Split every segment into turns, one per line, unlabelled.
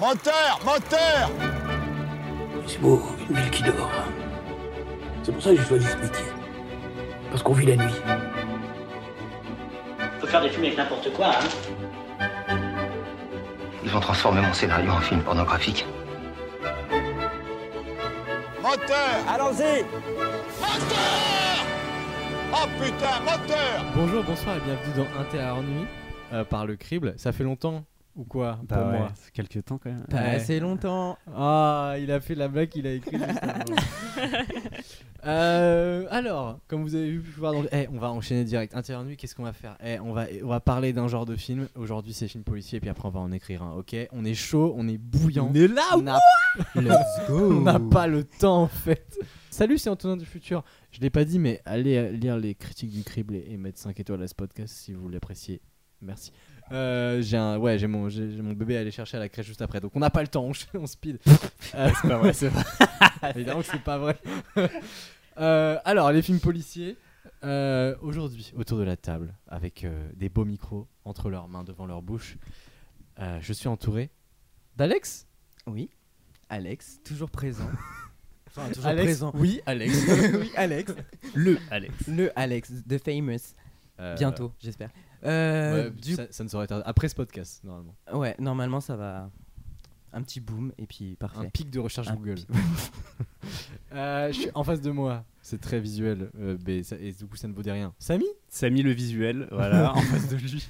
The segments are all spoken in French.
Moteur Moteur
C'est beau, une ville qui dort. C'est pour ça que j'ai choisi ce métier. Parce qu'on vit la nuit.
On peut faire des films avec n'importe quoi, hein.
Ils vont transformer mon scénario en film pornographique.
Moteur
Allons-y
Moteur Oh putain, moteur
Bonjour, bonsoir et bienvenue dans Inter à Nuit euh, par le crible. Ça fait longtemps ou quoi
Bah
pour
ouais,
moi
c'est quelques temps quand même.
Pas assez longtemps. Ah, il a fait la blague qu'il a écrite juste avant. Euh, alors, comme vous avez vu voir dans... Eh, on va enchaîner direct. Inter Nuit, qu'est-ce qu'on va faire Eh, on va on va parler d'un genre de film. Aujourd'hui, c'est film policier et puis après on va en écrire un. OK On est chaud, on est bouillant.
est là
On n'a on n'a pas le temps en fait. Salut, c'est Antonin du futur. Je l'ai pas dit, mais allez euh, lire les critiques du crible et et mettre 5 étoiles à ce podcast si vous l'appréciez. Merci. Euh, j'ai un, ouais, j'ai mon, j'ai j'ai mon bébé à aller chercher à la crèche juste après, donc on n'a pas le temps, on, ch- on speed. c'est pas vrai, c'est pas. Évidemment que c'est pas vrai. Euh, alors, les films policiers. euh, Aujourd'hui, autour de la table, avec euh, des beaux micros entre leurs mains devant leur bouche, euh, je suis entouré d'Alex.
Oui, Alex, toujours présent. Enfin, toujours
Alex,
présent.
Oui, Alex.
oui, Alex.
Le Alex.
Le Alex, The Famous. Bientôt, j'espère. Euh, du...
Euh, ça, ça ne saurait tarder. Après ce podcast, normalement.
ouais, normalement, ça va. Un petit boom, et puis
Un
parfait.
pic de recherche
Un
Google.
pi-
Euh, je suis en face de moi. C'est très visuel, euh, mais ça- et du coup, ça ne vaut de rien. Samy
Samy le visuel, voilà, en face de lui.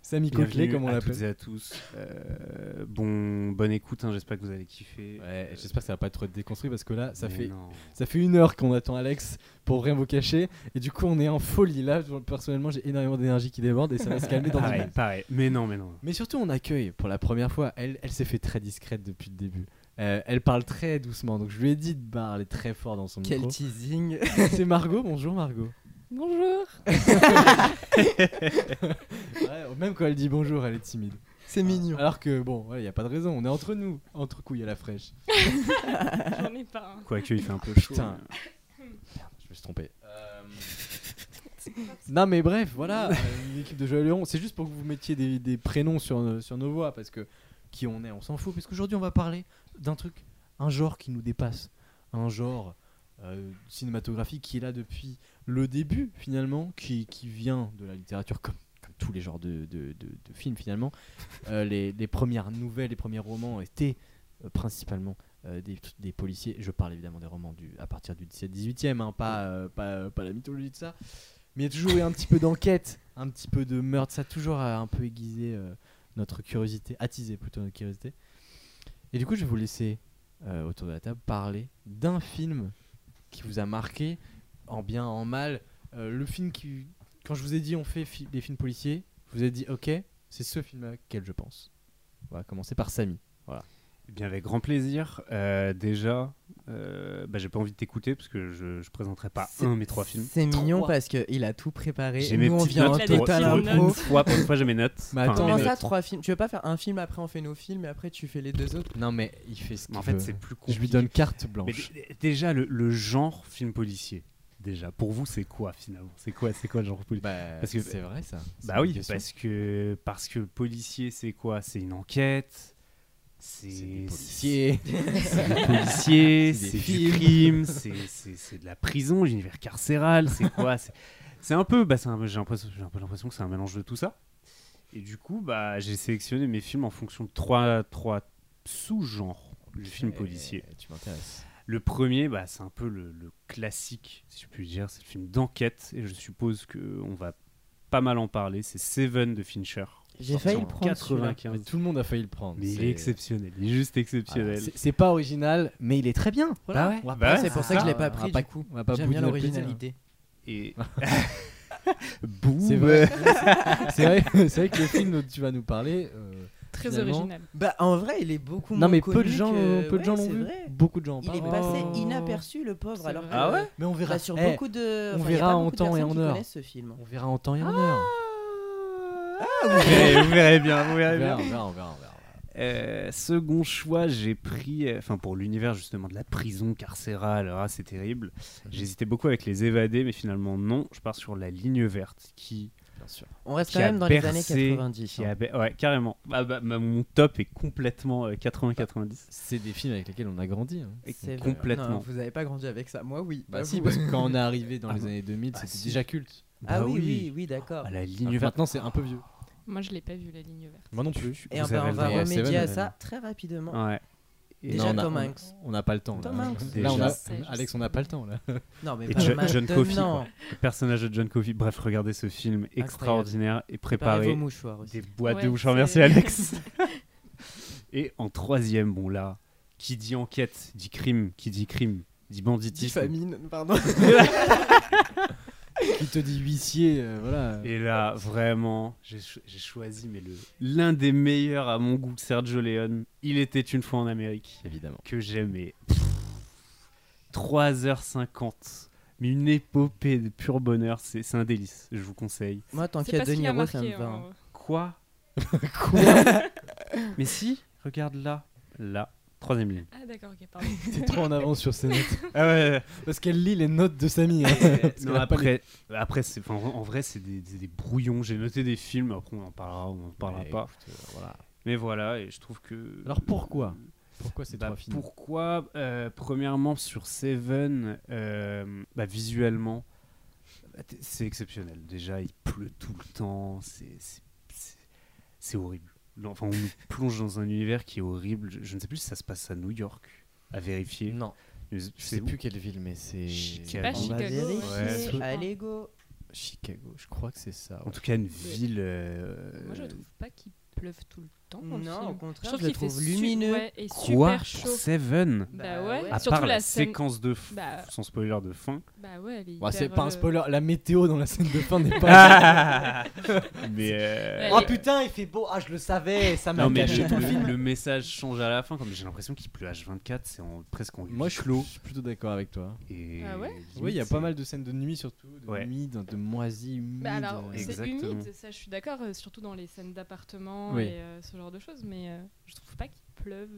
Samy Coquelet,
Bienvenue
comme on
à toutes
l'appelle.
et à tous. Euh, bon, bonne écoute, hein, j'espère que vous allez kiffer.
Ouais, j'espère que ça va pas être déconstruit parce que là, ça
Mais
fait,
non.
ça fait une heure qu'on attend Alex pour rien vous cacher. Et du coup, on est en folie. Là, je- personnellement, j'ai énormément d'énergie qui déborde et ça va se calmer dans dix
pareil,
minutes.
pareil. Mais non, mais non.
Mais surtout, on accueille pour la première fois. Elle, elle s'est fait très discrète depuis le début. Euh, elle parle très doucement, donc je lui ai dit de parler très fort dans son
Quel
micro.
teasing.
C'est Margot, bonjour Margot.
Bonjour
Ouais, même quand elle dit bonjour, elle est timide.
C'est mignon.
Alors que bon, il n'y a pas de raison, on est entre nous, entre couilles à la fraîche.
J'en ai pas un.
Quoique, il fait un peu chaud.
Putain. Je me suis trompé. non mais bref, voilà, euh, une équipe de Joël Léon, c'est juste pour que vous mettiez des, des prénoms sur, nos- sur nos voix, parce que qui on est, on s'en fout, parce qu'aujourd'hui on va parler d'un truc, un genre qui nous dépasse, un genre euh, cinématographique qui est là depuis le début finalement, qui, qui vient de la littérature comme, comme tous les genres de, de- de- de films finalement. Euh, les, les premières nouvelles, les premiers romans étaient euh, principalement euh, des, des policiers. Je parle évidemment des romans du, à partir du 17-18e, hein, pas, euh, pas, euh, pas la mythologie de ça. Mais il y a toujours eu un petit peu d'enquête, un petit peu de meurtre, ça a toujours euh, un peu aiguisé euh, notre curiosité, attisé plutôt notre curiosité. Et du coup, je vais vous laisser euh, autour de la table parler d'un film qui vous a marqué, en bien, en mal. Euh, le film qui. Quand je vous ai dit on fait fi- des films policiers, je vous ai dit ok, c'est ce film à quel je pense. On va commencer par Samy.
Eh bien, avec grand plaisir. Euh, déjà, euh, bah, j'ai pas envie de t'écouter parce que je, je présenterai pas
C'est-
un, mais trois films.
C'est mignon
Trois.
parce qu'il a tout préparé.
J'ai mes
Nous, on
petites
vient en
notes. pour-
total
petites
pour une
impro.
fois, pour une fois, j'ai mes notes.
Mais attends,
mes
Comment
mais
notes.
ça, trois films Tu veux pas faire un film, après on fait nos films, et après tu fais les deux autres
Non mais il fait ce
Mais
qu'il
en fait,
veut.
c'est plus compliqué.
Je lui donne carte
Mais
blanche.
d- d- déjà, le, le genre film policier, déjà, pour vous, c'est quoi finalement C'est quoi, c'est quoi le genre policier
Bah,
parce que-
c'est vrai ça. C'est
Bah
une
oui,
question.
parce que, parce que policier, c'est quoi C'est une enquête, c'est
c'est des
c'est-
policiers.
c'est des policiers,
C'est des
c'est du
films.
crime, c'est- c'est c'est de la prison, l'univers carcéral, c'est quoi C'est- C'est un peu, bah, c'est un- j'ai un peu, j'ai un peu l'impression que c'est un mélange de tout ça. Et du coup, bah, j'ai sélectionné mes films en fonction de trois, trois sous-genres du film
Eh,
policier.
Tu m'intéresses.
Le premier, bah, c'est un peu le, le classique, si je puis dire. C'est le film d'enquête, et je suppose qu'on va pas mal en parler. C'est Seven de Fincher.
J'ai
Sorti
failli
en
le prendre. celui-là.
Mais tout le monde a failli le prendre.
Mais il
c'est-
est exceptionnel, il est juste
Voilà,
exceptionnel.
c'est- C'est pas original, mais il est très bien. Voilà.
Bah ouais.
On va
Bah
pas-
ouais,
C'est pour ça que je l'ai pas
On
pris.
va pas,
du coup.
on va pas
J'aime
bouder
bien
notre plaisir.
l'originalité.
et. Boum
C'est vrai. c'est vrai, c'est vrai que le film dont tu vas nous parler. euh,
Très
Finalement.
original.
Bah en vrai, il est beaucoup
Non
moins
mais peu de
connu
gens,
que-
peu de
Ouais,
gens l'ont
c'est
vu.
vrai.
Beaucoup de gens en
Il est
parlent.
passé
Oh.
inaperçu le pauvre
C'est
alors
vrai.
que-
Ah ouais
Mais on verra.
Bah, sur
Eh,
beaucoup de
on
enfin, il y a
verra
pas
en
beaucoup de
temps et
personnes
en
qui
heure.
connaissent ce film.
On verra en temps et en heure.
Ah,
vous, verrez, vous verrez bien, vous
On
verrez
verra,
bien.
on verra, on verra, on verra.
Euh, second choix, j'ai pris, euh, enfin pour l'univers justement de la prison carcérale, ah, c'est terrible. J'hésitais beaucoup avec les évadés, mais finalement non, je pars sur la ligne verte qui
bien sûr.
On reste
Qui
quand
a
même dans les années
bercé,
90.
Qui
hein.
a ba- Ouais, carrément. Bah, bah, bah, mon top est complètement euh, 80-90.
C'est des films avec lesquels on a grandi. hein.
Et
C'est vrai.
complètement.
Non, vous n'avez pas grandi avec ça. Moi, oui.
Bah
Pas
si,
vous.
parce que quand on est arrivé dans
Ah
les
bon.
années 2000,
Ah
c'était
si.
déjà culte.
Ah
Bah
oui, oui, oui, d'accord.
À la
Alors
ligne
que
verte.
maintenant, c'est un peu vieux.
Moi, je l'ai pas vu, la ligne verte.
Moi non plus.
Et on
Vous
va,
avez
on
le
va
droit. Seven,
remédier à
Eleven.
ça très rapidement.
Ouais.
Et Déjà
on a-
Tom
on-
Hanks.
On n'a pas le temps. là.
Tom Hanks.
Là, on a-
Je sais, je
Alex,
sais.
on n'a pas le temps. là.
Non, mais
Et
pas
Jo- John
maintenant.
Coffey, quoi. Le personnage de John Coffey. Bref, regardez ce film extraordinaire
Préparez
et
vos
préparez
mouchoirs aussi.
des boîtes de
Ouais,
mouchoirs. Merci
c'est-
Alex. et en troisième, bon là, qui dit enquête, dit crime, qui dit crime, dit banditisme.
famine, pardon.
Qui te dit huissier, euh, voilà.
Et là, vraiment, j'ai cho- j'ai choisi mais le l'un des meilleurs à mon goût, Sergio Leone. Il était une fois en Amérique
Évidemment.
que j'aimais. Pff, 3h50, mais une épopée de pur bonheur, c'est c'est un délice. Je vous conseille.
Moi, tant
C'est
qu'il y a De
pas ce qui m'a
Niro, ça me
marqué,
va.
hein.
Quoi Quoi Mais si, regarde là, là, troisième ligne.
Ah, d'accord, ok, pardon.
T'es trop en avance sur ses notes.
Ah ouais. ouais.
Parce qu'elle lit les notes de Samy. hein. Parce
Non,
qu'elle a pas les-
après, après c'est- enfin, en en vrai, c'est des, des- des brouillons. J'ai noté des films. Après, on en parlera, on en parlera
Ouais,
pas.
écoute, euh, voilà.
Mais voilà, et je trouve que.
Alors pourquoi Pourquoi ces
Bah,
trois films
Pourquoi euh, Premièrement, sur Seven, euh, bah, visuellement, bah, t- c'est exceptionnel. Déjà, il pleut tout le temps, c'est- c'est- c'est c'est horrible. Non, Enfin, on nous plonge dans un univers qui est horrible. Je, je ne sais plus si ça se passe à New York, à vérifier.
Non,
Mais
je sais
où.
plus quelle ville, mais c'est
Chicago.
Pas
On va
Chicago,
vérifier.
ouais.
Ouais.
Allez, go.
Chicago, je crois que c'est ça.
En tout cas, une ville. euh,
Moi, je trouve pas qu'il pleuve tout le temps. dans le
Non, au
film.
contraire, je,
je trouve
le
qu'il fait
trouve
su-
lumineux. Ah,
ouais, et
Quoi
super
pour
chaud.
Seven
Bah
Bah ouais.
ouais,
À
surtout
part la,
la scène.
séquence de f-
Bah-
sans spoiler de fin.
Bah ouais, elle est
Bah, c'est
hyper,
pas
euh,
un spoiler, la météo dans la scène de fin n'est pas.
Ah Mais euh,
Oh,
putain, il fait beau. Ah, je le savais,
Oh,
ça
Non, mais le, le- le message change à la fin, comme j'ai l'impression qu'il pleut H24, c'est en- presque en huis
Moi, je
clos.
je suis plutôt d'accord avec toi.
Et
Ah ouais
limite,
Oui, il y a pas
c'est-
mal de scènes de nuit surtout, de
Ouais.
nuit, de, de moisi, humide.
Bah alors,
euh,
c'est
Exactement.
humide, ça je suis d'accord, euh, surtout dans les scènes d'appartement
Oui.
et euh, ce genre de choses, mais euh, je trouve pas qu'il pleuve.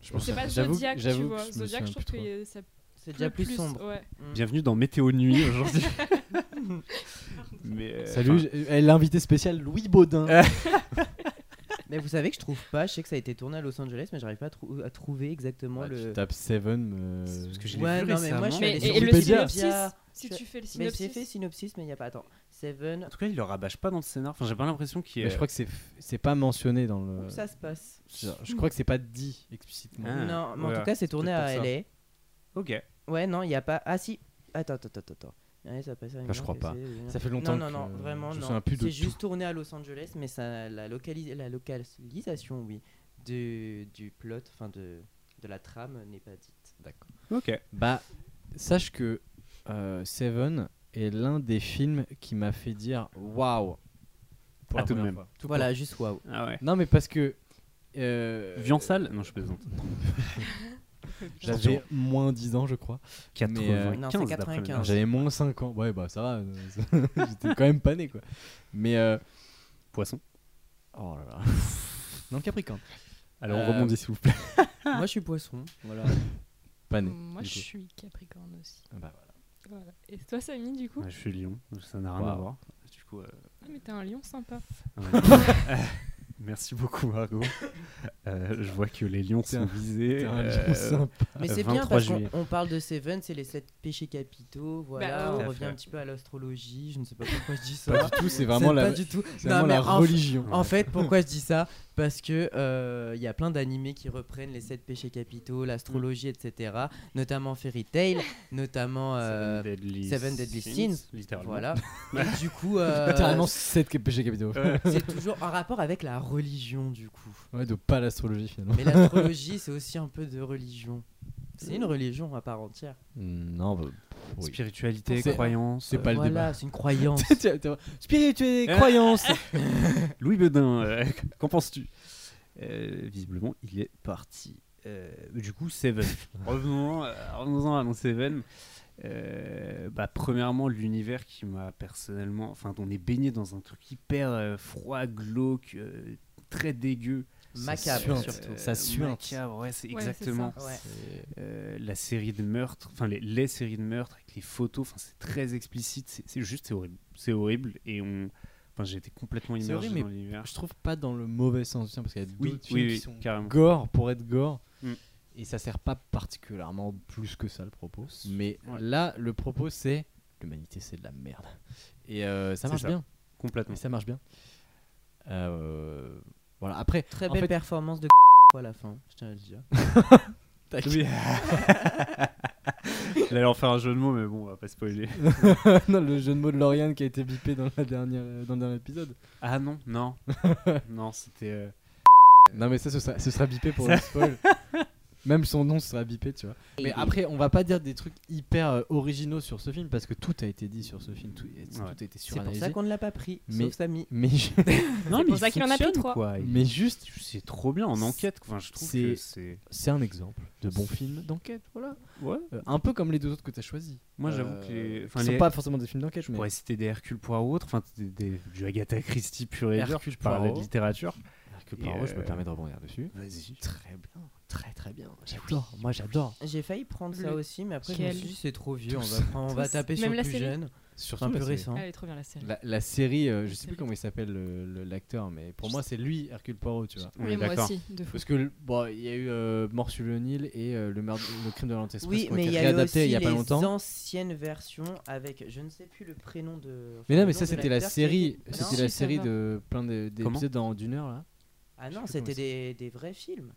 je pense
C'est
que-
pas
j'avoue-
Zodiac, tu
j'avoue que
vois.
je me
Zodiac, je
souviens
trouve
plus
que
trop.
euh, ça
C'est
pleut
déjà plus
plus,
sombre.
ouais.
Bienvenue dans Météo Nuit aujourd'hui. mais euh,
Salut,
enfin,
j'ai- elle est l'invité spécial Louis Baudin.
Mais vous savez que je trouve pas. Je sais que ça a été tourné à Los Angeles, mais j'arrive pas à, trou- à trouver exactement
Bah,
le.
Tu tapes Seven. euh,
C'est parce que j'ai- Je l'ai
Ouais,
vu
non, mais moi
récemment.
je suis
Mais
allée
et-
sur
et le
Wikipédia.
synopsis, si
Je-
tu fais le
Mais j'ai
synopsis,
fait synopsis, mais il y a pas. Attends. Seven.
En tout cas, il le rabâche pas dans le scénar. Enfin, j'ai pas l'impression qu'il.
Mais je crois que c'est c'est pas mentionné dans
Où
le.
ça se passe
Genre, Je crois que c'est pas dit explicitement.
Non,
Ah,
mais en
voilà.
tout cas, c'est tourné
peut-être
à
pour ça.
LA.
Ok.
Ouais, non, il n'y a pas. Ah si. Attends, attends, attends, attends. Allez, ça passe à une
Enfin, je crois
heure,
pas.
c'est-
Ça fait longtemps
Non, non,
que
non, vraiment
je me
non.
souviens plus de
C'est
tout.
juste tourné à Los Angeles, mais ça, la, localis- la localisation, oui, du, du plot, enfin de, de la trame n'est pas dite. D'accord.
Ok.
Bah, sache que euh, Seven est l'un des films qui m'a fait dire waouh. pour la
Ah, tout de
première
même.
fois.
Voilà, juste waouh.
Ah ouais.
Non, mais parce que. euh,
Vu en salle Non, je plaisante.
J'avais moins 10 ans, je crois. euh,
95
Non, c'est
d'après
95.
mémoire.
J'avais moins 5 ans. Ouais, bah ça va. euh, ça- J'étais quand même pas né, quoi. Mais. euh,
Poisson.
Oh là là. Dans le Capricorne.
Alors, on
Euh,
rebondit s'il vous plaît.
Ah.
Moi, je suis poisson.
Voilà. Pas né.
Mm, Moi
du
je
coup.
suis Capricorne aussi.
Ah bah voilà.
Voilà. Et toi Samy du coup
Euh, Ouais, je suis Lyon, ça n'a rien à
Wow.
voir. Du coup. euh,
Ah mais t'es un lion sympa.
Hein Euh, Merci beaucoup, Margot. Euh, je vois que les lions
T'es
sont
un-
visés.
T'es un
euh,
lion sympa.
Mais
Euh,
c'est bien
23
parce qu'on
juillet.
on parle de Seven, c'est les sept péchés capitaux. Voilà,
Bah,
tout à
on revient
fait.
un petit peu à l'astrologie. Je ne sais pas pourquoi je dis ça.
Pas du tout, c'est vraiment
C'est
la,
Pas du tout.
c'est
Non,
vraiment
mais
la
en-
religion.
En fait, pourquoi je dis ça Parce que euh, il y a plein d'animés qui reprennent les sept péchés capitaux,
Mm.
l'astrologie, etc. Notamment Fairy Tail, notamment euh,
Seven Deadly,
Seven Deadly Sins,
littéralement.
voilà. Et du coup, euh,
Littéralement 7 péchés capitaux.
c'est toujours en rapport avec la religion du coup.
Ouais, donc pas l'astrologie finalement.
Mais l'astrologie, c'est aussi un peu de religion.
Mm.
C'est une religion à part entière.
Non, bah, oui.
Spiritualité,
C'est-
croyance.
c'est pas le
voilà,
débat.
c'est une croyance.
Tiens, tiens, Spiritualité,
Euh.
croyance.
Louis Bedin, euh, qu'en penses-tu Euh, Visiblement, il est parti. Euh, du coup, Seven. revenons, euh, revenons-en à mon Seven. Euh, bah, premièrement, l'univers qui m'a personnellement. Enfin, on est baigné dans un truc hyper euh, froid, glauque, euh, très dégueu.
macabre
suinte.
surtout.
Ça suinte.
euh, Macabre, ouais, c'est
Ouais,
exactement.
Ouais.
Euh, la série de meurtres, enfin les, les séries de meurtres avec les photos, enfin c'est très explicite, c'est c'est juste c'est horrible, c'est horrible et on, enfin j'ai été complètement
C'est
immergé
horrible, mais
dans l'univers.
Je trouve pas dans le mauvais sens du terme, parce qu'il y a d'autres
Oui,
films
oui,
qui
oui,
sont
carrément.
gore pour être gore.
Mm.
Et ça sert pas particulièrement plus que ça le propos. Mais
Ouais.
là, le propos c'est l'humanité c'est de la merde. Et euh, ça
C'est
marche
ça.
bien.
Complètement.
Mais ça marche bien. Euh, voilà. Après,
Très
En
belle
fait-
performance de à la fin, je tiens à le dire.
Oui. J'allais leur faire un jeu de mots, mais bon, on va pas spoiler.
non, le jeu de mots de Lauriane qui a été bipé dans, la dernière, dans le dernier épisode.
Ah non, non, non, c'était. euh,
Non, mais ça, ce sera, ce sera bipé pour le spoil. Même son nom sera bipé, tu vois.
Mmh.
Mais après, on va pas dire des trucs hyper euh, originaux sur ce film parce que tout a été dit sur ce film, tout, tout a été
C'est pour ça
suranalysé.
qu'on ne l'a pas pris,
Mais-
sauf Samy.
Mais, ju-
Non, mais
pour
il
ça qu'il y en a plus
fonctionne,
trois.
quoi. Il-
mais juste,
C'est trop bien en enquête, quoi. Enfin, je trouve
C'est-
que c'est.
c'est un exemple de bon film d'enquête, voilà.
Ouais.
Euh, un peu comme les deux autres que t'as choisis.
Moi, j'avoue
Euh,
que les.
qui
Enfin,
sont
les...
pas forcément des films d'enquête,
Je
mais
pourrais citer des Hercule Poirot, autres, enfin, des, des- du Agatha Christie pur et dur.
Hercule
Je parlais de
Poirot.
littérature.
Hercule
Et,
Poirot, je me
euh,
permets de rebondir dessus.
Vas-y.
Très bien, très très bien. J'adore, moi j'adore.
J'ai failli prendre ça
Le-
aussi, mais après je me
Quel-
suis dit c'est trop vieux, on va,
Tous.
prendre- on va
Tous.
taper sur
Même
le
la
plus
série.
jeune,
Surtout
c'est un
la
peu
série.
récent.
Ah, Elle est trop bien la série.
La, la série, euh, je sais plus
série.
comment il s'appelle le- le- l'acteur, mais pour moi c'est lui Hercule Poirot, tu vois.
On
Oui,
est
moi
d'accord.
aussi, de fou.
Parce que le- bon, il y a eu euh, Mort sur le Nil et euh, le, meurtre- le crime de l'Orient Express
Oui,
qui ont
mais
été
il y a eu aussi
réadaptés il y a pas
les
longtemps.
anciennes versions avec, je ne sais plus le prénom de. enfin,
Mais
le
non, mais
nom
ça
de
c'était la
l'acteur qui
série,
était-
c'était
Non
la
Si, ça
série
va.
de plein de-
Comment
d'épisodes dans- d'une heure là.
Ah
Je sais
non,
plus
c'était
comment
des, des vrais films,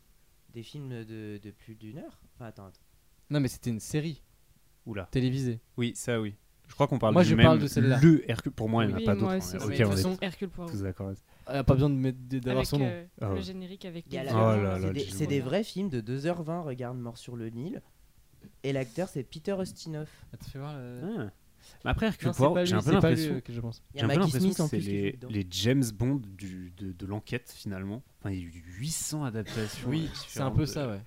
des films de, de plus d'une heure. Enfin attends, attends.
Non, mais c'était une série
Oula.
télévisée.
Oui, ça, oui. Je crois qu'on parle
Moi,
du
je
même.
parle de celle-là.
Le Hercule. Pour moi, il n'y en a
Oui,
pas
moi
d'autres.
aussi,
Ah,
hein.
c'est
Ok,
vrai.
on est
façon-
Hercule Poirot.
tous d'accord. là-dessus.
Elle a pas besoin de mettre- d'avoir
Avec
son nom.
euh,
Ah
le
ouais.
générique avec
Il y a
les
la-
Oh là là,
c'est des,
Jim
c'est des
Morrison.
vrais films de 2h20, regarde Mort sur le Nil. Et l'acteur c'est Peter Ostinoff.
Ah, tu fais voir le- Non,
Ah. Mais après, Hercule
c'est
Poirot,
pas
j'ai
lui,
un peu
c'est pas lui,
l'impression.
euh, que je pense.
Il y
J'ai
a
un peu
Maggie
l'impression
Smith
que
en
c'est
plus. qui joue
les,
dedans.
les James Bond du, de, de l'enquête finalement. Enfin, il y a eu 800 adaptations.
Oui,
euh,
c'est un
différentes
peu
de-
ça, ouais.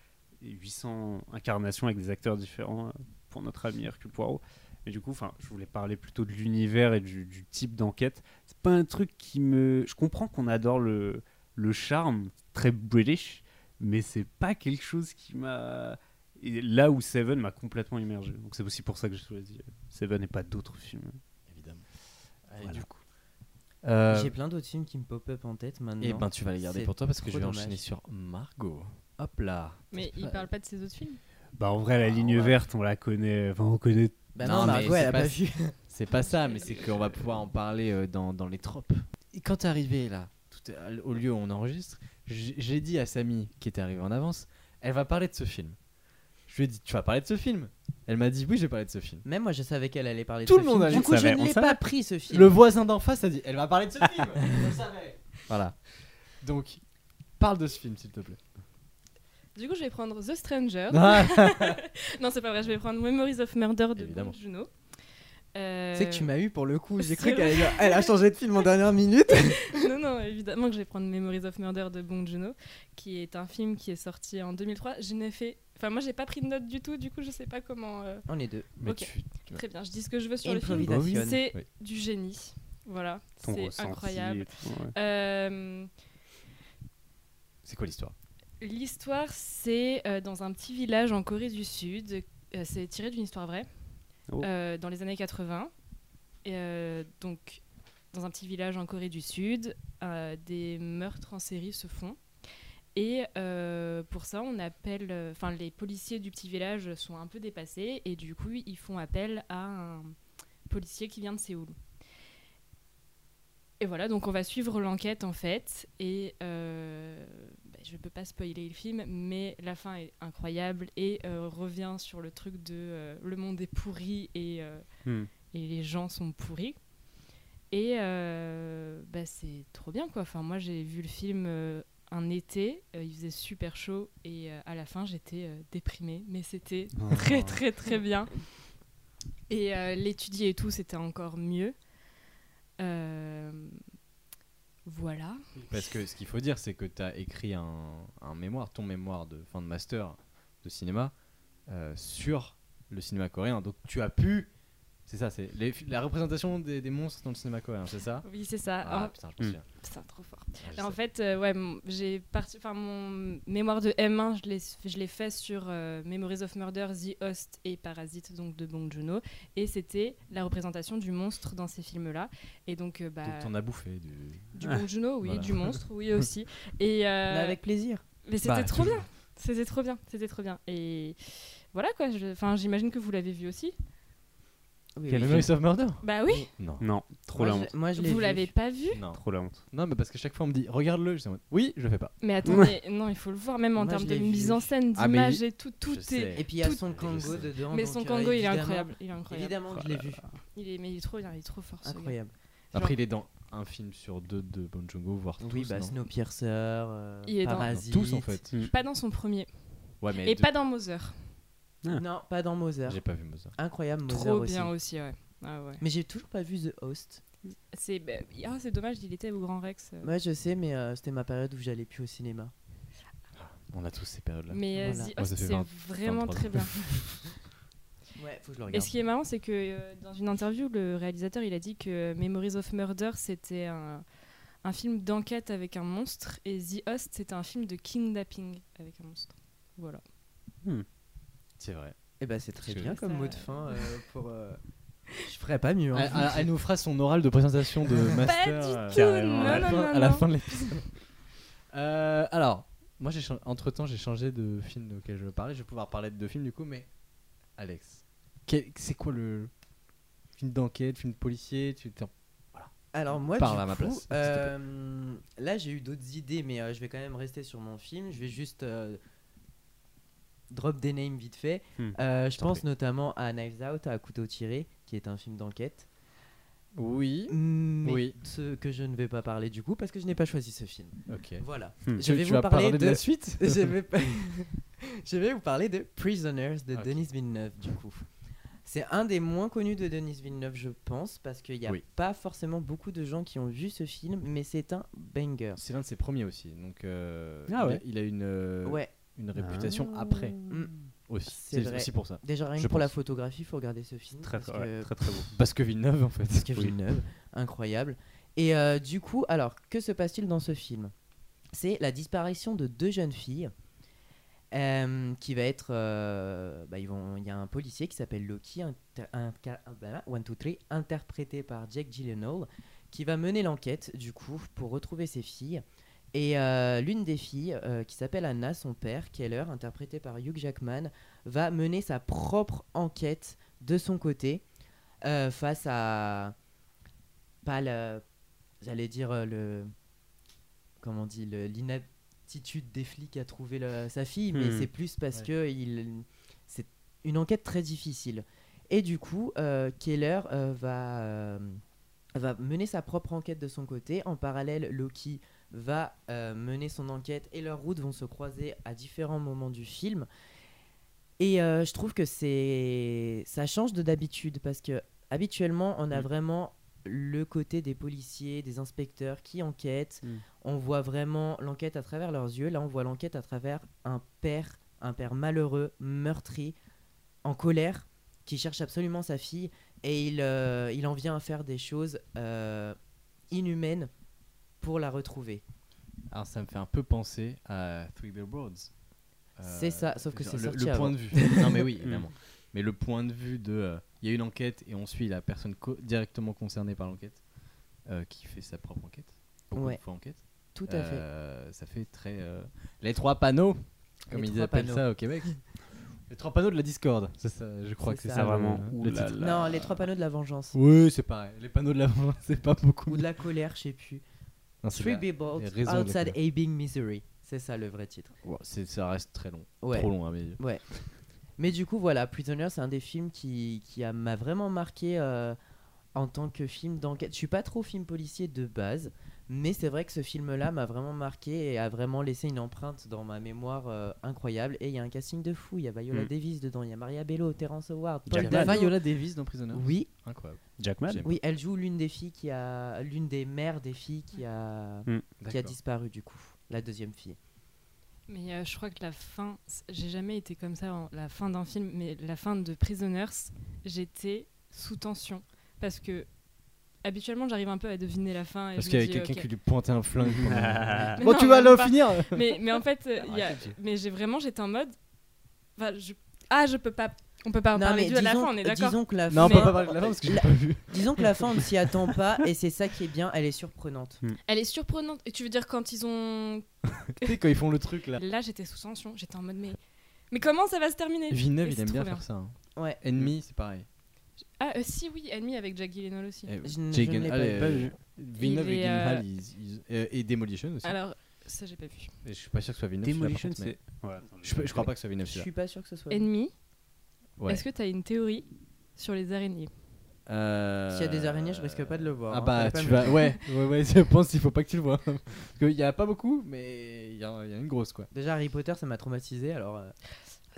et 800 incarnations avec des acteurs différents euh, pour notre ami Hercule Poirot. Mais du coup, enfin, je voulais parler plutôt de l'univers et du, du type d'enquête. C'est pas un truc qui me. Je comprends qu'on adore le, le charme très british, mais c'est pas quelque chose qui m'a. et Là où Seven m'a complètement immergé. Donc c'est aussi pour ça que j'ai choisi euh, Seven et pas d'autres films.
Évidemment.
Voilà.
du coup. Euh,
J'ai plein d'autres films qui me pop-up en tête maintenant.
et ben tu vas les garder
C'est
pour toi parce que je
trop
vais
dommage.
enchaîner sur Margot. Hop là.
Mais il
Ouais.
parle pas de ses autres films.
Bah en vrai, la
Ah,
ligne
ouais.
verte, on la connaît. Enfin, on connaît.
Bah
Non,
non,
mais
Margot
c'est
elle a
pas-
pas vu.
C'est pas ça, mais c'est qu'on va pouvoir en parler euh, dans, dans les tropes. Et quand t'es arrivé là, tout à- au lieu où on enregistre, j'ai j'ai dit à Samy, qui était arrivée en avance, elle va parler de ce film. Je lui ai dit, tu vas parler de ce film Elle m'a dit, oui, je vais parler de ce film.
Même moi je savais qu'elle allait parler
Tout
de
le
ce
monde
film.
allait-
Du
on
coup je
savait,
ne
on
l'ai
savait.
pas pris ce film.
Le voisin d'en face a dit, elle va parler de ce film Je le savais. Voilà. Donc, parle de ce film, s'il te plaît.
Du coup, je vais prendre The Stranger.
Ah,
Non, c'est pas vrai, je vais prendre Memories of Murder de
Évidemment.
Bong Juno.
Tu sais que tu m'as eu pour le coup, j'ai
c'est
cru
vrai.
qu'elle allait dire, elle a changé de film en dernière minute.
Euh, Non, non, évidemment que je vais prendre Memories of Murder de Bong Joon-ho, qui est un film qui est sorti en 2003. Je n'ai fait... Enfin, moi, j'ai pas pris de note du tout, du coup, je sais pas comment... euh,
On est deux.
mais
Ok.
tu- tu-
Très bien, je dis ce que je veux sur le film.
Improvisation.
C'est
Oui.
du génie. Voilà,
Ton
c'est
ressenti et
incroyable.
tout, ouais.
Euh,
C'est quoi l'histoire
L'histoire, c'est euh, dans un petit village en Corée du Sud. Euh, c'est tiré d'une histoire vraie,
Oh.
euh, dans les années 80. Et, euh, donc, dans un petit village en Corée du Sud, euh, des meurtres en série se font. Et euh, pour ça, on appelle. euh, Enfin, les policiers du petit village sont un peu dépassés et du coup, ils font appel à un policier qui vient de Séoul. Et voilà, donc on va suivre l'enquête en fait. Et euh, bah, je peux pas spoiler le film, mais la fin est incroyable et euh, revient sur le truc de euh, le monde est pourri et, euh,
Hmm.
et les gens sont pourris. Et euh, bah, c'est trop bien quoi. Enfin, moi j'ai vu le film euh, un été, euh, il faisait super chaud et euh, à la fin j'étais euh, déprimée, mais c'était
Oh.
très très très bien. Et euh, l'étudier et tout, c'était encore mieux. Euh, voilà.
Parce que ce qu'il faut dire, c'est que tu as écrit un, un mémoire, ton mémoire de fin de master de cinéma, euh, sur le cinéma coréen. Donc tu as pu C'est ça, c'est les fi- la représentation des, des monstres dans le cinéma coréen, c'est ça
Oui, c'est ça.
Ah
En-
putain, je me souviens.
Putain, trop fort.
Ah, je
Et en
sais.
fait, euh, ouais, mon- j'ai parti, enfin mon mémoire de M1, je l'ai, je l'ai fait sur euh, Memories of Murder, The Host et Parasite, donc de Bong Joon-ho, et c'était la représentation du monstre dans ces films-là, et donc, euh, bah,
Donc t'en as bouffé du.
du Bong Joon-ho, oui,
Voilà.
du monstre, oui aussi, et euh,
Mais avec plaisir.
mais c'était
Bah,
trop
toujours.
bien, c'était trop bien, c'était trop bien, et voilà quoi, je- enfin j'imagine que vous l'avez vu aussi,
Oui,
Quel
oui,
Memories of Murder
bah oui,
Non.
Non, trop la
Moi,
honte.
je- Moi, je l'ai
vous
vu.
l'avez pas vu,
Non.
Trop la honte.
Non, mais parce que chaque fois on me dit regarde-le, je dis en mode, oui, je le fais pas.
mais attendez, non, il faut le voir, même en
Moi, je
termes de
l'ai vu.
mise en scène,
Ah, mais
d'image et tout, tout
Je
est,
sais.
Et puis il y a
Tout-
son Kango
sais.
dedans.
mais son
donc, euh,
Kango, il est
évidemment-
incroyable, il est incroyable.
Évidemment que je l'ai vu.
Il est, mais il est trop bien, il est trop fort. ce gars.
Incroyable.
Après, il est dans un film sur deux de Bon Joon-ho, voire tous.
Oui, bah
non
Snowpiercer, euh,
Il est dans-
Non,
Parasite.
tous en fait.
Pas dans son premier.
Ouais, mais
Et
deux-
pas dans Mother.
Non, pas dans Mozart.
j'ai pas vu Mozart.
Incroyable Mozart
Trop
aussi.
bien aussi, ouais. Ah ouais.
Mais j'ai toujours pas vu The Host.
C'est bah, ah, c'est dommage, il était au Grand Rex. euh.
Moi je sais, mais euh, c'était ma pérode où j'allais plus au cinéma.
On a tous ces périodes-là.
Mais euh,
Voilà.
The
Moi, ça
Host,
fait
c'est
20,
vraiment
23.
très bien.
Ouais, faut que je le
Et
regarde.
ce qui est marrant, c'est que euh, dans une interview, le réalisateur, il a dit que Memories of Murder, c'était un, un film d'enquête avec un monstre, et The Host, c'était un film de kidnapping avec un monstre. Voilà.
C'est vrai.
Et bah c'est très
Parce que-
bien comme
Ça-
mot de fin euh, pour. euh, Je ferais pas mieux. hein.
Elle, elle- elle nous fera son oral de présentation de master.
du
euh,
tout,
Carrément,
à, la
non, non,
fin,
non,
à la
non.
fin de l'épisode. Euh, alors, moi, j'ai entre temps, j'ai changé de film auquel je veux parler. Je vais pouvoir parler de deux films du coup, mais Alex, quel- c'est quoi le film d'enquête, film policier tu t'en-
Alors moi,
Parle
du
à ma
coup,
place, s'il te plaît.
euh, là j'ai eu d'autres idées, mais euh, je vais quand même rester sur mon film. Je vais juste euh, drop des names vite fait.
Hmm.
Euh, je
t'en
pense
prie.
notamment à Knives Out, à Couteau tiré, qui est un film d'enquête,
Oui.
mais
Oui.
ce que je ne vais pas parler du coup parce que je n'ai pas choisi ce film.
Ok.
Voilà.
Hmm.
Je
Tu-
vais
tu
vous
vas
parler,
parler de...
de.
la suite.
je, vais pas- je vais vous parler de Prisoners de
Ok.
Denis Villeneuve du coup. C'est un des moins connus de Denis Villeneuve, je pense, parce qu'il n'y a
Oui.
pas forcément beaucoup de gens qui ont vu ce film, mais c'est un banger.
C'est l'un de ses premiers aussi, donc euh,
Ah
il a-
ouais.
il, a, une euh,
Ouais,
une réputation
Ah.
après aussi.
C'est
C'est
vrai.
aussi pour ça.
déjà rien
je
que pour la
pense.
photographie, il faut regarder ce film.
Très,
parce
fort, ouais,
que-
très très beau.
Parce que Villeneuve en fait.
parce que Villeneuve, incroyable. Et euh, du coup, alors, que se passe-t-il dans ce film C'est la disparition de deux jeunes filles euh, qui va être. euh, bah, ils vont- Il y a un policier qui s'appelle Loki, inter- inca- voilà, one, two, three, interprété par Jack Gyllenhaal, qui va mener l'enquête, du coup, pour retrouver ses filles. Et euh, l'une des filles, euh, qui s'appelle Anna, son père, Keller, interprété par Hugh Jackman, va mener sa propre enquête de son côté euh, face à pas le j'allais dire euh, le comment on dit le- l'inaptitude des flics à trouver le- sa fille mais
Hmm.
c'est plus parce
Ouais.
que il c'est une enquête très difficile et du coup euh, Keller euh, va euh, va mener sa propre enquête de son côté en parallèle Loki va euh, mener son enquête et leurs routes vont se croiser à différents moments du film et euh, je trouve que c'est ça change de d'habitude parce que habituellement on a
Mm.
vraiment le côté des policiers, des inspecteurs qui enquêtent.
Hmm.
Mm.
On voit vraiment l'enquête à travers leurs yeux. Là, on voit l'enquête à travers un père, un père malheureux, meurtri, en colère, qui cherche absolument sa fille et il, euh, il en vient à faire des choses euh, inhumaines pour la retrouver.
Alors ça me fait un peu penser à Three Billboards. Euh,
C'est ça, sauf que
genre
c'est
le,
sorti
le
avant.
point
Mm.
de vue. non mais oui, évidemment. Mais le point de vue de, euh, il y a une enquête et on suit la personne co- directement concernée par l'enquête, euh, qui fait sa propre enquête. Encore
Ouais.
une fois enquête.
Tout à fait.
Euh, ça fait très euh, les trois panneaux, comme
Les
ils
trois
appellent
panneaux.
ça au Québec. les trois panneaux de la discorde. C'est ça, je crois
C'est
que c'est
ça.
ça,
Ah,
le-
vraiment.
le
Ouh
titre.
là là.
Non, les trois panneaux de la vengeance.
Oui, c'est pareil. Les panneaux de la vengeance, c'est pas beaucoup.
Ou de la colère, je sais plus.
Non, c'est
Three
la-
Billboards
les raisons de la
Outside
colère.
Abing Misery. C'est ça le vrai titre.
Ouah, c'est- ça reste très long.
Ouais.
Trop long hein, à mes yeux.
Mais du coup, voilà, Prisoner, c'est un des films qui, qui a- m'a vraiment marqué euh, en tant que film d'enquête. Je suis pas trop film policier de base, mais c'est vrai que ce film-là m'a vraiment marqué et a vraiment laissé une empreinte dans ma mémoire euh, incroyable. Et il y a un casting de fou. Il y a Viola
Mm.
Davis dedans, il y a Maria Bello, Terence Howard, Paul
Jack Jackman.
Dano.
Viola Davis dans Prisoner.
Oui,
Incroyable.
Jackman
J'aime.
oui, elle joue l'une des filles qui a, l'une des mères des filles qui a, qui a disparu du coup, la deuxième fille.
Mais euh, je crois que la fin, c- j'ai jamais été comme ça, en- la fin d'un film, mais la fin de Prisoners, j'étais sous tension. Parce que habituellement, j'arrive un peu à deviner la fin. Et
Parce
je
qu'il
me
y avait
dis,
quelqu'un
ok.
qui lui pointait un flingue. pendant-
Mais
Bon,
non,
tu vas
même
le
pas.
finir
mais, mais en fait, euh, il y a-
Arrête, Jay.
mais j'ai vraiment, j'étais en mode. enfin, je- Ah, je peux pas. On peut pas en
Non,
parler
mais
du à la
disons-
fin, on est d'accord.
disons que la
Non, on
fin,
peut pas parler de la fin parce que j'ai
La-
pas vu.
disons que la fin, on ne s'y attend pas, et c'est ça qui est bien, elle est surprenante.
Elle est surprenante. Et tu veux dire, quand ils ont.
Tu sais, quand ils font le truc là.
Là, j'étais sous tension. J'étais en mode, mais. Mais comment ça va se terminer
Villeneuve,
Et
il
c'est
aime
trop
bien faire ça. hein.
Ouais.
Ennemi, c'est pareil.
Ah, euh, si, oui, Ennemi avec Jack Gyllenhaal aussi.
Eh,
Je n-
Jay
je ne l'ai
Gyllenhaal,
pas vu.
euh, Villeneuve
Il
et
est, euh,
Gyllenhaal, ils- ils- euh, et Demolition aussi.
Alors, ça, j'ai pas vu.
Et Je suis pas sûr que ce soit Villeneuve. celui-là, par
Demolition,
contre, mais-
c'est.
Je, peux- je crois pas que ce soit Villeneuve.
Je
celui-là.
suis pas sûr que ce soit.
Ennemi,
Ouais.
est-ce que t'as une théorie sur les araignées
Euh,
S'il y a des araignées, je risque pas de le voir.
Ah
hein,
bah
fallait pas
tu
me-
vas ouais ouais ouais je pense qu'il faut pas que tu le vois parce qu'il y a pas beaucoup mais il y, en- il y en a une grosse quoi
Déjà Harry Potter, ça m'a traumatisé, alors euh,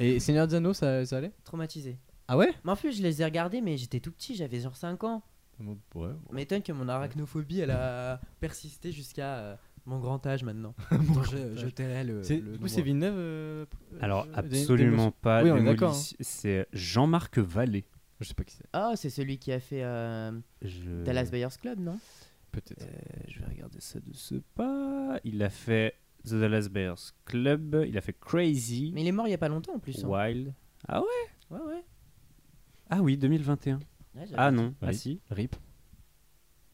et Seigneur des Anneaux ça, ça allait
traumatisé.
ah ouais
Mais en plus, je les ai regardés, mais j'étais tout petit, j'avais genre 5 ans.
ouais bon.
M'étonne que mon arachnophobie, elle a persisté jusqu'à euh, mon grand âge maintenant. Quand Euh, je, je tairai le.
C'est-
le
du coup c'est
nombre.
Villeneuve euh, euh,
Alors,
des- des-
absolument pas.
Oui, on est d'accord, hein.
Démolition. C'est Jean-Marc Vallée.
je sais pas qui c'est
Ah, c'est celui qui a fait euh,
Je-
Dallas Buyers Club, non
peut-être
Euh, je vais regarder ça de ce pas. Il a fait The Dallas Bears Club, il a fait Crazy,
Mais il est mort il y a pas longtemps en plus. hein.
Wild. Ah ouais
Ouais, ouais.
Ah oui, 2021.
Ouais, j'avais-
Ah non, ah
Oui.
si.
rip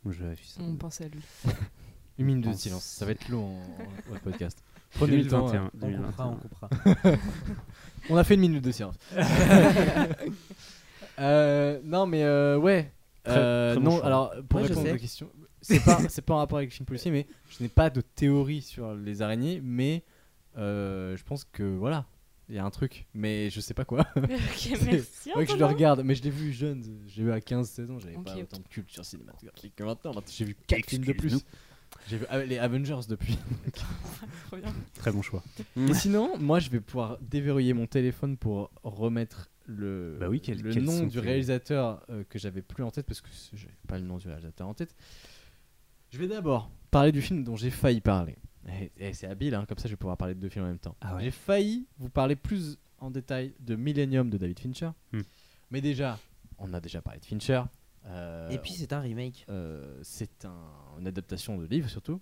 Mm.
Je vérifie ça.
On pensait à lui.
une minute de
pense-
silence ça va être long en, en podcast prenez le temps
2021.
hein.
On
2021.
coupera, on coupera.
on a fait une minute de silence Euh, non mais euh, ouais
Très-
Euh,
très bon
non
choix.
alors pour
Ouais, je
répondre à
sais.
ta question c'est pas c'est pas en rapport avec le film policier mais je n'ai pas de théorie sur les araignées mais euh, je pense que voilà il y a un truc mais je sais pas quoi
ok, merci.
Ouais, que je le
Antonin.
regarde, mais je l'ai vu jeune, j'ai vu à 15-16 ans, j'avais
Ok,
pas
ok.
autant de culture cinématographique que maintenant. Maintenant, J'ai vu 4 films de plus.
Excuse-nous.
J'ai vu ah, les Avengers depuis.
Trop bien.
Très bon choix.
Et sinon, moi je vais pouvoir déverrouiller mon téléphone pour remettre le,
Bah oui, quel-
le
quels
nom
sont
du
tes-
réalisateur euh, que j'avais plus en tête parce que c'est- j'avais pas le nom du réalisateur en tête. Je vais d'abord parler du film dont j'ai failli parler. Et, c'est habile, hein, comme ça je vais pouvoir parler de deux films en même temps.
Ah ouais.
J'ai failli vous parler plus en détail de Millennium de David Fincher.
Hmm.
Mais déjà, on a déjà parlé de Fincher. Euh,
Et puis c'est un remake.
euh, c'est un- une adaptation de livre surtout.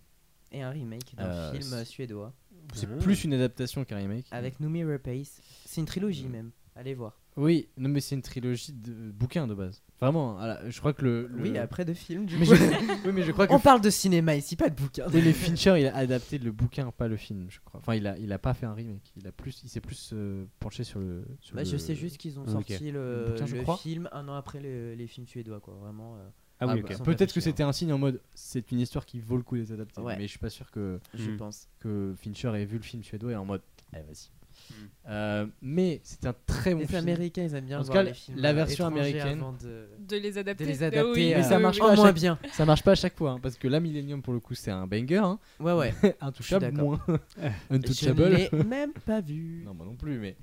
Et un remake d'un
Euh,
film
c'est-
suédois.
C'est plus une adaptation qu'un remake.
Ah. Avec Noomi Rapace. C'est une trilogie
Mm.
même. Allez voir.
Oui, non, mais c'est une trilogie de bouquins de base. Vraiment, à la- je crois que le. le-
Oui, après de films. Du
Mais
coup.
je- oui, mais je crois que
On parle de cinéma ici, pas de bouquin.
Télé Fincher, il a adapté le bouquin, pas le film, je crois. Enfin, il a, il a pas fait un remake. Il a plus, il s'est plus euh, penché sur le. sur
Bah,
le-
Je sais juste qu'ils ont
Ok.
sorti le,
Le bouquin, je
le
crois.
film un an après le- les films suédois, quoi. Vraiment. euh,
Ah oui,
bah,
ok.
sans
Peut-être que
réfléchir.
c'était un signe en mode c'est une histoire qui vaut le coup d'être adaptée.
Ouais.
Mais je suis pas sûr que,
Je
Mm.
pense.
que Fincher ait vu le film suédois et en mode allez vas-y.
Mm.
Euh, mais c'est un très bon
Hmm. Les
film.
Américains, ils aiment bien
En tout
voir
cas,
les films.
la
euh,
version
étrangers
américaine.
avant de,
De les adapter.
de les
Ah
adapter. euh.
oui,
à-
Mais ça
oui,
marche
oui.
pas à
au moins
chaque-
bien.
Ça marche pas à chaque fois hein, parce que la Millennium pour le coup c'est un banger, hein.
Ouais, ouais.
intouchable
d'accord.
moins
Je
untouchable.
ne l'ai même pas vu.
Non, moi non plus, mais.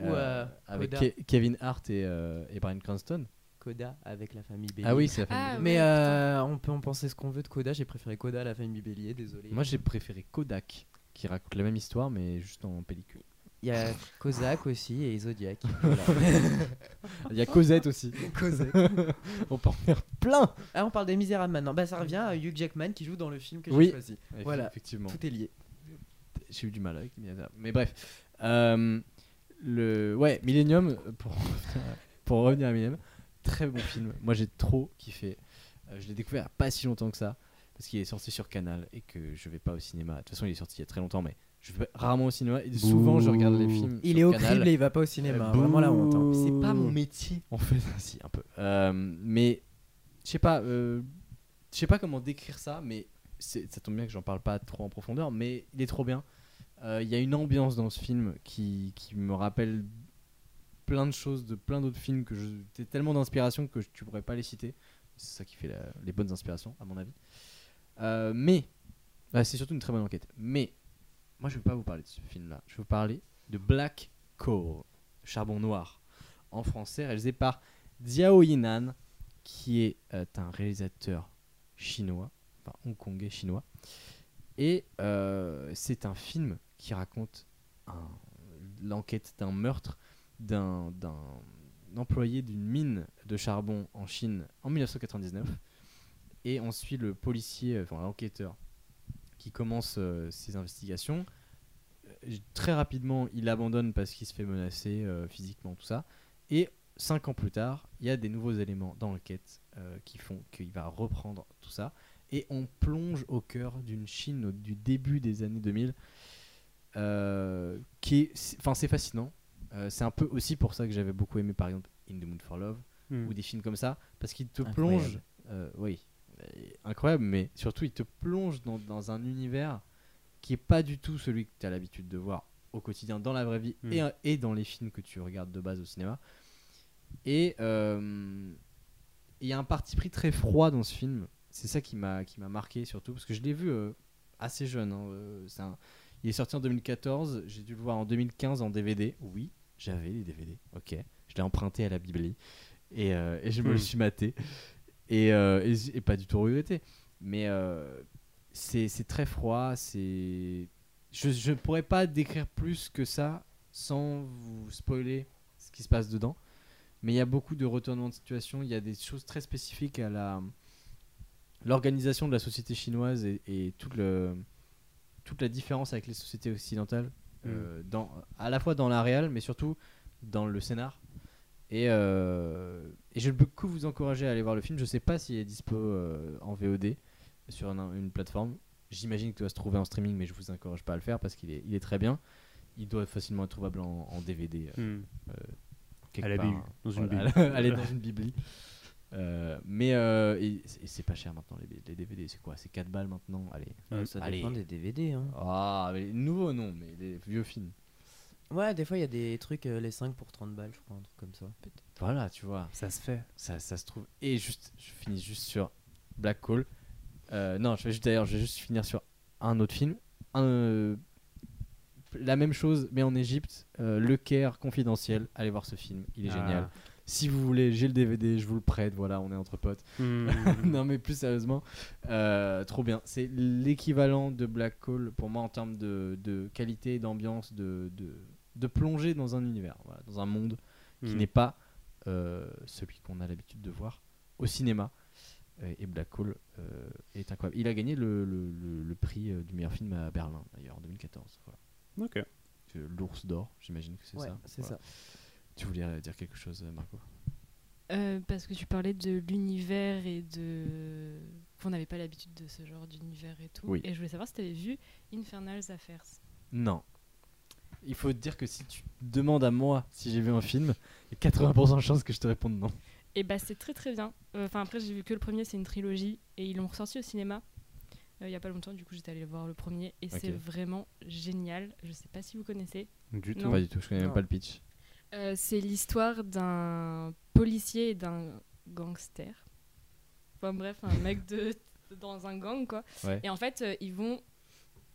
Ou, euh,
avec
Coda.
Ke- Kevin Hart et, euh, et Brian Cranston.
Coda avec la famille Bélier.
Ah oui, c'est la famille.
Ah ouais,
Mais
putain.
euh, on peut en penser ce qu'on veut de Coda. J'ai préféré Coda à la famille Bélier, désolé.
Moi j'ai préféré Kodak, qui raconte la même histoire mais juste en pellicule.
Il y a Kozak aussi et Zodiac.
Il y a Cosette aussi.
Kozak.
On peut en faire plein
Ah, on parle des Misérables maintenant. Bah, ça revient à Hugh Jackman qui joue dans le film que
Oui.
j'ai choisi.
Voilà.
Voilà.
Effectivement.
Tout est lié.
J'ai eu du mal avec Millennium. Mais bref. Euh, le... Ouais, Millennium, euh, pour, pour revenir à Millennium, très bon film. Moi j'ai trop kiffé. Euh, je l'ai découvert il y a pas si longtemps que ça. Parce qu'il est sorti sur Canal et que je vais pas au cinéma. De toute façon, il est sorti il y a très longtemps, mais je vais rarement au cinéma. Et souvent, je regarde les films. Mm.
Il
sur
est au
Canal.
crible et il va pas au cinéma.
Euh,
Vraiment la honte. hein.
C'est pas mon métier. En fait, si, un peu. Euh, mais, je sais pas, euh, je sais pas comment décrire ça, mais c'est- ça tombe bien que j'en parle pas trop en profondeur, mais il est trop bien. Euh, Il y a une ambiance dans ce film qui, qui me rappelle plein de choses de plein d'autres films que je. T'es tellement d'inspiration que je- tu pourrais pas les citer. C'est ça qui fait la- les bonnes inspirations, à mon avis. Euh, mais, ah, c'est surtout une très bonne enquête. Mais, moi je vais pas vous parler de ce film-là. Je vais vous parler de Black Coal, Charbon Noir, en français, réalisé par Diao Yinan, qui est euh, un réalisateur chinois, enfin hongkongais chinois. Et euh, c'est un film qui raconte un- l'enquête d'un meurtre d'un d'un- employé d'une mine de charbon en Chine en 1999. Et on suit le policier, euh, enfin l'enquêteur, qui commence euh, ses investigations. Euh, j- Très rapidement, il abandonne parce qu'il se fait menacer euh, physiquement, tout ça. Et cinq ans plus tard, il y a des nouveaux éléments dans l'enquête euh, qui font qu'il va reprendre tout ça. Et on plonge au cœur d'une Chine au- du début des années 2000, euh, qui est, c'est- enfin c'est fascinant. Euh, c'est un peu aussi pour ça que j'avais beaucoup aimé par exemple In the Mood for Love
Hmm.
ou des films comme ça, parce qu'ils te
Incroyable.
plongent, euh, oui, euh, incroyable, mais surtout ils te plongent dans, dans un univers qui est pas du tout celui que tu as l'habitude de voir au quotidien, dans la vraie vie
Mm.
et, et dans les films que tu regardes de base au cinéma. Et euh, il y a un parti pris très froid dans ce film. C'est ça qui m'a qui m'a marqué surtout parce que je l'ai vu euh, assez jeune. hein, euh, c'est un- Il est sorti en 2014. J'ai dû le voir en 2015 en DVD. Oui, j'avais les DVD. Ok, je l'ai emprunté à la Bibli et, euh, et je me le
Hmm.
suis maté et, euh, et j- et pas du tout regretté. Mais euh, c'est c'est très froid. C'est je je pourrais pas décrire plus que ça sans vous spoiler ce qui se passe dedans. Mais il y a beaucoup de retournements de situation. Il y a des choses très spécifiques à la l'organisation de la société chinoise et, et toute le toute la différence avec les sociétés occidentales euh, dans à la fois dans la réal mais surtout dans le scénar. Et, euh, et je peux que vous encourager à aller voir le film. Je sais pas s'il est dispo euh, en VOD sur un- une plateforme. J'imagine qu'il doit se trouver en streaming, mais je vous encourage pas à le faire parce qu'il est, il est très bien. Il doit facilement être trouvable en, en DVD. euh,
Hmm.
quelque
À la
part,
BU,
hein.
dans une
Voilà, aller dans une bibli. Euh, mais euh, et c'est- et c'est pas cher maintenant les, les DVD. C'est quoi C'est 4 balles maintenant Allez.
Euh, ça
Allez.
dépend des DVD. Hein.
Ah, mais les nouveaux non, mais les vieux films.
Ouais, des fois, il y a des trucs, euh, les 5 pour 30 balles, je crois, un truc comme ça.
Voilà, tu vois.
Ça se fait.
Ça, ça se trouve. Et juste, je finis juste sur Black Hole. Euh, non, je vais juste d'ailleurs, je vais juste finir sur un autre film. Un, euh, la même chose, mais en Égypte. Euh, le Caire confidentiel. Allez voir ce film, il est
Ah.
génial. Si vous voulez, j'ai le DVD, je vous le prête. Voilà, on est entre potes.
Hmm.
non, mais plus sérieusement, euh, trop bien. C'est l'équivalent de Black Hole pour moi en termes de, de qualité, d'ambiance, de, de, de plongée dans un univers, voilà, dans un monde qui
Hmm.
n'est pas euh, celui qu'on a l'habitude de voir au cinéma. Euh, Et Black Hole euh, est incroyable. Il a gagné le, le- le- le prix euh, du meilleur film à Berlin, d'ailleurs, en 2014. Voilà.
Ok.
Euh, L'ours d'or, j'imagine que c'est
Ouais,
ça.
c'est
Voilà.
ça.
Tu voulais euh, dire quelque chose, euh, Marco
Euh, parce que tu parlais de l'univers et de. On n'avait pas l'habitude de ce genre d'univers et tout.
Oui.
Et je voulais savoir si tu avais vu Infernals Affairs.
Non. Il faut te dire que si tu demandes à moi si j'ai vu un film, il y a 80% de chances que je te réponde non.
Et bah, c'est très très bien. Euh, Enfin, après, j'ai vu que le premier, c'est une trilogie. Et ils l'ont ressorti au cinéma euh, il y a pas longtemps. Du coup, j'étais allée voir le premier. Et c'est vraiment génial. Je sais pas si vous connaissez.
Du
Non.
tout.
Pas du tout, je connais
Non.
même pas le pitch.
Euh, c'est l'histoire d'un policier et d'un gangster. Enfin bref, un mec de, dans un gang quoi.
Ouais.
Et en fait, euh, ils vont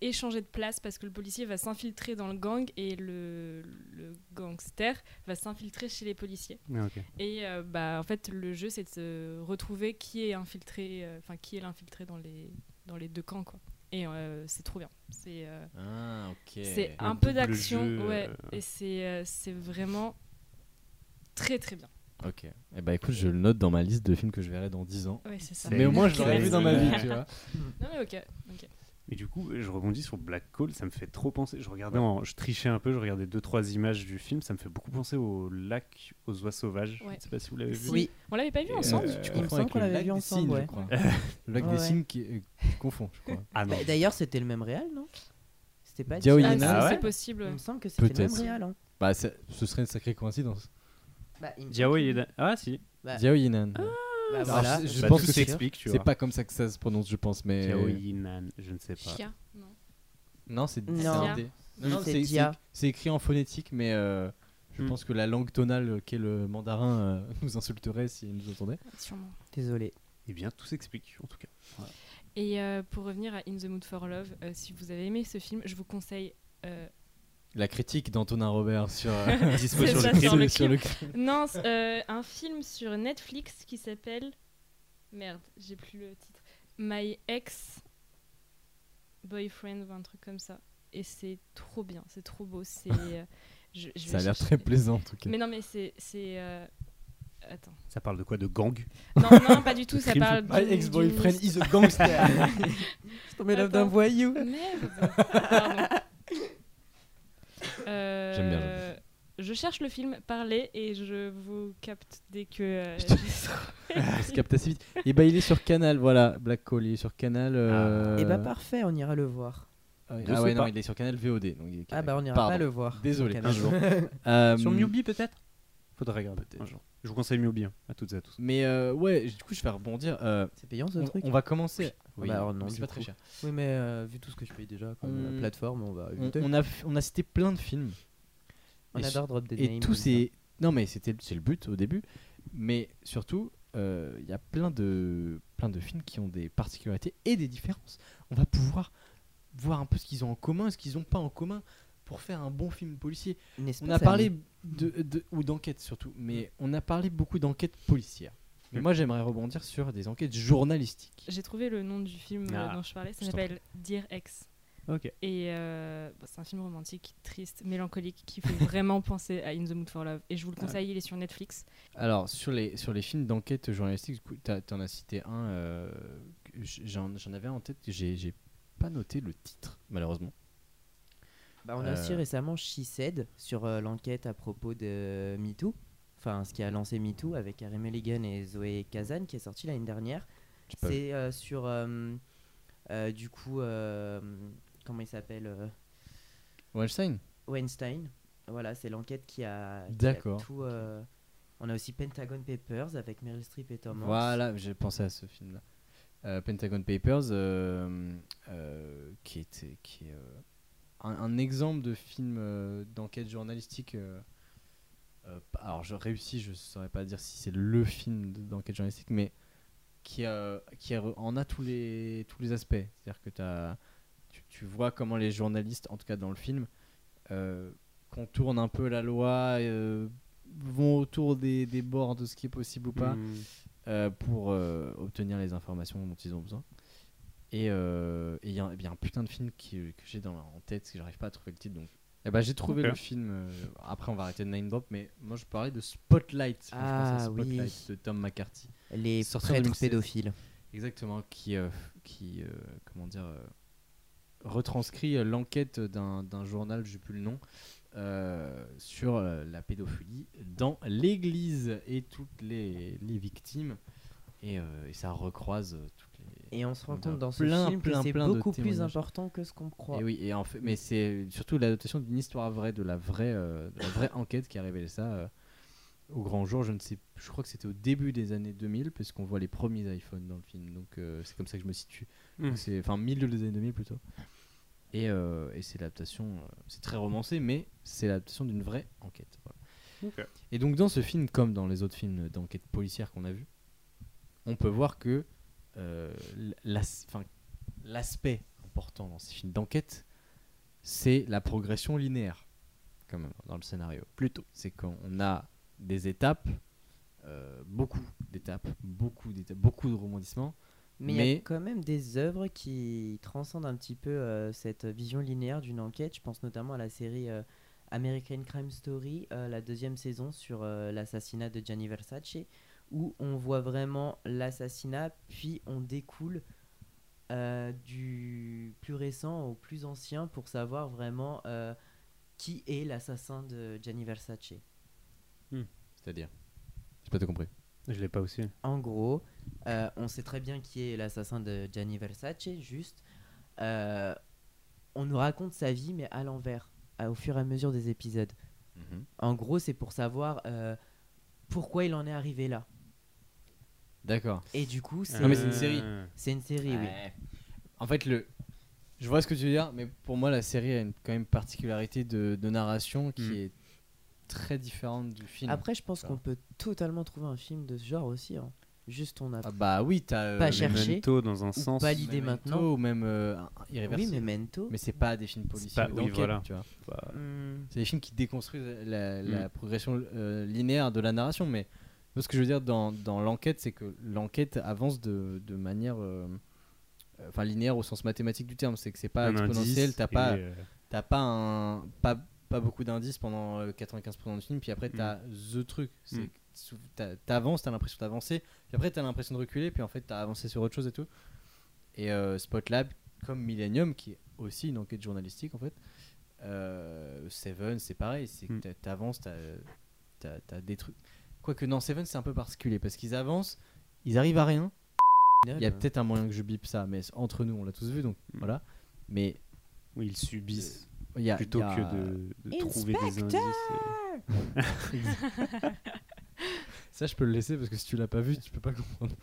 échanger de place parce que le policier va s'infiltrer dans le gang et le, le gangster va s'infiltrer chez les policiers.
Ah, ok.
Et euh, bah en fait, le jeu c'est de se retrouver qui est infiltré, euh, enfin qui est l'infiltré dans les dans les deux camps quoi. Et euh, c'est trop bien. C'est euh,
Ah, ok.
c'est
Un
un peu
double
d'action,
jeu,
ouais.
euh.
Et c'est euh, c'est vraiment très très bien.
Ok. Et bah écoute, je le note dans ma liste de films que je verrai dans 10 ans.
Ouais, c'est ça.
C'est
Mais au moins, je l'aurais
l'aurais
vu dans ma vie, tu vois.
Non, mais ok. ok.
Mais du coup, je rebondis sur Black Hole, ça me fait trop penser. Je regardais, en- je trichais un peu, je regardais deux trois images du film, ça me fait beaucoup penser au lac aux oies sauvages.
Ouais.
Je sais pas si vous l'avez vu.
Si. Oui. On l'avait pas vu
Et,
ensemble
euh,
tu
Ah Il
Je
me
comprends
confonds avec
qu'on
le
l'avait
lac
vu
des
ensemble,
cygnes,
ouais.
je crois. le lac
Ouais.
des signes qui euh, je confonds, je crois.
Ah non.
Bah, D'ailleurs, c'était le même réal, non C'était pas
Diao
Jim
Ah,
Yuna.
si,
Henson
Ah ouais
C'est possible.
Il me semble que c'était le même
Peut-être.
réal. Hein.
Bah, c'est- ce serait une sacrée coïncidence.
Bah, il me-
Diao, il est. da- Ah si.
Bah,
Diao Yinan.
bah,
Alors,
voilà.
Ah, je
Bah,
pense
tout
que c'est-
s'explique, tu
c'est
vois.
pas comme ça que ça se prononce, je pense, mais.
Diao Yinan, je ne sais pas.
Chia, non.
Non, c'est
Non.
c'est un dé. Non, non,
C'est
c'est
Dia.
c'est- c'est écrit en phonétique, mais euh, je
Hmm.
pense que la langue tonale qu'est le mandarin euh, nous insulterait si elle nous entendait.
Sûrement.
Désolé.
Eh bien, tout s'explique en tout cas.
Et euh, pour revenir à In the Mood for Love, euh, si vous avez aimé ce film, je vous conseille. euh,
La critique d'Antonin Robert sur, euh,
Dispo
C'est
sur
ça,
le
sur
crime.
le
sur le crime.
Non, c'est, euh, un film sur Netflix qui s'appelle. Merde, j'ai plus le titre. My Ex Boyfriend ou un truc comme ça. Et c'est trop bien, c'est trop beau. C'est euh, Je- je vais
Ça a l'air
chercher.
très plaisant en tout cas.
Mais non, mais c'est. c'est, euh, Attends.
Ça parle de quoi De gang
Non, non, pas du tout, ça
Crime.
parle.
My
d'une-
ex-boyfriend
d'une-
is a gangster.
Je tombais l'œuf d'un
Attends.
voyou.
Merde Pardon. Euh,
J'aime bien,
Je cherche le film Parler et je vous capte dès que. euh,
Je te-
j'ai trouvé.
Il se Ah, capte assez vite. Et bah il est sur Canal, voilà, Black Cole, il est sur Canal. euh,
Et bah parfait, on ira le voir.
Ah
Je
ouais,
sais
non,
pas.
il est sur Canal VOD. Donc il est-
Ah bah on n'ira
Pardon.
pas le voir.
Désolé,
Donc,
un
alors,
jour. Euh,
Sur Mubi peut-être Faudrait regarder
Peut-être.
un jour. Je vous conseille Mubi hein, à toutes et à tous.
Mais euh, ouais, du coup, je vais rebondir. euh,
C'est payant ce
on,
truc.
on va commencer.
Oui, bah alors non,
mais c'est
du
pas
coup.
très cher.
Oui mais euh, vu tout ce que je paye déjà comme
On-
euh, plateforme, on va
On,
éviter.
on a, on a cité plein de films.
On,
et
adore Drop Dead
Et
Name,
tous
on aime
ces. Non, mais c'était c'est le but au début. Mais surtout, euh, il y a plein de, plein de films qui ont des particularités et des différences. On va pouvoir voir un peu ce qu'ils ont en commun et ce qu'ils n'ont pas en commun pour faire un bon film policier.
ça. N'est-ce
On
pas,
a
ça,
parlé de, de- ou d'enquête surtout, mais on a parlé beaucoup d'enquêtes policières. Mais
Mm.
moi, j'aimerais rebondir sur des enquêtes journalistiques.
J'ai trouvé le nom du film euh,
Ah,
dont je parlais, ça
je t'en
s'appelle Dear Ex.
Ok.
Et euh, bah, c'est un film romantique, triste, mélancolique, qui fait vraiment penser à In the Mood for Love. Et je vous le conseille, il est sur Netflix.
Alors, sur les, sur les films d'enquête journalistique, du coup, t'as- t'en as cité un. euh, que j- J'en j'en avais un en tête que j'ai j'ai pas noté le titre, malheureusement.
Bah, on a aussi
Euh,
récemment She Said sur euh, l'enquête à propos de MeToo, enfin ce qui a lancé MeToo avec Harry Mulligan et Zoé Kazan qui est sorti l'année dernière.
pas vu.
C'est euh, sur euh, euh, du coup euh, comment il s'appelle euh,
Weinstein
Weinstein. Voilà, c'est l'enquête qui a, qui a
D'accord.
tout. euh, on a aussi Pentagon Papers avec Meryl Streep et Tom Hanks.
Voilà, j'ai pensé à ce film-là. Euh, Pentagon Papers, euh, euh, qui, était, qui est euh, un, un exemple de film euh, d'enquête journalistique. euh, euh, p- alors, je réussis, je saurais pas dire si c'est le film de- d'enquête journalistique, mais qui, euh, qui a- en a tous les, tous les aspects. C'est-à-dire que t'as- tu, tu vois comment les journalistes, en tout cas dans le film, euh, contournent un peu la loi, euh, vont autour des, des bords de ce qui est possible ou pas
Hmm.
euh, pour euh, obtenir les informations dont ils ont besoin. Et euh, et il y, a un- il y a un putain de film qui- que j'ai dans en tête, parce que j'arrive pas à trouver le titre. Donc, Eh ben, j'ai trouvé
Ok.
le film. euh, après, on va arrêter de name drop, mais moi je parlais de Spotlight. Enfin, je pense à
Ah, oui.
Spotlight de Tom McCarthy.
Les
Sorti en
prêtres
2016.
pédophiles.
Exactement, qui, euh, qui euh, comment dire, euh, retranscrit euh, l'enquête d'un d'un journal, je sais plus le nom, euh, sur euh, la pédophilie dans l'Église et toutes les, les victimes. Et, euh, et ça recroise euh, toutes les.
Et on se rend
On a
compte dans ce
plein,
film
plein,
que c'est
plein de
beaucoup plus
témoignages.
important que ce qu'on croit.
Et oui, et en fait, mais c'est surtout l'adaptation d'une histoire vraie, de la vraie, euh, de la vraie enquête qui a révélé ça euh, au grand jour. Je ne sais, je crois que c'était au début des années 2000, parce qu'on voit les premiers iPhones dans le film. Donc euh, c'est comme ça que je me situe.
Mm.
Donc C'est enfin milieu des années 2000 plutôt. Et, euh, et c'est l'adaptation, euh, c'est très romancé, mais c'est l'adaptation d'une vraie enquête. voilà.
Ok.
Et donc dans ce film, comme dans les autres films d'enquête policière qu'on a vu, on peut voir que euh, l'as- 'fin, l'aspect important dans ces films d'enquête, c'est la progression linéaire, quand même, dans le scénario. Plutôt. C'est quand on a des étapes, euh, beaucoup d'étapes, beaucoup d'étapes, beaucoup de rebondissements.
Mais il y a
Mais-
quand même des œuvres qui transcendent un petit peu euh, cette vision linéaire d'une enquête. Je pense notamment à la série euh, American Crime Story, euh, la deuxième saison sur euh, l'assassinat de Gianni Versace, où on voit vraiment l'assassinat, puis on découle euh, du plus récent au plus ancien pour savoir vraiment euh, qui est l'assassin de Gianni Versace.
C'est-à-dire J'ai pas tout compris.
Je l'ai pas aussi.
En gros, euh, on sait très bien qui est l'assassin de Gianni Versace, juste. Euh, on nous raconte sa vie, mais à l'envers, à- au fur et à mesure des épisodes. En gros, c'est pour savoir euh, pourquoi il en est arrivé là.
D'accord.
Et du coup, c'est
Non, Ah, mais c'est une série.
Euh,
c'est une série, oui.
Ouais. En fait, le... je vois ce que tu veux dire, mais pour moi, la série a une, quand même particularité de, de narration qui
Mm.
est très différente du film.
Après, je pense
Ça.
qu'on peut totalement trouver un film de ce genre aussi. hein. Juste, on a
Ah bah oui, t'as euh,
Pas
le
cher. chercher,
Memento dans un
ou
sens.
pas l'idée
Memento
maintenant.
ou même euh, un- un
Oui,
Irréversible.
Memento.
mais c'est pas des films policiers
pas-
ou
oui,
d'enquête,
voilà.
tu vois.
Hmm.
C'est des films qui déconstruisent la, la progression euh, linéaire de la narration, mais moi, ce que je veux dire dans, dans l'enquête, c'est que l'enquête avance de, de manière. euh, euh, Enfin, linéaire au sens mathématique du terme, c'est que c'est pas
Un indice
exponentiel, t'as
et,
pas,
euh,
t'as pas un. Pas, pas beaucoup d'indices pendant euh, 95% du film, puis après t'as the truc. C'est
Mm.
que sou- t'a- T'avances, t'as l'impression d'avancer, puis après t'as l'impression de reculer, puis en fait t'as avancé sur autre chose et tout. Et euh, Spot Lab, comme Millennium, qui est aussi une enquête journalistique en fait, euh, Seven, c'est pareil, c'est que
Mm.
t'a- t'avances, t'as t'as- t'as des trucs. Quoique dans Seven, c'est un peu particulier parce qu'ils avancent, ils arrivent à rien, il y a peut-être un moyen que je bip ça, mais c'est entre nous, on l'a tous vu, donc
Mm.
voilà. Mais
Oui, ils subissent
il y a.
plutôt
il y a-
que de, de trouver des indices. et-
Ça, je peux le laisser parce que si tu l'as pas vu, tu peux pas comprendre.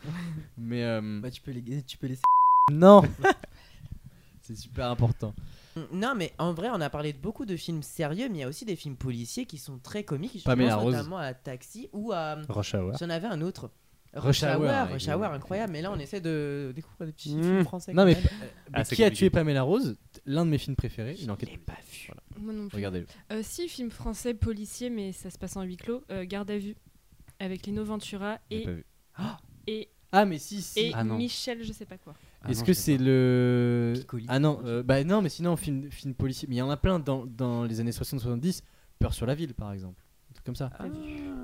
mais. euh,
Bah, tu peux les- tu peux laisser.
Non C'est super important.
Non, mais en vrai, on a parlé de beaucoup de films sérieux, mais il y a aussi des films policiers qui sont très comiques. Je
Pamela
pense
Rose.
notamment à Taxi ou à.
Rush Hour.
J'en avais un autre.
Rush Hour, avec
Rush
les-
Hour, incroyable. Mais là, on essaie de découvrir des petits
Mmh.
films français.
Non,
quand
mais,
même.
euh,
Ah,
mais
c'est
qui a
compliqué.
tué Pamela Rose L'un de mes films préférés, une enquête.
Moi non plus.
Regardez-le.
Euh, si, film français, policier, mais ça se passe en huis clos. euh, garde à vue. Avec Lino Ventura
J'ai
et,
pas vu.
et,
Ah, mais si, si.
et
Ah non.
Michel, je sais pas quoi.
Ah
Est-ce
non,
que
je sais
c'est le.
Piccoli.
Ah non, euh, bah non, mais sinon, film, film policier. Mais il y en a plein dans, dans les années 60-70. Peur sur la ville, par exemple. Un truc comme ça.
Ah.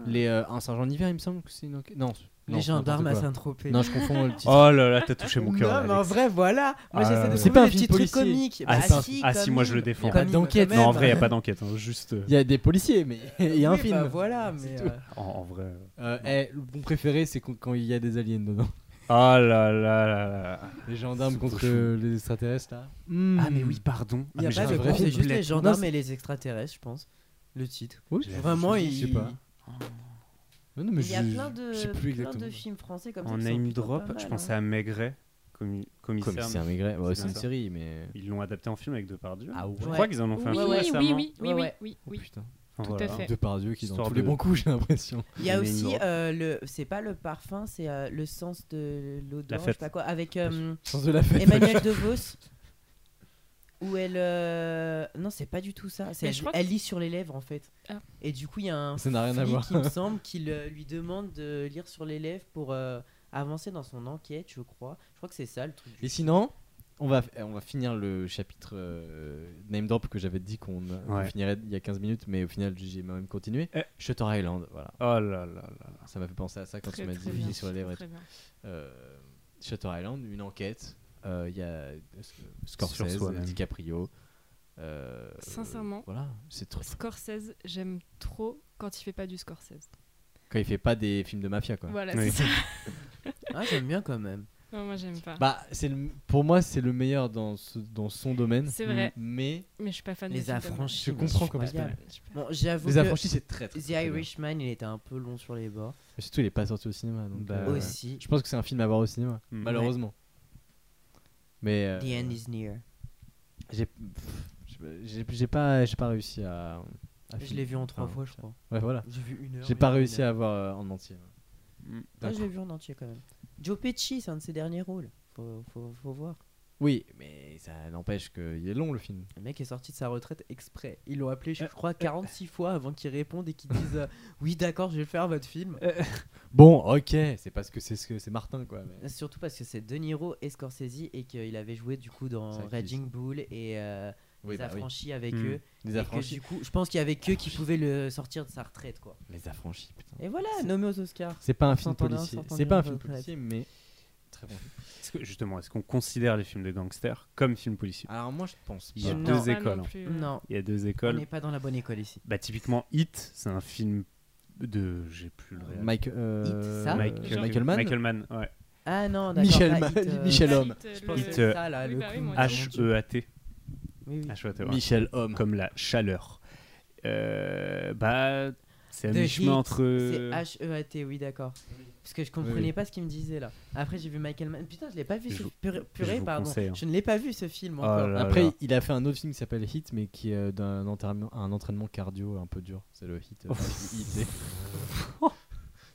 Les, euh, un sergent d'hiver, il me semble que c'est une enquête. Non, c'est- non,
Les
c'est n'importe
gendarmes à
quoi.
Saint-Tropez.
Non, je confonds le titre.
pas. Oh là là, t'as touché mon
Non,
cœur.
mais en
Alex.
vrai, voilà. Moi,
Ah,
j'essaie de trouver
c'est
pas un
des
film
petits trucs
policier.
comiques.
Ah,
Bah,
c'est un-
si,
ah,
quand
si, moi, je
même.
le défends.
Quand même,
d'enquête.
quand
Non, en
même.
vrai, y a pas d'enquête. hein, Juste euh,
Il y a des policiers, mais il y a un
Oui,
film.
bah, voilà, mais. euh,
en, en vrai. euh.
Euh, eh, mon préféré, c'est quand- quand il y a des aliens dedans.
Oh là là là là.
Les gendarmes
C'est
contre
trop
euh, les extraterrestres, là.
Hmm.
Ah mais oui, pardon.
Il y a
mais
pas
j'ai
de
un vrai
groupe, c'est
film
juste les
blanc.
gendarmes
Non,
et les extraterrestres, je pense. Le titre.
Oui,
J'ai-
Vraiment,
je
il. Oh.
sais pas. Non, non, mais
Il y a
je-
plein
je sais
de,
plus
plein de
exactement.
films français comme ça.
En
qui sont
name
plutôt
drop,
pas mal,
je
hein.
pensais à Maigret, commu- commissaire.
Commissaire Maigret, ouais,
C'est
c'est une
ça.
série, mais.
Ils l'ont adapté en film avec Depardieu.
Ah ouais.
Je
Ouais.
crois qu'ils en ont fait un
oui,
film
oui,
récemment.
oui, oui, oui,
Ouais,
oui,
ouais.
oui,
Oh,
oui.
putain.
Enfin,
Tout à
voilà.
fait.
Depardieu qui est dans
Histoire
tous les
de-
bons coups, j'ai l'impression.
Il y a
Name
aussi
drop.
euh, le. C'est pas le parfum, c'est euh, le sens de l'odeur,
La
je
fête.
sais pas quoi. Avec euh,
Sens de la fête.
Emmanuel DeVos. Où elle. euh, Non, c'est pas du tout ça. C'est
Mais
Elle,
je crois que-
elle lit sur les lèvres en fait.
Ah.
Et du coup, il y a un
Ça n'a rien à
flic,
voir.
il me semble, qu'il euh, lui demande de lire sur les lèvres pour euh, avancer dans son enquête, je crois. Je crois que c'est ça le truc.
Et sinon, on va, on va finir le chapitre euh, Name Drop que j'avais dit qu'on euh, qu'on
Ouais.
finirait il y a 15 minutes, mais au final, j'ai même continué.
Eh.
Shutter Island, voilà.
Oh là là là.
Ça m'a fait penser à ça quand
Très,
tu m'as
très
dit
bien,
lit sur les lèvres et
très bien.
euh, Shutter Island, une enquête. Euh, Il y a euh, Scorsese,
Sur soi-même.
DiCaprio. euh,
Sincèrement.
Voilà, c'est trop.
Scorsese, j'aime trop quand il fait pas du Scorsese.
Quand il fait pas des films de mafia, quoi.
Voilà,
Oui.
c'est ça.
Ah, j'aime bien quand même.
Non, moi, j'aime pas.
Bah, c'est le- pour moi, c'est le meilleur dans, ce- dans son domaine.
c'est vrai,
Mais
Ah, mais je suis pas fan des
Les
films comme
affranchis.
je comprends
c'est
comment il
incroyable.
s'appelle.
ça. Je suis pas-
Bon, j'avoue
Les
que
affranchis, c'est très très.
The
très bien.
Irishman, il était un peu long sur les bords.
Mais Surtout, il est pas sorti au cinéma. Donc,
Bah, Euh, ouais.
Aussi,
Je pense que c'est un film à voir au cinéma,
Mm.
malheureusement. Mais. euh,
The End is Near.
J'ai pff, j'ai- j'ai- j'ai pas, j'ai pas réussi à. à
Je
finir.
l'ai vu en trois
Enfin,
fois, je crois.
Ouais, voilà.
J'ai vu une heure.
Ah, J'ai pas réussi à voir euh, en entier.
Mm.
Moi, je l'ai vu en entier quand même. Joe Pesci, c'est un de ses derniers rôles. Faut, faut, faut voir.
Oui, mais ça n'empêche qu'il est long le film.
Le mec est sorti de sa retraite exprès. Ils l'ont appelé, je
Euh,
crois, 46 fois avant qu'il réponde et qu'il dise euh, Oui, d'accord, je vais faire votre film.
Euh, Bon, ok, c'est parce que c'est ce que c'est Martin quoi. mais-
Surtout parce que c'est De Niro et Scorsese et qu'il avait joué du coup
C'est
dans
vrai qu'il-
Raging Bull et euh,
Oui,
Les
bah oui.
Affranchis avec
Mm.
eux.
Les
Et que,
affranchis.
du coup, je pense qu'il y avait que qui pouvaient le sortir de sa retraite, quoi.
Les affranchis, putain.
Et voilà, nommé aux Oscars.
C'est pas un film
S'entendant,
policier.
s'entendant, euh,
C'est pas un film
s'entendant.
policier, mais très bon. film.
Est-ce que, justement, est-ce qu'on considère les films de gangsters comme films policiers
Alors moi je pense
Il y a
pas.
Non.
deux
Ah, non
écoles. hein.
plus, euh,
Non,
Il y a deux
on
écoles.
n'est pas dans la bonne école ici.
Bah typiquement Hit, c'est un film de, j'ai plus le réel.
Mike, euh,
Hit, ça
Mike-
Michael
Michael Mann.
Michael Mann, ouais.
Ah non, d'accord.
Michel
pas
Mann,
Hit, euh,
Michel Homme.
Hit, euh,
Je pense
le-
que
Hit,
c'est
euh,
ça, là,
oui,
le
bah oui,
clown.
moi
Ah,
aussi.
mon Dieu.
H-E-A-T,
Oui, oui.
H-E-A-T, E ouais.
Michel Homme.
comme la chaleur. Euh, bah, c'est à
The
mi-chemin
Hit,
entre.
C'est H-E-A-T, oui, d'accord. Parce que je comprenais
Oui, oui.
pas ce qu'il me disait là. Après, j'ai vu Michael Mann. Putain, je l'ai pas vu
Je
ce
vous-
purée, purée,
vous
pardon.
conseille, hein.
Je ne l'ai pas vu ce film
Oh
encore.
là
Après,
là.
il a fait un autre film qui s'appelle Hit, mais qui est euh, d'un entraînement, un entraînement cardio un peu dur. C'est le
Oh.
Hit. euh, Hit et-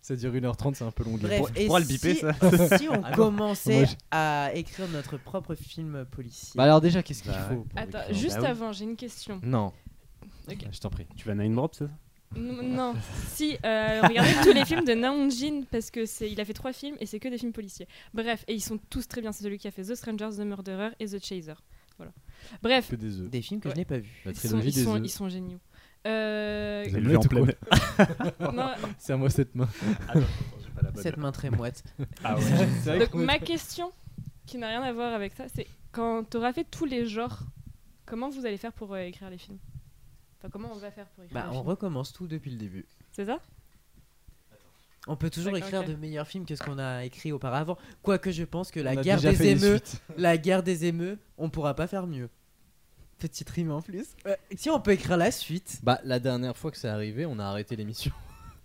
ça dure 1h30, c'est un peu long.
Bref,
tu
et
pourras le
si-
biper, ça
Si on
Ah non,
commençait
moi, je-
à écrire notre propre film policier.
Bah alors déjà, qu'est-ce qu'il
Bah,
faut pour
Attends,
l'écrire
juste
Bah oui.
avant, j'ai une question.
Non. Ah,
Ok.
Je t'en prie.
Tu vas nine drop, c'est ça
N- Non, si, euh, regardez tous les films de Naon Jin parce que c'est, il a fait trois films et c'est que des films policiers. Bref, et ils sont tous très bien. C'est celui qui a fait The Strangers, The Murderer et The Chaser. Voilà. Bref,
Que des œufs.
Des films que
Ouais.
je n'ai pas vus.
La
ils sont,
trilogie
ils
des
sont,
œufs.
ils sont géniaux. Euh,
Vous avez levé en pleine.
non,
C'est à moi cette main.
Cette main très moite.
Ah ouais.
C'est vrai
donc
qu'on est-
ma question, qui n'a rien à voir avec ça, c'est quand tu auras fait tous les genres, comment vous allez faire pour euh, écrire les films Enfin, comment on va faire pour écrire
Bah,
les
on
films
recommence tout depuis le début.
C'est ça
On peut toujours
D'accord,
écrire
ok.
de meilleurs films que ce qu'on a écrit auparavant. Quoique je pense que la
on a
guerre
déjà
des
fait
émeutes,
suites.
la guerre des émeutes, on pourra pas faire mieux. Petite rime en plus. Euh, si on peut écrire la suite.
Bah, la dernière fois que c'est arrivé, on a arrêté l'émission.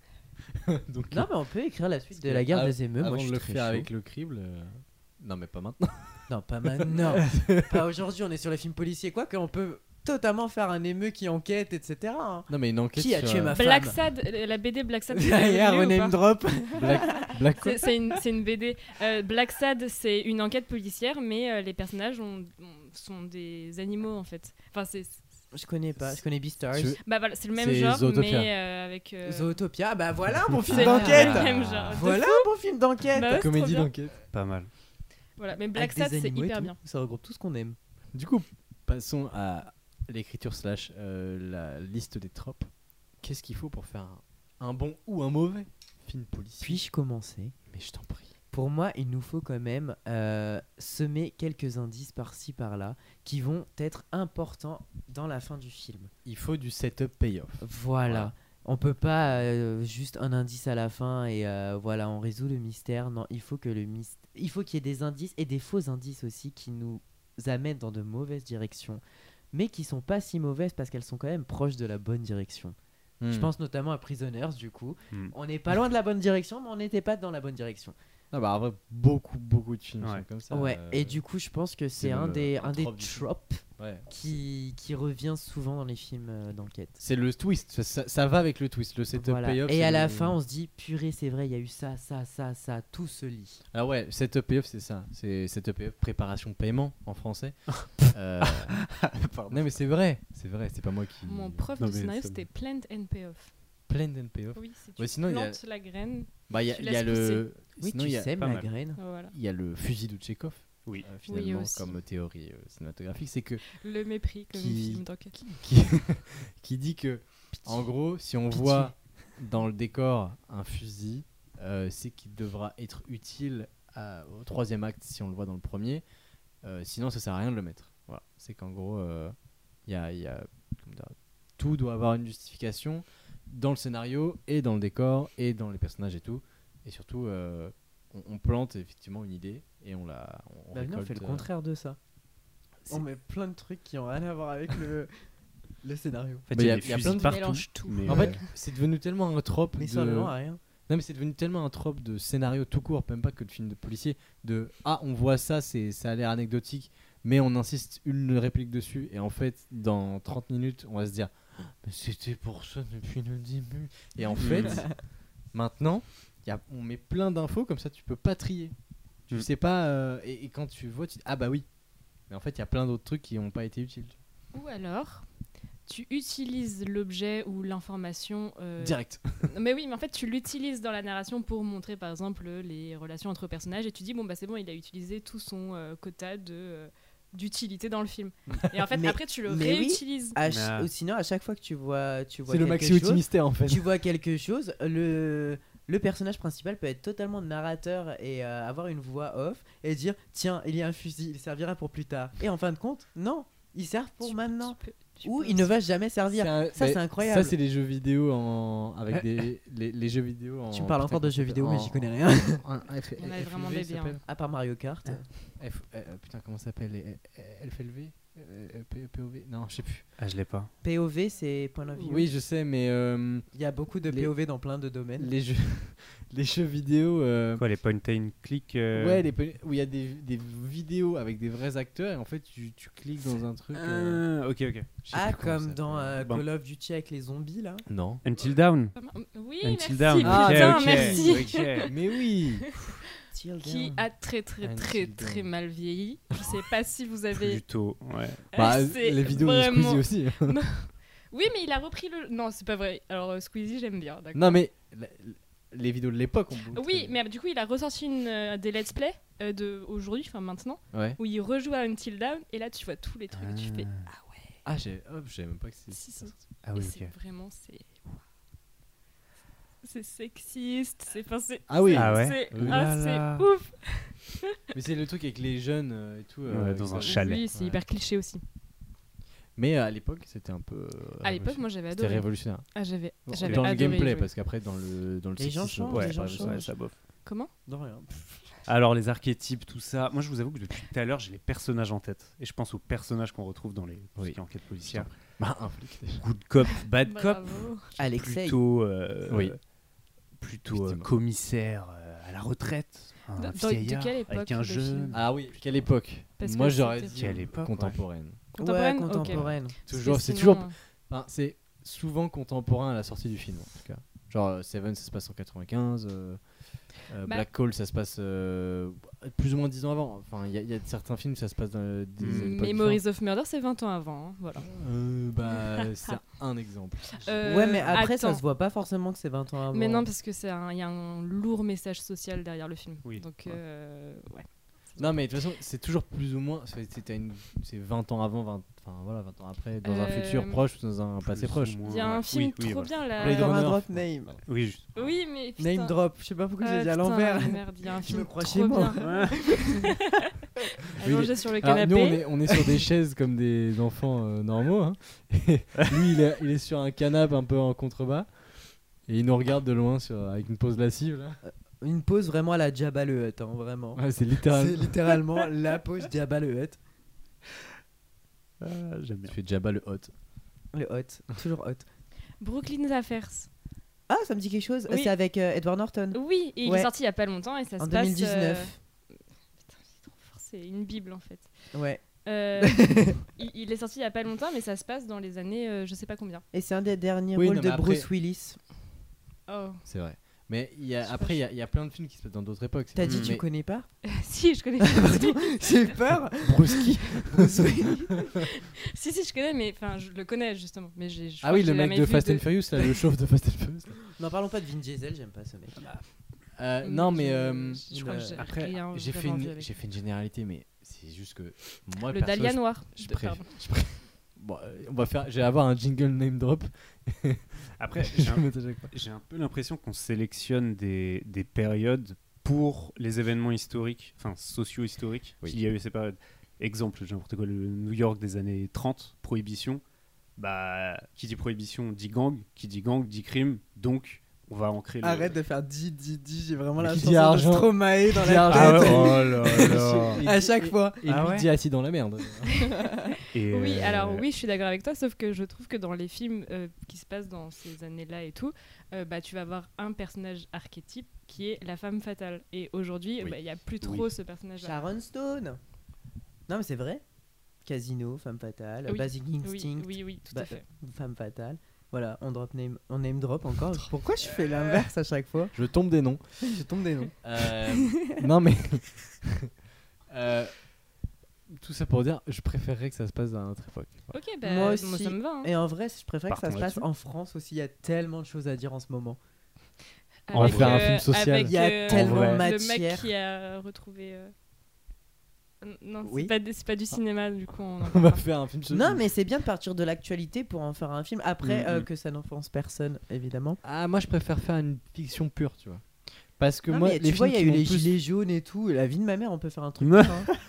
Donc, euh,
Non, mais on peut écrire la suite
Parce
de
que
la guerre
av-
des émeutes.
avant
Moi, je
de
suis
le
très
faire
chaud.
avec le crible. euh, Non, mais pas maintenant.
Non, pas maintenant. pas aujourd'hui. On est sur les films policiers. Quoique, on peut totalement faire un émeu qui enquête, etc. hein.
Non, mais une enquête
Qui a
sur,
tué
euh,
ma femme
Black Sad, euh, la BD Black Sad, vous l'avez
Derrière,
lue
on
ou pas
name drop.
Black, Black quoi
C'est- C'est une, c'est une BD. Euh, Black Sad, c'est une enquête policière, mais euh, les personnages ont- ont- sont des animaux en fait. Enfin, c'est
Je connais pas. Je connais Beastars.
Tu-
bah, voilà, c'est le même
C'est
genre,
Zootopia. Ah,
mais euh, avec. euh,
Zootopia. Bah voilà, mon film
c'est le
d'enquête.
même genre.
Voilà un bon film d'enquête.
Bah ouais, c'est trop
Comédie
bien.
d'enquête.
Pas mal.
Voilà, mais
Avec
Black
des
Sad, c'est
animaux et
hyper
tout,
bien.
Ça regroupe tout ce qu'on aime.
Du coup, passons à l'écriture slash euh, la liste des tropes. Qu'est-ce qu'il faut pour faire un, un bon ou un mauvais film policier
Puis-je commencer
Mais je t'en prie.
Pour moi, il nous faut quand même euh, semer quelques indices par-ci par-là qui vont être importants dans la fin du film.
Il faut du setup payoff.
Voilà. On peut pas euh, juste un indice à la fin et euh, voilà, on résout le mystère. Non, il faut que le mystère, il faut qu'il y ait des indices et des faux indices aussi qui nous amènent dans de mauvaises directions, mais qui sont pas si mauvaises parce qu'elles sont quand même proches de la bonne direction.
Hmm.
Je pense notamment à Prisoners du coup.
Hmm.
On n'est pas loin de la bonne direction, mais on n'était pas dans la bonne direction.
Ah bah, en vrai, beaucoup, beaucoup de films
Ouais.
sont comme ça.
Ouais,
euh,
et du coup, je pense que c'est un
le-
des,
un
un des
trope du film.
tropes
ouais.
qui, qui revient souvent dans les films euh, d'enquête.
C'est le twist, ça, ça- ça va avec le twist, le setup
Voilà.
payoff.
Et
c'est
à la
le-
fin, on se dit, purée, c'est vrai, il y a eu ça, ça, ça, ça, tout se lit.
Ah ouais, setup payoff, c'est ça. C'est setup payoff, préparation paiement en français. Euh, Non mais c'est vrai, c'est vrai, c'est pas moi qui.
Mmh.
Mon prof
Non,
de
mais
scénario,
ça me-
c'était Plant and Payoff.
Plein and payoff.
Oui, si tu
Ouais, sinon, il y a-
plantes la graine,
Bah il y a,
Tu
il y a
laisses
le.
Oui,
sinon,
tu
il y a-
sèmes
pas
la
mal.
graine.
voilà.
il y a le fusil de Tchekhov.
Oui.
euh, finalement,
aussi.
comme théorie euh, cinématographique, c'est que
Le mépris, comme
Qui-
film d'enquête.
qui, qui dit que, en gros, si on
Pitié.
voit dans le décor un fusil, euh, c'est qu'il devra être utile à- au troisième acte si on le voit dans le premier. Euh, sinon, ça sert à rien de le mettre. Voilà. C'est qu'en gros, euh, il y a, il y a- comment dire, tout doit avoir une justification dans le scénario et dans le décor et dans les personnages et tout. Et surtout, euh, on, on plante effectivement une idée et on la. On,
Bah, non, on fait le
récolte, euh,
contraire de ça.
c'est-
On met plein de trucs qui ont rien à voir avec le, le scénario.
En fait,
Mais
il
y
y
a-
a, des
il y a
fusils
plein de-
partout,
mélange tout.
mais,
En
euh,
fait, c'est devenu tellement un trope.
Mais
de-
ça, non, rien.
Non mais c'est devenu tellement un trope de scénario tout court, même pas que de film de policier, de ah on voit ça, c'est ça a l'air anecdotique, mais on insiste une réplique dessus et en fait dans 30 minutes on va se dire Ah, mais c'était pour ça depuis le début et en fait maintenant y a- on met plein d'infos comme ça tu peux pas trier, tu
Mm.
sais pas euh, et, et quand tu vois tu dis ah bah oui mais en fait il y a plein d'autres trucs qui n'ont pas été utiles
Ou alors, tu utilises l'objet ou l'information. euh,
direct
Mais oui, mais en fait, tu l'utilises dans la narration pour montrer, par exemple, les relations entre personnages, et tu dis, bon, bah c'est bon, il a utilisé tout son euh, quota de euh, d'utilité dans le film.
Mm.
Et en fait,
Mais-
après, tu le
mais oui.
réutilises.
À
Mais,
ch-
euh,
ou Sinon, à chaque fois que tu vois, tu vois
c'est le
quelque
maxi
chose,
optimiste en fait
tu vois quelque chose, le, le personnage principal peut être totalement narrateur et euh, avoir une voix off et dire tiens, il y a un fusil, il servira pour plus tard. Et en fin de compte, non, il sert pour maintenant.
Tu peux- tu
Ou
peux
il ne
aussi-
va jamais servir.
un-
Ça,
mais
c'est incroyable.
Ça, c'est les jeux vidéo en. Avec des. les, les jeux vidéo en.
Tu
Oh,
me parles encore de jeux vidéo, mais j'y connais rien.
On a vraiment des biens.
bien.
À part Mario Kart.
euh, putain, comment ça s'appelle les- euh, FLV Euh, euh, P- POV Non, je sais plus.
Ah, je l'ai pas.
POV, c'est point de
Ah,
vue.
Oui, je sais, mais euh,
Il y a beaucoup de
Les-
POV dans plein de domaines.
les, jeux, les jeux vidéo. euh,
Quoi, les point and click euh,
Ouais, les pe- où il y a des, des vidéos avec des vrais acteurs et en fait tu, tu cliques dans un truc. euh,
Ah, ok, ok.
je sais
Ah,
plus comment
comme
ça
dans
s'appelle.
euh,
Bon.
Call of Duty avec les zombies là.
Non.
Until Down.
Oui, merci.
Until Down.
putain,
Ah,
ok, ok,
merci.
ok.
Mais oui
Qui a très très très
Until
très
Dawn.
mal vieilli. Je sais pas si vous avez.
Plutôt, ouais.
Bah,
C'est
les vidéos de
vraiment-
Squeezie aussi.
Oui, mais il a repris le. Non, c'est pas vrai. Alors euh, Squeezie, j'aime bien. d'accord.
non, mais la- les vidéos de l'époque on beaucoup
Oui, mais du coup, il a ressorti une, euh, des let's play euh, de aujourd'hui, enfin maintenant,
Ouais.
où il rejoue à Until Down, et là, tu vois tous les trucs, tu fais.
Ah.
Ah ouais.
Ah, j'ai- hop, je savais même pas que c'était.
Si, si.
Ah
Et
oui,
c'est
ok.
vraiment, c'est. C'est sexiste, c'est. enfin, c'est-
Ah oui.
c'est-
Ah ouais
c'est-
Oh
ah,
là là.
c'est ouf
Mais c'est le truc avec les jeunes euh, et tout. euh,
Ouais,
avec
dans un
ça.
chat. Chalet.
Oui, c'est
Ouais.
hyper cliché aussi.
Mais euh, à l'époque, c'était un peu. euh,
À l'époque,
révolutionnaire.
moi j'avais
C'était
adoré.
révolutionnaire.
Ah, j'avais j'avais
Dans le
adoré
gameplay,
jouer.
parce qu'après, dans le dans le
Les gens
sexisme,
changent,
ouais,
les gens
ouais,
changent.
ouais,
bah, ça bof.
Comment
Non, rien.
Alors, les archétypes, tout ça. Moi, je vous avoue que depuis tout à l'heure, j'ai les personnages en tête. Et je pense aux personnages qu'on retrouve dans les tout ce
Oui.
qui est enquête policière.
Bah, un flic déjà.
Good cop, bad cop.
Bravo.
Alexei.
Plutôt, euh,
Oui.
plutôt euh,
Effectivement.
commissaire euh, à la retraite. Un
Dans- dans- de
vieillard
quelle
avec
époque,
un
le
jeune.
film
Ah oui, quelle époque
Parce
Moi
que
j'aurais
c'était-
dit
Quelle époque,
contemporaine.
Contemporaine
ouais,
Ok.
contemporaine.
Toujours,
Parce que
c'est toujours.
sinon,
enfin, c'est souvent contemporain à la sortie du film en tout cas. Genre euh, Seven, ça se passe en 95. euh, euh,
Bah-
Black Hole, ça se passe euh, plus ou moins 10 ans avant. Enfin, il y, a- il y a certains films, ça se passe dans euh, des
Mm.
époques
Memories of Murder, c'est 20 ans avant. hein, Voilà.
différentes. Euh, bah, c'est un exemple.
Euh,
ouais, mais après, ça
attends.
se voit pas forcément que c'est 20 ans avant.
Mais non, parce que c'est un- il y a un lourd message social derrière le film.
Oui.
Donc,
Ouais.
euh, ouais.
Non, mais de toute façon, c'est toujours plus ou moins. c'est- C'est t'as une- c'est 20 ans avant, 20, enfin, voilà, 20 ans après, dans un
Euh,
futur proche ou dans un passé
Plus ou
proche.
moins,
Il y a un
ouais.
film
Oui, oui,
trop
voilà.
bien là.
Blade
Euh, Comme un
Runner.
drop name.
Oui, juste.
Oui, mais. Putain.
Name drop. Je sais pas pourquoi je
Ah,
l'ai dit à
putain,
l'envers.
Merde, il y a un
Je me
film
crois
trop
chez moi.
bien.
Oui,
Allongé sur le
Alors,
canapé.
nous, on est, on est sur des chaises comme des enfants euh, normaux. hein. Et lui, il est, il est sur un canapé un peu en contrebas. Et il nous regarde de loin sur, avec une pose lascive. Là.
Une pause vraiment à la Jabba le Hutt, hein, vraiment.
Ouais, c'est littéral.
C'est littéralement la pause Jabba le Hutt.
Ah, J'aime bien.
Tu fais Jabba le hot.
Le Hutt, toujours Hutt.
Brooklyn's Affairs.
Ah, ça me dit quelque chose.
Oui.
C'est avec euh, Edward Norton.
Oui, et il
Ouais.
est sorti il y a pas longtemps et ça
en
se passe. euh,
2019.
Putain, c'est trop fort, c'est une bible en fait.
Ouais.
Euh, il, il est sorti il y a pas longtemps, mais ça se passe dans les années euh, je sais pas combien.
Et c'est un des derniers
Oui,
rôles
non,
de
mais
Bruce Willis.
Oh,
C'est vrai. Mais il y a-
Je sais
après,
pas,
il y, a- il y a plein de films qui se passent dans d'autres époques. c'est
T'as
vrai.
dit tu
Mais
connais pas
bah, si, je connais. si,
J'ai peur.
Bruce Lee.
Bruce Willis.
si, si, je connais, mais enfin, je le connais justement. Mais j'ai. je
Ah
crois
oui,
que
le
j'ai
mec
jamais
de
vu
Fast and Furious, là, le chauve de Fast and Furious. là.
Non, parlons pas de Vin Diesel, j'aime pas ce mec.
Bah, Euh, non, mais.
Je-
euh,
je crois que j'ai
après,
rien
j'ai fait,
vraiment vu
une-
avec.
j'ai fait une généralité, mais c'est juste que. Moi,
le
perso,
Dahlia
je-
noir.
je
De-
pré-
pardon.
je pré- Bon, euh, on va faire. Je vais avoir un jingle name drop.
Après,
Je
j'ai
vais
un-
mettre à chaque fois.
J'ai un peu l'impression qu'on sélectionne des, des périodes pour les événements historiques, enfin socio-historiques,
Oui.
qu'il y a eu ces périodes. Exemple, j'ai n'importe quoi, le New York des années 30, prohibition. Bah, qui dit prohibition dit gang, qui dit gang dit crime, donc on va ancrer le...
Arrête de faire di di di, j'ai vraiment
Mais
la
qui
chanson
dit
de
argent
Stromae dans
Qui dit
la
argent
Ah ouais,
tête.
oh là là.
Et-
À chaque
et-
fois.
Et
Ah
lui
ouais
dit assis dans la merde.
Et,
Oui,
euh,
alors oui, je suis d'accord avec toi, sauf que je trouve que dans les films euh, qui se passent dans ces années-là et tout, euh, bah, tu vas avoir un personnage archétype qui est la femme fatale. Et aujourd'hui, bah, il
Oui.
n'y a plus trop ce personnage-là.
Sharon Stone. Non, mais c'est vrai. Casino, femme fatale.
Oui.
Basic
Oui,
Instinct,
oui, oui, tout
Bah,
à fait.
femme fatale. Voilà, on drop name, on name drop encore. Pourquoi je fais l'inverse à chaque fois
Je tombe des noms.
Je tombe des noms.
Euh, non mais Euh, tout ça pour dire, je préférerais que ça se passe à notre époque. Voilà.
Ok, bah,
Moi
moi,
aussi.
ça me va. hein.
Et en vrai, je préfère que ça
Partons
se passe en France aussi. Il y a tellement de choses à dire en ce moment.
On va
Avec,
faire un film social.
avec,
Il y a
euh,
tellement
le
de
mec
matière.
qui a retrouvé. euh, n- Non, c'est
Oui. Ah.
pas, des- c'est pas du cinéma, du coup. On en
On
parle
va
pas.
faire un film. sur-
Non, mais c'est bien de partir de l'actualité pour en faire un film. Après,
Mhm.
euh, que ça n'enfonce personne, évidemment.
Ah moi je préfère faire une fiction pure, tu vois. Parce que
Non,
moi
mais
les
tu
films
vois, il y a
qui
eu
m'ont
les
plus-
gilets jaunes et tout. La vie de ma mère, on peut faire un truc.
Non.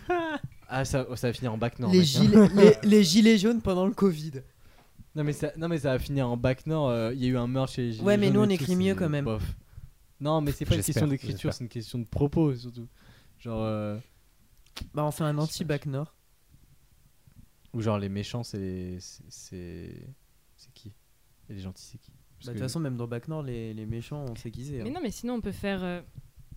hein.
Ah ça, oh, ça va finir en bac nord.
les,
mec, hein.
gilets, les, les gilets jaunes pendant le Covid.
Non mais ça, non mais ça va finir en bac nord. euh, Il y a eu un meurtre chez. les Gilets
Ouais, mais
jaunes
nous, on
et tout,
écrit mieux
c'est
quand même.
bof. Non mais c'est pas une
J'espère,
question d'écriture,
j'espère.
c'est une question de propos surtout. Genre euh,
Bah, on fait un anti-bac Nord.
ou genre les méchants c'est c'est c'est c'est qui et les gentils c'est qui. Parce
Bah, de
que-
toute façon, même dans bac Nord, les, les méchants, on sait qui c'est. hein.
Mais non, mais sinon, on peut faire. euh,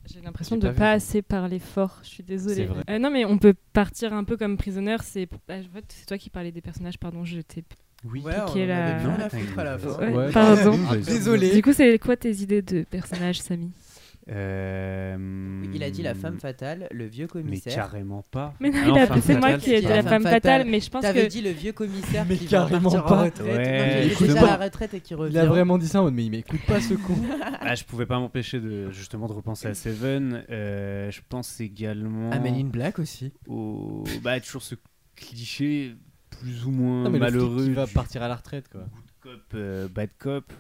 J'ai l'impression
J'ai
de
pas
pas,
vu.
assez parler fort. Je suis désolée.
C'est vrai.
Euh, non, mais on peut partir un peu comme prisonneur. C'est ah, en fait, c'est toi qui parlais des personnages. Pardon, je t'ai.
Oui.
Ouais, on
Piquer
en
la-
avait bien
Non,
à foutre à la
t'inquiète.
fin.
Ouais,
Ouais. Ah,
pardon.
Ah, Désolé.
Du coup, c'est quoi tes idées de personnages, Samy
Euh,
Oui, Il a dit la femme fatale, le vieux
Mais
commissaire.
carrément pas.
Mais non,
Ah
il a-
femme
c'est moi
fatale,
qui ai
c'est
été
pas
la
grave.
femme
Femme fatale.
fatale, mais je pense
T'avais
que.
dit le vieux commissaire
Mais
qui va
carrément
partir en
pas.
retraite.
Ouais,
Non, il est
écoute
déjà
pas.
à la retraite et qui revient.
Il a vraiment dit ça en mode mais il m'écoute pas ce con.
Ah, je pouvais pas m'empêcher de justement de repenser à Seven. Euh, je pense également
Améline Black aussi.
au bah toujours ce cliché plus ou moins
Non, mais le
malheureux
flic qui va
du
partir à la retraite, quoi.
good cop, euh, bad cop.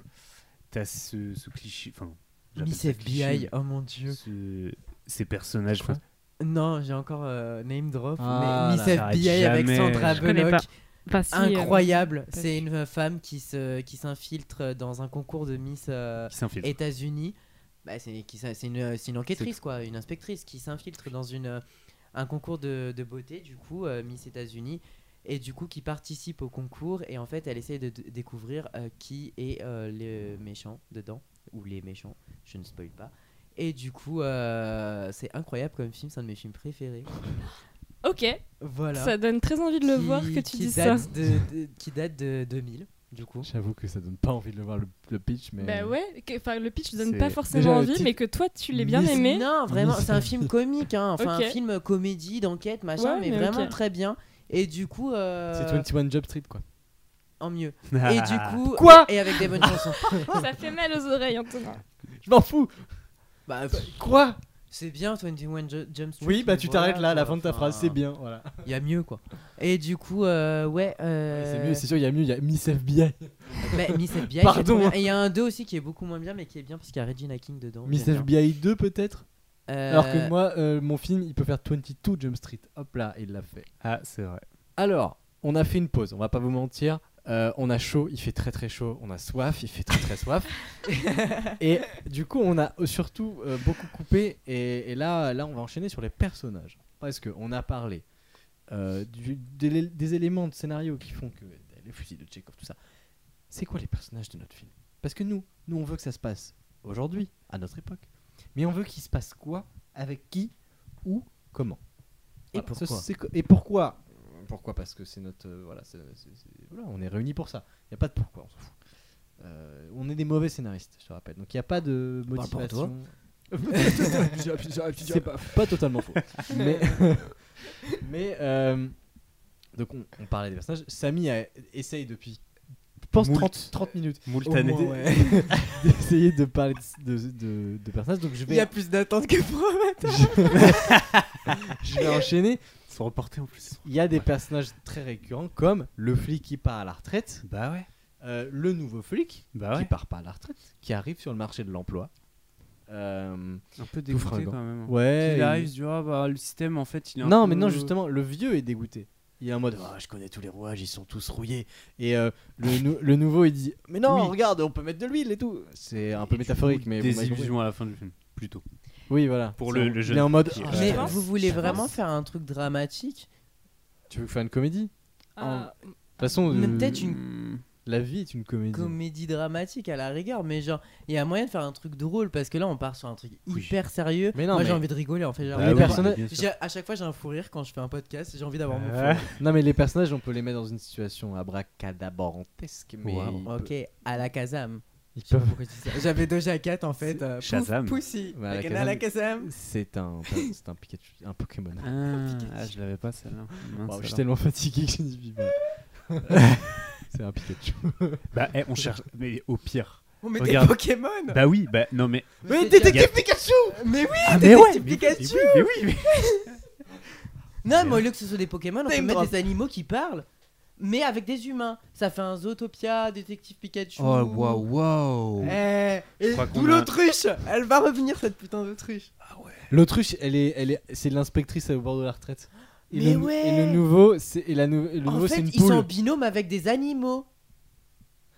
T'as ce, ce cliché, enfin, j'appelle
Miss
ça
FBI,
cliché,
oh mon dieu.
ce- ces personnages.
Quoi
enfin,
Non, j'ai encore euh, name drop.
Ah,
mais
là,
Miss
ça arrête
FBI avec
jamais.
Sandra
Je
connais
Bullock.
Enfin, si, euh,
Incroyable.
pas
C'est une femme qui se qui s'infiltre dans un concours de Miss euh,
qui s'infiltrent.
États-Unis. Bah, c'est qui s'in- c'est une, c'est une enquêtrice, quoi, une inspectrice qui s'infiltre dans une, euh, un concours de, de beauté, du coup, euh, Miss États-Unis, et du coup qui participe au concours. Et en fait, elle essaie de, de découvrir euh, qui est euh, le méchant dedans, ou les méchants, je ne spoil pas. Et du coup, euh, c'est incroyable comme film, c'est un de mes films préférés.
Ok,
Voilà.
ça donne très envie de le
Qui-
voir que tu
qui
dises ça.
date de- de- qui date de 2000, du coup.
J'avoue que ça donne pas envie de le voir le, le pitch, mais.
Bah ouais, que- enfin, le pitch donne
C'est-
pas forcément
Déjà, le
envie,
titre-
mais que toi tu l'as bien
Miss-
aimé.
Non, vraiment,
Mais
c'est un film comique, hein. enfin
Ok.
un film comédie, d'enquête, machin,
Ouais,
mais,
mais
vraiment
ok.
très bien. Et du coup, euh,
C'est Ah. 21 Job Street, quoi.
en mieux. Et du coup,
Quoi
et, et avec des bonnes chansons.
Ça fait mal aux oreilles, Antonin.
Je m'en fous
Bah, pff,
Quoi
c'est bien 21 Ju- Jump Street.
Oui, bah
mais
tu
voilà,
t'arrêtes là, à la
quoi.
fin de ta
Enfin,
phrase, c'est bien, voilà.
Il y a mieux quoi. Et du coup, euh, ouais. euh,
C'est mieux, c'est sûr, il y a mieux, il y a Miss FBI.
bah, Miss FBI.
Pardon,
c'est trop bien.
hein.
Et il y a un 2 aussi qui est beaucoup moins bien, mais qui est bien parce qu'il y a Regina King dedans.
Miss
j'aime bien.
FBI 2, peut-être
Euh,
Alors que moi, euh, mon film, il peut faire 22 Jump Street. Hop là, il l'a fait.
Ah, c'est vrai.
Alors, on a fait une pause, on va pas vous mentir. Euh, on a chaud, il fait très très chaud. On a soif, il fait très très soif. et du coup, on a surtout euh, beaucoup coupé. Et, et là, là, on va enchaîner sur les personnages. Parce qu'on a parlé euh, du- des, des éléments de scénario qui font que euh, les fusils de Tchekhov, tout ça. C'est quoi les personnages de notre film Parce que nous, nous, on veut que ça se passe aujourd'hui, à notre époque. Mais on veut qu'il se passe quoi Avec qui Où Comment
Et
Voilà, ça,
pourquoi
c'est que- Et pourquoi pourquoi Parce que c'est notre. euh, voilà, c'est- c'est- c'est- voilà, on est réunis pour ça. Il n'y a pas de pourquoi, on s'en fout. Euh, on est des mauvais scénaristes, je te rappelle. Donc il n'y a pas de
Parle pour toi.
motivation. c'est pas, pas totalement faux. mais mais euh, donc on, on parlait des personnages. Samy a- essaye depuis, je pense,
Moult.
30, 30 minutes au
Moultané.
moins, ouais, d'essayer de parler de, de- de- de personnages. Donc je
Il y
vais,
a plus d'attente que promettre.
je vais enchaîner.
Ils sont reportés en plus.
Il y a des personnages très récurrents comme le flic qui part à la retraite.
Bah ouais.
Euh, le nouveau flic
Bah
qui
ouais.
part pas à la retraite, qui arrive sur le marché de l'emploi. Euh,
Un
dégoûté,
peu dégoûté
fringant.
quand même.
ouais.
hein. il
il-
arrive, il se dit, ah bah le système en fait il est un
Non,
peu-
mais non, justement, le vieux est dégoûté. Il est en mode, Ah, je connais tous les rouages, ils sont tous rouillés. Et euh, le, nou- le nouveau, il dit, mais non,
Oui.
regarde, on peut mettre de l'huile et tout. C'est un peu
Et du
métaphorique,
coup,
mais bah, vous m'avez
Des
compris.
illusions à la fin du film, plutôt.
Oui, voilà.
Pour le- le
Il
jeune
est en mode,
qui-
Ah,
Mais
Je pense-
vous voulez
je pense-
vraiment faire un truc dramatique
tu veux faire une comédie De
Ah,
toute façon,
Mais
euh,
peut-être une-
la vie est une comédie.
comédie dramatique à la rigueur, mais genre, il y a moyen de faire un truc drôle parce que là, on part sur un truc
Oui.
hyper sérieux.
Mais non,
Moi,
mais-
j'ai envie de rigoler en fait. j'ai
Bah
envie
oui,
d'avoir-
personnage-
Ah bien sûr.
j'ai- à chaque fois, j'ai un fou rire quand je fais un podcast. J'ai envie d'avoir mon fou
Ah.
rire.
Non, mais les personnages, on peut les mettre dans une situation abracadabrantesque, mais
Wow.
ils,
Ok,
pe-
à la Kazam.
ils
Je sais pas
peuvent
pourquoi je dis ça. J'avais Doja Cat en fait. euh, pouf,
Shazam.
Pussy.
Ouais, à la
Like,
Kazam.
à la Kazam.
C'est un, c'est un Pikachu, un Pokémon.
Ah, ah, je l'avais pas celle-là. Bah, Mince,
Wow, Bah, je suis
alors.
tellement fatigué que je dis plus, bah. C'est un Pikachu.
Bah, eh, on cherche. Mais au pire.
On met
Regarde.
des Pokémon.
Bah oui, bah non, mais.
Mais
détective
Pikachu Mais oui,
Ah,
mais ouais, Pikachu
Mais oui, mais oui,
Non, mais au lieu que ce soit des Pokémon, on peut
Name
mettre
drop.
des animaux qui parlent, mais avec des humains. Ça fait un Zootopia, Détective Pikachu.
Oh, waouh, waouh.
Eh, et
crois qu'on
d'où
a-
l'autruche Elle va revenir cette putain d'autruche.
L'autruche, elle est, elle est, c'est l'inspectrice au bord de la retraite. Et
Mais
le,
ouais.
Et le nouveau, c'est et la nou- et le
En
nouveau, c'est
fait,
une
ils sont
poule.
en binôme avec des animaux.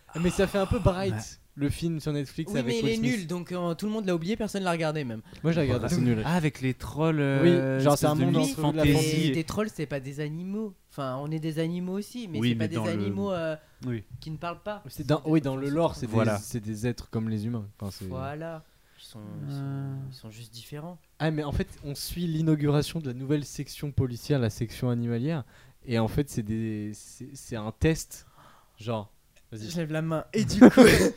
Ah, Mais ça fait un peu Bright,
Ouais.
le film sur Netflix
Oui,
avec
mais il
Will
est
Smith.
nul, donc euh, tout le monde l'a oublié, personne l'a regardé même.
Moi, je la regarde, c'est nul.
Ah, avec les trolls. euh,
Oui, genre, c'est un
espèce de
monde
mythe
entre la
Et
fantasy.
fantasy.
des trolls, c'est pas des animaux. Enfin, on est des animaux aussi, mais
Oui,
c'est pas
mais
des
dans le-
animaux euh,
Oui.
qui ne parlent pas.
C'est dans, oui, dans le lore, c'est
Voilà.
des, c'est des êtres comme les humains. Enfin, c'est-
Voilà. Ils sont, ils sont-
Ah.
ils sont juste différents.
Ah, mais en fait, on suit l'inauguration de la nouvelle section policière, la section animalière, et en fait, c'est des, c'est c'est un test, genre. Vas-y.
Je lève la main. Et du coup,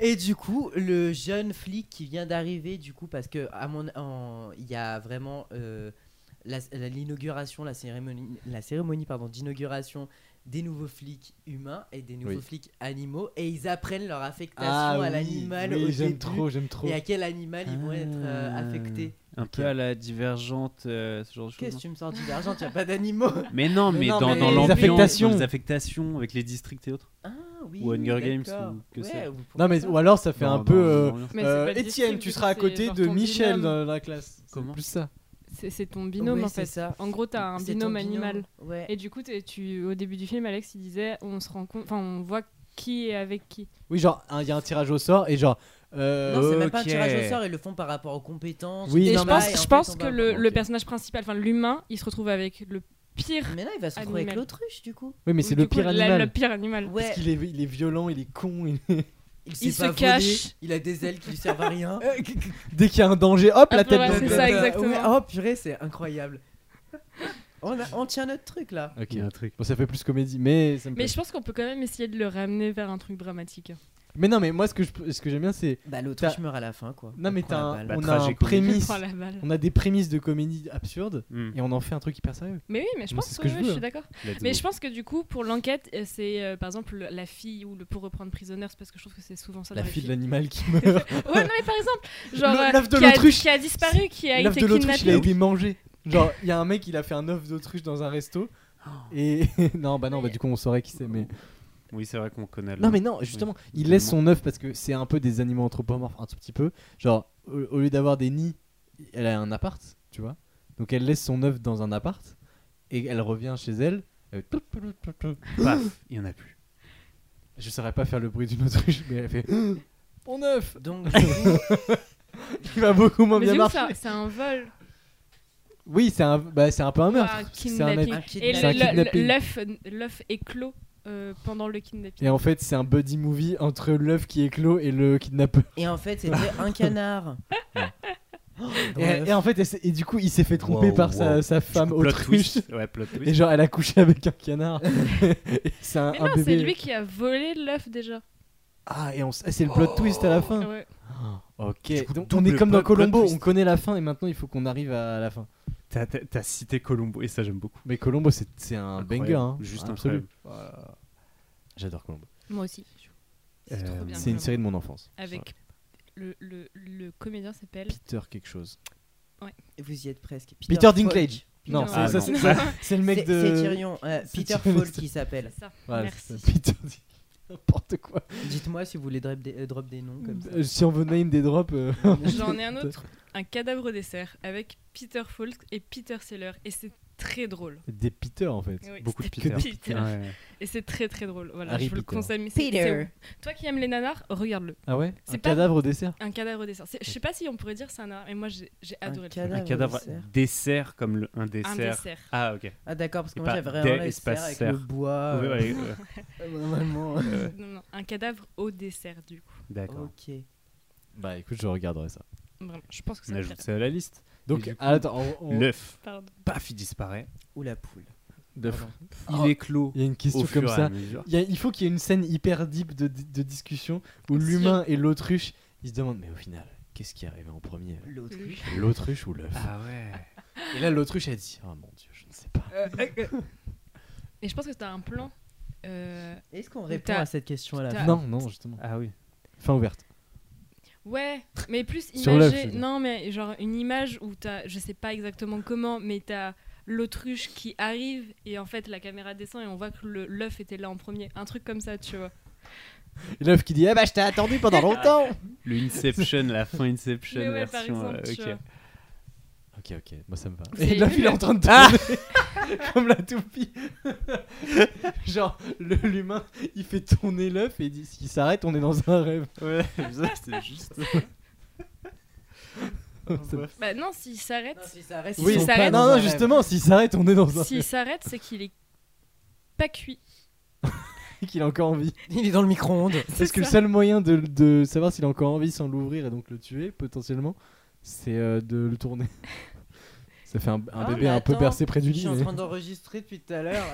et du coup, le jeune flic qui vient d'arriver, du coup, parce que à mon, en- il y a vraiment euh, la- la- l'inauguration, la, cérémonie, la cérémonie, pardon, d'inauguration des nouveaux flics humains et des nouveaux
Oui.
flics animaux, et ils apprennent leur affectation
Ah
à
oui,
l'animal
oui,
au
j'aime
début,
trop, j'aime trop.
et à quel animal ils vont être euh,
Ah.
affectés.
Un peu à la divergente, euh, ce genre de choses.
Qu'est-ce que tu me sors d'argent Tu as pas d'animaux
non Mais non,
Mais
mais,
non,
dans,
mais-
dans
Les
l'ambiance,
affectations.
dans les affectations avec les districts et autres.
Ah oui.
Ou Hunger Games,
d'accord.
ou que
Ouais,
sais-je.
ou pourquoi
Non, mais
pas.
ou alors ça fait
Non,
un
non,
peu.
non,
euh,
non, non.
Mais c'est pas
euh,
le
Étienne,
district,
tu seras à
c'est
côté
genre
de
ton
Michel
binôme.
dans la classe. C'est
Comment
plus ça.
C'est c'est ton binôme
Ouais,
en
c'est
fait.
ça.
En gros, t'as un
C'est ton
binôme animal.
Ouais.
Et du coup, t'es- tu, au début du film, Alex, il disait, on se rend compte, enfin, on voit qui est avec qui.
Oui, genre, un- il y a un tirage au sort et genre. euh,
Non, c'est même pas un
Ok.
tirage au sort, ils le font par rapport aux compétences.
Oui,
au
et
non,
je
mais-
travail, en
pense, je
fait,
pense
on
que
va-
le,
Ok.
le personnage principal, enfin l'humain, il se retrouve avec le pire.
Mais là, il va se retrouver avec
Animal.
l'autruche, du coup.
Oui, mais c'est
du
le
coup,
pire
la-
animal.
le pire animal.
Ouais,
Parce qu'il est, il est violent, il est con. il-
il,
il
s'est pas volé,
se cache.
il a des ailes qui lui servent à rien.
Dès qu'il y a un danger, hop, la
Hop,
tête
voilà,
dans le-
c'est ça, exactement.
Ouais, Oh purée, c'est incroyable. On, a- on tient notre truc là.
Ok.
Il y a un truc.
Bon, ça fait plus comédie, mais ça me
Mais
plaît.
je pense qu'on peut quand même essayer de le ramener vers un truc dramatique.
Mais non, mais moi, ce que je- ce que j'aime bien, c'est.
Bah l'autruche
T'as-
meurt à la fin quoi.
Non,
Elle
mais
prend la
t'as un-
balle.
Bah,
on a un
tragicomédie.
Je
prémisse.
prends la balle.
On a des prémices de comédie absurdes
Hmm.
et on en fait un truc hyper sérieux.
Mais oui, mais je
Moi,
pense
c'est ce
que,
que je
oui,
veux,
je
hein.
suis d'accord. Mais je pense que du coup, pour l'enquête, euh, c'est euh, par exemple le- la fille ou le pour reprendre prisonnier, c'est parce que je trouve que c'est souvent ça.
La
dans les
fille de
films.
l'animal qui meurt.
Ouais, non, mais par exemple, genre
Le-
euh,
l'œuf de
qui, a,
l'autruche.
qui a disparu, qui a
L'œuf
été
de l'autruche, il a
kidnappé.
été mangé. Genre, il y a un mec, il a fait un œuf d'autruche dans un resto. Et non, bah non, bah du coup, on saurait qui c'est. Mais
Oui, c'est vrai qu'on connaît.
non, mais non, justement, il laisse son œuf parce que c'est un peu des animaux anthropomorphes, un tout petit peu. Genre, au, au lieu d'avoir des nids, elle a un appart, tu vois. Donc elle laisse son œuf dans un appart et elle revient chez elle. elle fait tout, tout, tout, tout.
Paf, il y en a plus.
Je saurais pas faire le bruit d'une autruche, mais elle fait mon œuf.
Donc du coup,
Il va beaucoup moins
Mais
bien
du coup, c'est
marcher.
un- c'est un vol.
Oui, c'est un, bah, c'est un peu un
Ou
meurtre.
un
parce que c'est un
kidnapping.
être-
un
Et
kidnapping.
C'est un
le-
kidnapping.
le- l'œuf l'œuf éclot euh, pendant le kidnapping.
Et en fait, c'est un buddy movie entre l'œuf qui éclot et le kidnappeur.
Et en fait, c'était un canard. Oh,
Et, et en fait, elle s'est- et du coup, il s'est fait tromper
Wow,
par
wow.
Sa, sa femme
Plot
autruche.
twist. Ouais, plot twist.
Et genre, elle a couché avec un canard. Et c'est un,
Mais
un
non, c'est
bébé.
lui qui a volé l'œuf déjà.
Ah, et on s- ah, c'est le
Oh.
plot twist à la fin.
Ouais.
Ok.
coup,
Donc, on
double
est comme dans
plot- plot
Colombo, on
twist.
connaît la fin et maintenant il faut qu'on arrive à la fin.
T'as- T'as t'as cité Colombo et ça j'aime beaucoup.
Mais Colombo, c'est c'est un
Incroyable.
banger. hein.
Juste
Absolu.
incroyable.
J'adore Colombo.
Moi aussi. C'est
Euh,
trop bien.
C'est une
vraiment.
série de mon enfance.
Avec le, le, le comédien s'appelle.
Peter quelque chose.
Vous y êtes presque.
Peter
Falk.
Dinklage. Non,
Non.
c'est-
Ah,
ça,
non.
c'est-
Ça-
c'est le
C'est
mec de.
c'est Tyrion, euh,
C'est
Peter
Tyrion.
Fall qui s'appelle.
C'est ça.
Voilà,
Merci.
c'est Peter Dinklage. N'importe quoi.
Dites-moi si vous voulez drop des, euh, drop des noms comme ça.
Euh, Si on veut name des drops. euh,
J'en ai un autre. Un cadavre au dessert avec Peter Falk et Peter Seller. Et c'est très drôle.
Des Peter en fait.
Oui,
Beaucoup de
c'était
Peter. Ouais.
Ah,
Et c'est très très drôle. Voilà,
Harry
je vous le
Peter.
conseille. mais c'est- c'est- Toi qui aimes les nanars, regarde-le.
Ah ouais
C'est
Un
pas-
cadavre au dessert
Un cadavre au dessert. C'est- Je sais pas si on pourrait dire c'est un nanar, mais moi j'ai j'ai
Un
adoré le film.
cadavre.
Un cadavre
dessert.
dessert comme le- un
Un
dessert.
dessert.
Ah ok.
Ah d'accord, parce que
Et
moi
pas
j'avais
des
vraiment le
espaces
cerf avec le
cerfs.
bois.
Ah,
Ouais,
euh,
ouais, ouais.
euh, Normalement.
Euh,
Non, non, un cadavre au dessert du coup.
Oh,
D'accord.
Ok.
Bah écoute, je regarderai ça.
Vraiment, je pense que
On
ça
ajoute ça à la liste.
Donc, ah,
Et du coup,
attends, on- on-
L'œuf.
Pardon.
Paf, il disparaît.
Ou la poule.
de-
Pardon.
Oh.
Il éclot.
il y a une
Au
question
fur
comme
et à
ça.
mesure.
Il, y a- il faut qu'il y ait une scène hyper deep de, de discussion où
Si.
l'humain et l'autruche ils se demandent mais au final, qu'est-ce qui est arrivé en premier
L'autruche.
L'autruche ou l'œuf
Ah ouais.
Et là, l'autruche elle dit Oh mon dieu, je ne sais pas.
Euh, Et je pense que t'as un plan. euh,
Est-ce qu'on
Ou
répond
t'as-
à cette question à la
t'as-
fin
Ah.
Non, non, justement.
Ah oui.
Fin ouverte.
Ouais, mais plus
Sur l'œuf,
imagé.
je veux dire.
Non, mais genre une image où t'as, je sais pas exactement comment, mais t'as l'autruche qui arrive et en fait la caméra descend et on voit que le- l'œuf était là en premier. Un truc comme ça, tu vois.
Et L'œuf qui dit Ah bah je t'ai attendu pendant longtemps
Le Inception, la fin Inception
Mais ouais, par
version.
exemple,
euh,
tu
ok.
vois.
Ok, ok, moi ça me va. Ah
C'est
Et là,
nul.
il est en train de tourner comme la toupie. Genre, le- l'humain, il fait tourner l'œuf et il dit s'il s'arrête, on est dans un rêve.
Ouais, ça, c'était juste.
Oui,
Bah non, s'il s'arrête,
Non, si ça reste,
Oui,
ils
ils
sont
ça
pas
reste-
dans
non,
un
non,
rêve.
justement, s'il s'arrête, on est dans un
s'il
rêve
s'arrête, c'est qu'il est pas cuit.
et qu'il a encore envie.
Il est dans le micro-ondes.
Parce que le seul moyen de, de savoir s'il a encore envie sans l'ouvrir et donc le tuer, potentiellement, c'est euh, de le tourner. Ça fait un, un
Oh,
Ah,
bébé
mais
un peu
attends,
bercé près
Je
du lit.
suis en
mais-
train d'enregistrer depuis tout à l'heure.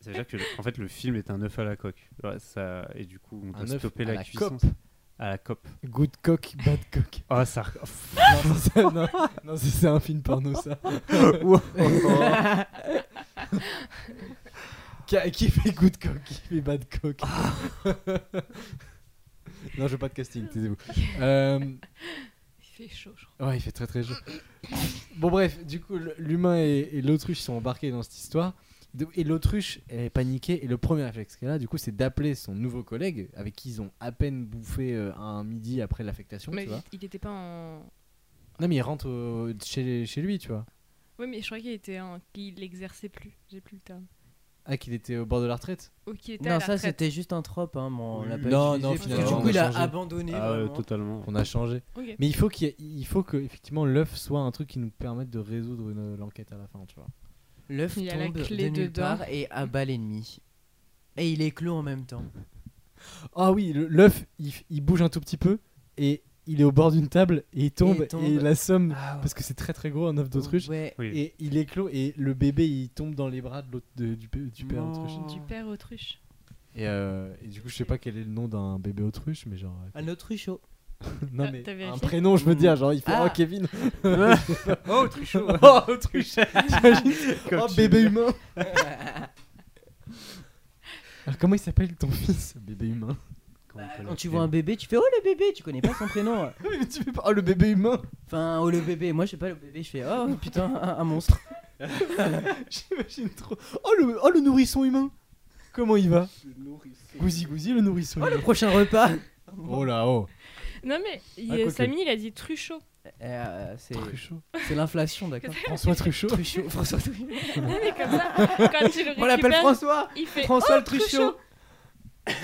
Ça veut dire que, le- en fait, le film est un œuf à la coque. Ouais, ça, et du coup, on
Un
doit
œuf
stopper
à
la,
la
cuisson.
coque.
À la coque.
Good cock, bad cock.
Ah, ça.
non, c'est ça, non, non, c'est c'est un film porno, ça. Qui, a- qui fait good cock, qui fait bad cock. non, je veux pas de casting, taisez-vous. Euh,
Il fait fait chaud, je crois.
Ouais, il fait très très chaud. bon, bref, du coup, le- l'humain et, et l'autruche sont embarqués dans cette histoire. De- Et l'autruche, elle est paniquée. Et le premier réflexe qu'elle a, du coup, c'est d'appeler son nouveau collègue avec qui ils ont à peine bouffé euh, un midi après l'affectation.
Mais
tu vois.
il était pas en.
Non, mais il rentre au- chez, chez lui, tu vois.
Oui, mais je crois qu'il était en. qu'il l'exerçait plus. J'ai plus le terme.
Ah, qu'il était au bord de la retraite.
Ou qu'il était à
Non,
la
ça
retraite.
c'était juste un trope. Hein, mais on l'a pas
Non,
utilisé
non,
parce que
finalement,
Du
on
coup,
a
il a
changé.
abandonné.
Ah, ouais,
vraiment.
totalement.
On a changé.
Ok.
Mais il faut qu'il y ait- il faut que effectivement l'œuf soit un truc qui nous permette de résoudre une- euh, l'enquête à la fin, tu vois.
L'œuf
Il y a la
tombe de
clé
nulle
dedans.
part et abat l'ennemi. Et il éclot en même temps.
Ah oui, le- l'œuf il, f- il bouge un tout petit peu et il est au bord d'une table et il tombe et,
il tombe.
la somme
Ah,
parce que c'est très très gros un œuf d'autruche
Ouais.
Oui.
et il éclot et le bébé il tombe dans les bras de l'autre de- du, pe- du père
Non.
autruche.
Du père autruche.
Et, euh, et du coup je sais pas quel est le nom d'un bébé autruche mais genre
Un autruchot.
non
Ah,
mais
t'as
un
vérifié
prénom je veux dire genre il fait
Ah.
oh Kevin
Oh, Truchot
oh autruche oh bébé humain Alors comment il s'appelle ton fils bébé humain
Quand tu vois un bébé, tu fais Oh le bébé, tu connais pas son prénom.
mais tu fais pas oh le bébé humain
Enfin, oh le bébé. Moi, je sais pas le bébé, je fais Oh putain, un, un monstre.
J'imagine trop. Oh le, oh, le nourrisson humain Comment il va Gouzi gouzi le nourrisson
Oh
humain.
le prochain repas.
Oh là oh
Non, mais il-
Ah, quoi que.
Samy, il a dit Truchot.
Euh, c'est
Truchot
c'est l'inflation, d'accord
François Truchot
Truchot, François Truchot.
Non, mais comme ça, quand tu le
On l'appelle
récupères,
François
il fait
François
oh,
le Truchot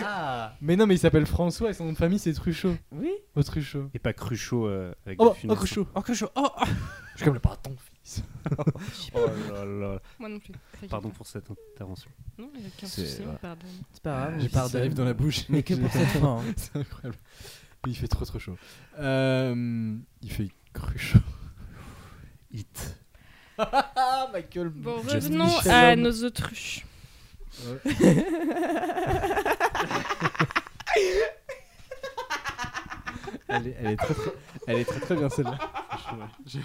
Ah
Mais non mais il s'appelle François et son nom de famille c'est Truchot.
Oui
Oh Truchot.
Et pas Cruchot euh, avec
Oh, oh
des
ah.
funestes.
Cruchot
Oh, Cruchot Oh, oh.
Je comme le pas ton fils.
Oh là là.
Moi non plus. T'inquiète
Pardon
pas.
pour cette intervention.
Non, il y a aucun
C'est-
souci, on
voilà.
pardonne.
C'est pas grave,
J'ai
on
pas
pardonne.
salive dans la bouche.
Mais que pour cette fois. hein.
C'est incroyable. Puis il fait trop trop chaud. Euh, il fait Cruchot. Hit. Ah ma gueule.
Bon,
Just
revenons
Michel
à
Homme.
nos autruches.
Elle est, elle est très, très, elle est très très bien celle-là. J'ai-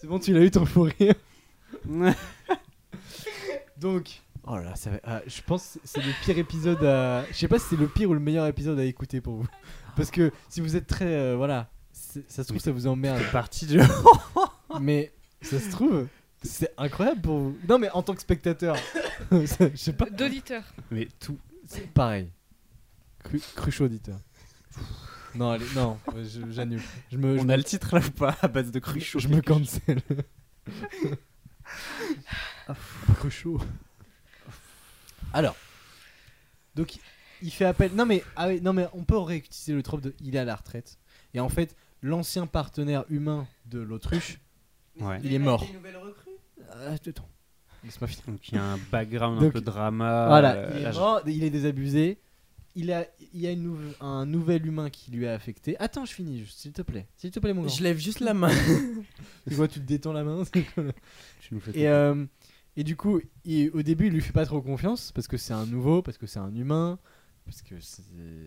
C'est bon, tu l'as eu ton fou rire. Donc, oh là, ça va- ah, je pense que c'est le pire épisode à. Je sais pas si c'est le pire ou le meilleur épisode à écouter pour vous. Parce que si vous êtes très. euh, voilà, c'est- ça se trouve, ça vous emmerde.
Parti de.
Mais ça se trouve, c'est incroyable pour vous. Non, mais en tant que spectateur, ça- je sais pas.
D'auditeur.
Mais tout.
C'est pareil. Cru, cruche auditeur. Non, allez, non, je- j'annule. Je me, je
On
me-
a le titre là ou pas à base de Cruchot
je me cancel. Cruchot. Ah, Alors, donc il fait appel. Non mais ah oui, non mais on peut réutiliser le trope de il est à la retraite. Et en fait, l'ancien partenaire humain de l'autruche.
Ouais.
Il est mort.
une nouvelle recrue
Ah, attends. Laisse-moi finir.
Donc il y a un background un
Donc,
peu drama.
Voilà,
euh,
il
là,
est mort, il est désabusé. Il a, il y a une nouve- un nouvel humain qui lui a affecté. Attends, je finis juste, s'il te plaît. S'il te plaît, mon grand.
Je lève juste la main.
Tu vois, tu te détends la main. c'est quoi, là
tu nous fais
Et, euh, et du coup, il- au début, il lui fait pas trop confiance parce que c'est un nouveau, parce que c'est un humain, parce que c'est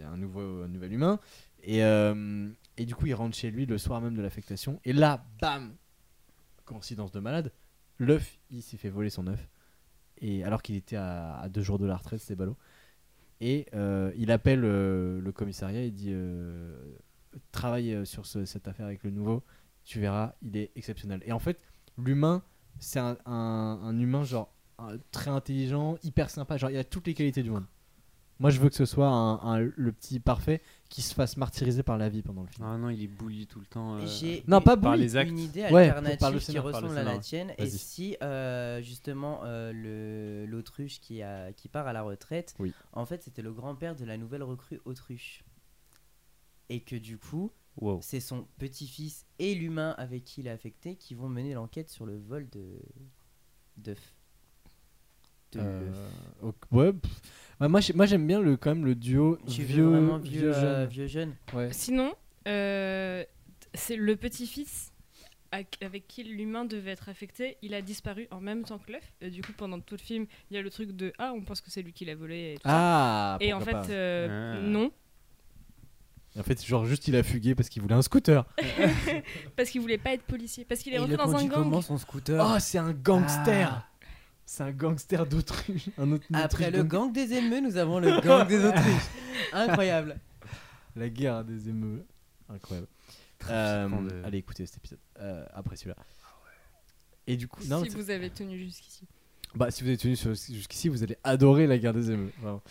un, nouveau, un nouvel humain. Et, euh, et du coup, il rentre chez lui le soir même de l'affectation. Et là, bam Coïncidence de malade, l'œuf, il s'est fait voler son œuf. Et alors qu'il était à, à deux jours de la retraite, c'était ballot. Et euh, il appelle euh, le commissariat et dit euh, Travaille euh, sur ce- cette affaire avec le nouveau, tu verras, il est exceptionnel. Et en fait, l'humain, c'est un, un- un humain genre un- très intelligent, hyper sympa, genre il a toutes les qualités du monde. Moi je veux que ce soit un, un- le petit parfait qui se fasse martyriser par la vie pendant le film.
Ah non, il est bouli tout le temps. euh,
J'ai
non, pas
par
Bouli.
les actes.
une idée
Ouais, par
alternative
le
qui
scénar, par le
ressemble à la
scénar.
tienne. Et
Vas-y.
si euh, justement euh, le- l'autruche qui, a- qui part à la retraite,
Oui.
en fait c'était le grand-père de la nouvelle recrue autruche. Et que du coup,
Wow.
c'est son petit-fils et l'humain avec qui il est affecté qui vont mener l'enquête sur le vol de. d'œufs. De
Euh,
l'œuf.
ok, ouais, pff. Bah, moi j'ai- moi, j'aime bien le, quand même le duo
Tu
vieux,
veux vraiment vieux,
vieux,
euh,
jeune.
vieux jeune.
Ouais.
Sinon, euh, c'est le petit-fils à- avec qui l'humain devait être affecté, il a disparu en même temps que l'œuf. Et Du coup, pendant tout le film, il y a le truc de Ah, on pense que c'est lui qui l'a volé. Et, tout ça.
Ah
Et en fait,
pourquoi pas.
euh,
Ah.
non,
Et en fait, genre juste il a fugué parce qu'il voulait un scooter.
parce qu'il voulait pas être policier, parce qu'il est
Et
rentré dans un gang.
comment son scooter
Oh, c'est un gangster. C'est un gangster d'autruche, Ah. un autre
Après
autruche
le
gang-
gang des émeux, nous avons le gang des autruches. Incroyable.
La guerre des émeux. Incroyable. Euh,
Trafiquant de-
Allez écoutez cet épisode euh, après celui-là. Et du coup, non,
si
c'est-
vous avez tenu jusqu'ici.
bah, si vous avez tenu sur- jusqu'ici, vous allez adorer la guerre des émeutes. vraiment.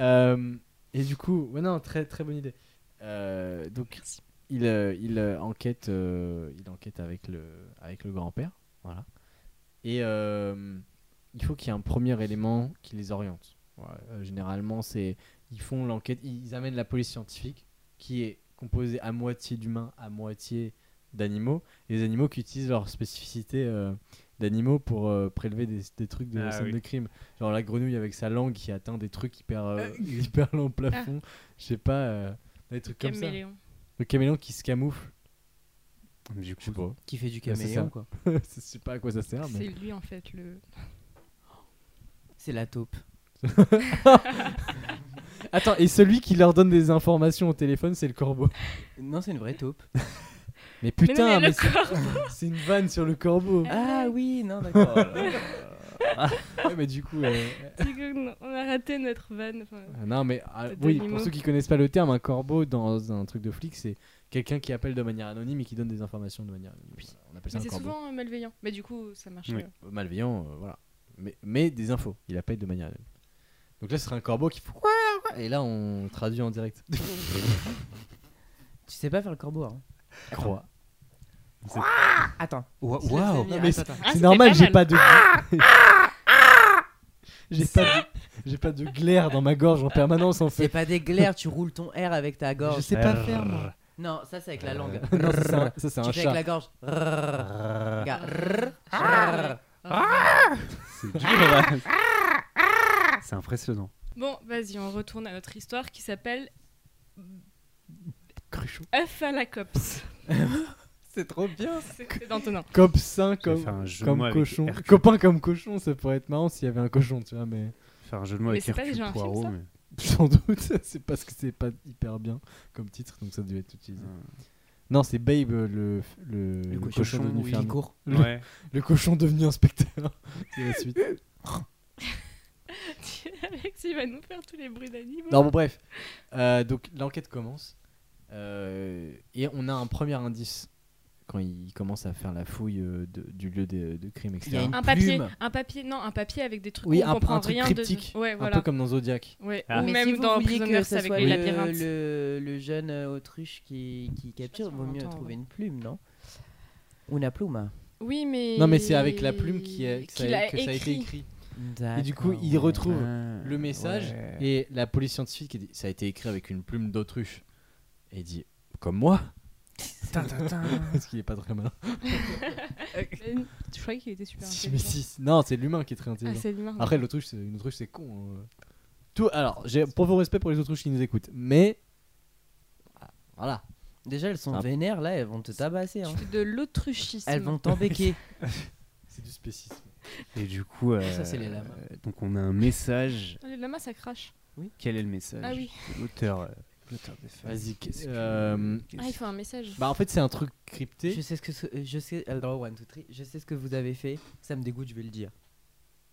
Euh, et du coup, ouais, non, très très bonne idée. Euh, donc, il, euh, il, euh, enquête, euh, il enquête avec le, avec le grand-père. Voilà. Et euh, il faut qu'il y ait un premier élément qui les oriente. Voilà. Euh, généralement, c'est ils font l'enquête, ils amènent la police scientifique qui est composée à moitié d'humains, à moitié d'animaux. Et les animaux qui utilisent leur spécificité euh, d'animaux pour euh, prélever des, des trucs de
Ah
scène
oui.
de crime. Genre la grenouille avec sa langue qui atteint des trucs hyper, euh,
Ah
hyper longs plafonds. Je sais pas, euh, des trucs comme ça.
Caméléon.
Le caméléon qui se camoufle.
Mais Du
Je sais
coup,
pas.
Qui fait du
Ouais, c'est
caméléon,
ça.
quoi.
Je sais pas à quoi ça sert,
C'est
mais.
lui en fait le.
C'est la taupe.
Attends, et celui qui leur donne des informations au téléphone, c'est le corbeau.
Non, c'est une vraie taupe.
Mais
Mais non,
putain,
mais
mais
le
c'est-
corps.
c'est une vanne sur le corbeau.
ah oui, non, d'accord.
Ouais, mais du coup. euh,
C'est que non, On a raté notre van. enfin,
euh, Non, mais ah,
Des
oui,
animaux.
pour ceux qui connaissent pas le terme, un corbeau dans un truc de flic, c'est quelqu'un qui appelle de manière anonyme et qui donne des informations de manière anonyme. Voilà, on appelle ça
Mais
un
c'est
corbeau.
souvent euh, malveillant. Mais du coup, ça marche.
Oui.
mieux.
Malveillant, euh, voilà. Mais, mais des infos, il appelle de manière anonyme. Donc là, ce serait un corbeau qui fait. Et là, on traduit en direct.
tu sais pas faire le corbeau, hein.
Croix.
Attends.
Waouh
Waouh.
Non, mais
Attends, attends.
Ah,
C'est
c'était
normal,
pas
j'ai
mal.
pas de. J'ai pas de... J'ai pas de glaire dans ma gorge en permanence en
C'est
fait.
pas des glaires, tu roules ton R avec ta
Je
gorge.
sais pas faire moi.
Non, ça c'est avec la langue.
Non, ça, c'est un- ça c'est un,
Tu fais
chat. Ah.
avec la gorge. Regarde.
Ah.
Ah
C'est dur, hein. C'est impressionnant.
Bon, vas-y, on retourne à notre histoire qui s'appelle
Cruchot.
œuf à la copse.
C'est trop bien.
C'est c'est dans ton nom.
Cop 5
Je vais
comme,
faire un jeu de
comme
mots avec
cochon.
Hercule.
Copain comme cochon, ça pourrait être marrant s'il y avait un cochon, tu vois, mais
Faire un jeu de mots
Mais
avec
c'est pas
Hercule
déjà un film,
Poirot.
ça
mais-
sans doute, c'est parce que c'est pas hyper bien comme titre, donc ça devait être utilisé.
Ah.
Non, c'est Babe, le, le, le
cochon,
devenu
oui.
fermier.
court.
Le-
Ouais.
le cochon devenu inspecteur. c'est la suite.
Alex, il va nous faire tous les bruits d'animaux.
Non, bon, bref. Euh, donc, l'enquête commence. Euh, et on a un premier indice quand il commence à faire la fouille euh, de- du lieu de, de crime,
Il y a
etc.
une
Un papier,
plume.
un papier, non, un papier avec des trucs
Oui,
où
un-
on comprend
un truc
rien
cryptique,
de. Ouais,
Un
voilà.
peu comme dans Zodiac.
Ouais.
Ah.
Ou
Mais
même
si vous
dans
vouliez
Prisoners
que ça
c'est avec
soit
les
le,
labyrinthes.
le, le jeune euh, autruche qui, qui capture,
si on
vaut mieux
l'entend,
trouver une plume, non Una pluma.
Oui, mais.
Non, mais c'est avec la plume qui a, que ça,
Qu'il
a- que ça a été écrit. Et du coup,
D'accord,
il
ouais.
retrouve
Ah,
le message
ouais.
et la police scientifique, elle dit Ça a été écrit avec une plume d'autruche. Et il dit Comme moi Parce qu'il est pas très malin.
Euh, Je croyais qu'il était super
Si, mais
intelligent.
si, non, c'est l'humain qui est très
Ah,
intelligent.
c'est l'humain.
Après, l'autruche, c'est une autruche, c'est con. hein. Mm. Tout, alors, j'ai pour vos respects pour les autruches qui nous écoutent, mais voilà.
Déjà, elles sont
Ah.
vénères, là, elles vont te tabasser. hein.
Tu fais de l'autruchisme.
Elles vont t'embêquer.
C'est du spécisme.
Et du coup, euh,
Ça, c'est les lamas.
euh, donc on a un message.
Ah, Les lamas, ça crache.
Quel est le message
Ah oui.
C'est L'auteur, euh, l'auteur des faits.
Vas-y, qu'est-ce que-
Euh,
Ah, il faut un message.
Bah, en fait, c'est un truc
Je
crypté.
sais ce que ce- je sais. Alors, one, two, three. Je sais ce que vous avez fait. Ça me dégoûte, je vais le dire.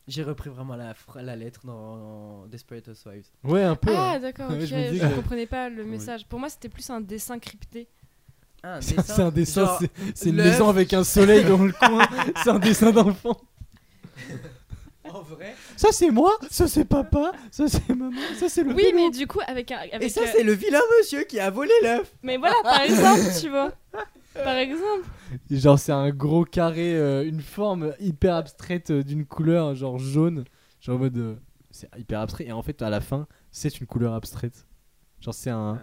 J'ai repris vraiment la, fra- la lettre dans Desperate Housewives.
Ouais, un peu. hein.
Ah
ouais.
d'accord,
Ouais,
ok,
je me
je,
disais que-
comprenais pas le
Oui.
message. Pour moi, c'était plus un dessin crypté.
Ah, Un
C'est un- c'est un dessin,
genre,
c'est- c'est une
l'œuf.
maison avec un soleil dans le coin. C'est un dessin d'enfant.
En vrai
Ça, c'est moi, ça, c'est papa, ça, c'est maman, ça, c'est le
Oui,
vélo.
mais du coup, avec un. Avec
Et ça,
euh,
c'est le vilain monsieur qui a volé l'œuf
Mais voilà, par exemple, tu vois. Par exemple.
Et Genre, c'est un gros carré, euh, une forme hyper abstraite euh, d'une couleur, genre jaune. Genre en mode. euh, c'est hyper abstrait. Et en fait, à la fin, c'est une couleur abstraite. Genre, c'est un.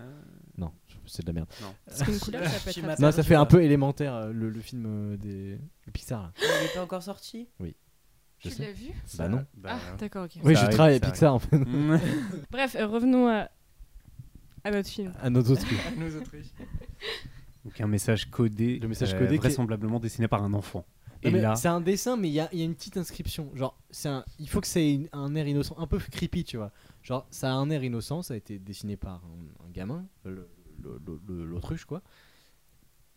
Non, c'est de la merde.
Parce qu'une couleur, ça peut être.
Schéma.
abstrait.
Non,
ça,
ça
tu
fait
vois.
un peu élémentaire, euh, le, le film euh, des. le Pixar. là.
Il était encore sorti
Je
Tu
sais.
l'as vu
Bah non.
Ah, d'accord, ok.
Oui, je
arrive,
travaille à
ça
Pixar en fait.
Bah,
Bref, euh, revenons à, à notre film.
À notre autre truc.
Nous autriches.
Donc un message codé, euh,
Le message codé qui est-
vraisemblablement dessiné par un enfant. Et
Non, mais
là,
C'est un dessin, mais il y a, il y a une petite inscription. Genre, c'est un- il faut que ça ait une- un air innocent, un peu creepy, tu vois. Genre, ça a un air innocent, ça a été dessiné par un, un gamin, le- le- le- le- l'autruche, quoi.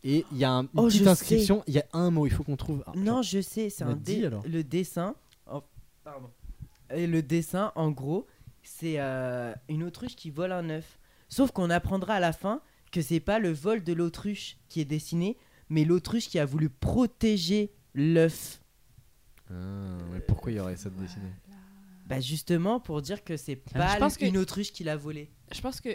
Et il y a un- une
Oh, je
petite
sais.
inscription, il y a un mot, il faut qu'on trouve. Ah,
Non,
genre,
je sais, c'est
Bah,
un
dis,
dé-
alors.
le dessin. oh, pardon. Et le dessin, en gros, c'est euh, une autruche qui vole un œuf. Sauf qu'on apprendra à la fin que c'est pas le vol de l'autruche qui est dessiné, mais l'autruche qui a voulu protéger l'œuf.
Ah, mais pourquoi il y aurait ça de dessiné
Bah justement pour dire que c'est
Ah,
Alors,
pas
je pense que-
une autruche qui l'a volé.
Je pense que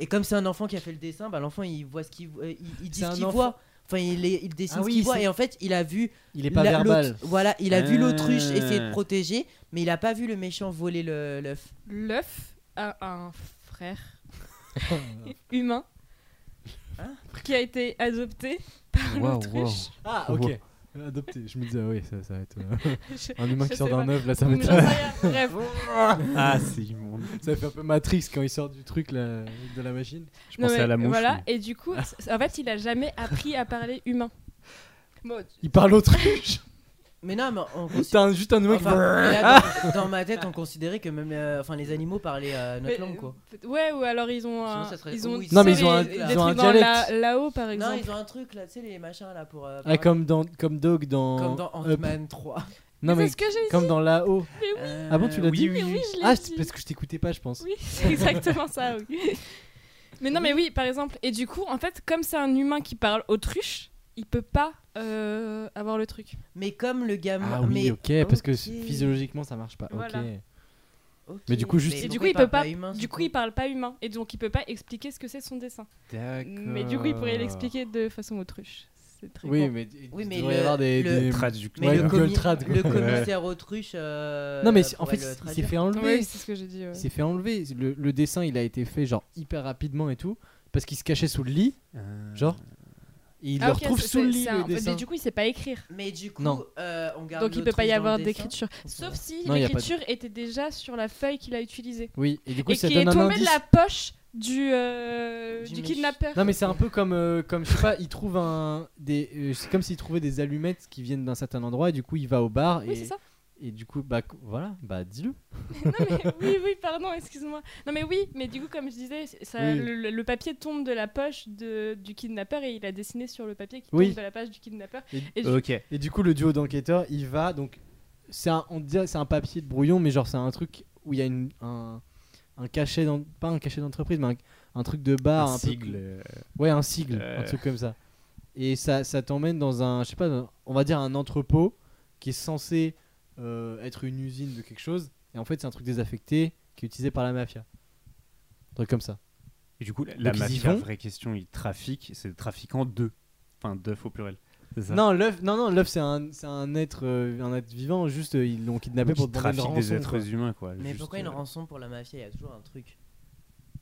Et comme c'est un enfant qui a fait le dessin, bah l'enfant il voit ce qu'il vo- euh, il, il dit
C'est
ce
un
qu'il
enfant.
voit. Enfin il, est- il dessine
Ah
ce
oui,
qu'il voit
c'est-
et en fait il a vu
Il est pas
la-
verbal.
l'aut- Voilà, il a vu
Ah.
l'autruche essayer de protéger, mais il a pas vu le méchant voler le- l'œuf.
l'œuf a un frère humain
Hein
qui a été adopté par
Waouh,
l'autruche.
waouh.
Ah, ok. Adopté. Je me disais, ah oui, ça, ça va être. euh,
Je-
un humain
je
qui sort
sais
d'un
pas.
œuf, là, ça
Mais j'en
m'étonne.
sais rien. Bref,
Ah, c'est immonde.
Ça fait un peu Matrix quand il sort du truc, là, de la machine.
Je pensais
Non, mais
à la mouche.
Voilà,
mais-
et du coup, c- en fait, il a jamais appris à parler humain. Bon,
Il parle autruche.
Mais non, mais on
T'as un- juste un humain qui Ah,
Enfin,
parle.
là, dans, dans ma tête, on considérait que même euh, enfin, les animaux parlaient euh, notre
mais-
langue, quoi.
Ouais, ou alors ils ont un.
Sinon, ça serait-
Ils ont,
oui,
tu
Non,
sais,
mais ils ont un-
les-
ils
des
ont un
trucs dans la-
dialecte.
là-haut, par
Non,
exemple.
ils ont un truc là, tu sais, les machins là pour. euh,
Ah,
pour-
comme dans comme Dog dans.
comme dans
Up.
Ant-Man 3.
Non
Mais
mais
c'est ce que j'ai
comme dans La Haut.
Euh,
Ah bon, tu l'as dit
oui, oui, je l'ai
Ah,
dit.
c'est parce que je t'écoutais pas, je pense.
Oui, c'est exactement ça. oui. Mais non, mais oui, par exemple. Et du coup, en fait, comme c'est un humain qui parle autruche, il peut pas euh, avoir le truc.
Mais comme le gamin.
Ah oui,
mais...
ok, parce que
ok.
physiologiquement ça marche pas.
Voilà.
Ok.
Ok,
Mais du coup, juste-
mais
Et du coup,
pourquoi
il peut
parle
pas.
humain,
Du
c'est
coup,
tout
il parle pas humain, et donc il peut pas expliquer ce que c'est son dessin. Mais du coup, il pourrait l'expliquer de façon autruche. C'est très
Oui,
con.
mais
Oui, mais
il devrait y
le-
avoir des.
le-
des-
Traducteur.
Mais
Ouais,
le,
Google
commi-
Trad, quoi.
le commissaire autruche. euh,
Non mais c'est- en
pourrait
fait,
le
il s'est
traduire.
fait
Oui,
enlever.
c'est ce que j'ai dit. ouais.
Il s'est fait enlever. Le, le dessin, il a été fait genre hyper rapidement et tout, parce qu'il se cachait sous le lit,
Euh,
genre. Et il
Ah,
le
ok,
retrouve
c'est-
sous le
c'est-
lit
c'est
le
un-
dessin.
mais Du coup, il sait pas écrire.
Mais du coup,
Non.
euh, on garde
Donc il peut pas
l'autruche
y
dans
avoir
le dessin.
d'écriture.
Sauf
Sauf si
Non, y a pas de-
l'écriture était déjà sur la feuille qu'il a utilisée.
Oui. Et du coup,
Et
ça
qui est
donne un
tombée de
indice.
la poche du, euh,
Du
du
mec.
kidnappeur.
Non mais c'est un peu comme euh, comme je sais pas, il trouve un des euh, c'est comme s'il trouvait des allumettes qui viennent d'un certain endroit et du coup il va au bar
Oui,
et,
c'est ça.
et du coup bah voilà bah dis-le.
non, mais, oui, oui, pardon, excuse-moi. Non, mais oui, mais du coup, comme je disais, c'est- ça,
Oui.
le, le- le papier tombe de la poche de, du kidnappeur et il a dessiné sur le papier qui
Oui.
tombe de la page du kidnappeur.
Ok.
Et du coup le duo d'enquêteurs il va donc c'est un on dirait c'est un papier de brouillon mais genre c'est un truc où il y a une un, un cachet d'en- pas un cachet d'entreprise mais Ah, un, un truc de bar
un
peu-
sigle. euh,
ouais un sigle
Euh.
un truc comme ça et ça ça t'emmène dans un je sais pas dans- on va dire un entrepôt qui est censé euh, être une usine de quelque chose et en fait c'est un truc désaffecté qui est utilisé par la mafia un truc comme ça
Et du coup, la, la
ils y
mafia,
vont.
vraie question, ils trafiquent, c'est des trafiquants d'œufs. Enfin, d'œufs au pluriel. C'est ça
Non, l'œuf, non, non, l'œuf, c'est un, c'est un être, euh, un être vivant. Juste, euh, ils l'ont
Ils
kidnappé pour demander une
trafiquent des
rançon.
êtres
quoi.
humains, quoi.
Mais
juste,
pourquoi une
euh,
rançon pour la mafia Il y a toujours un truc.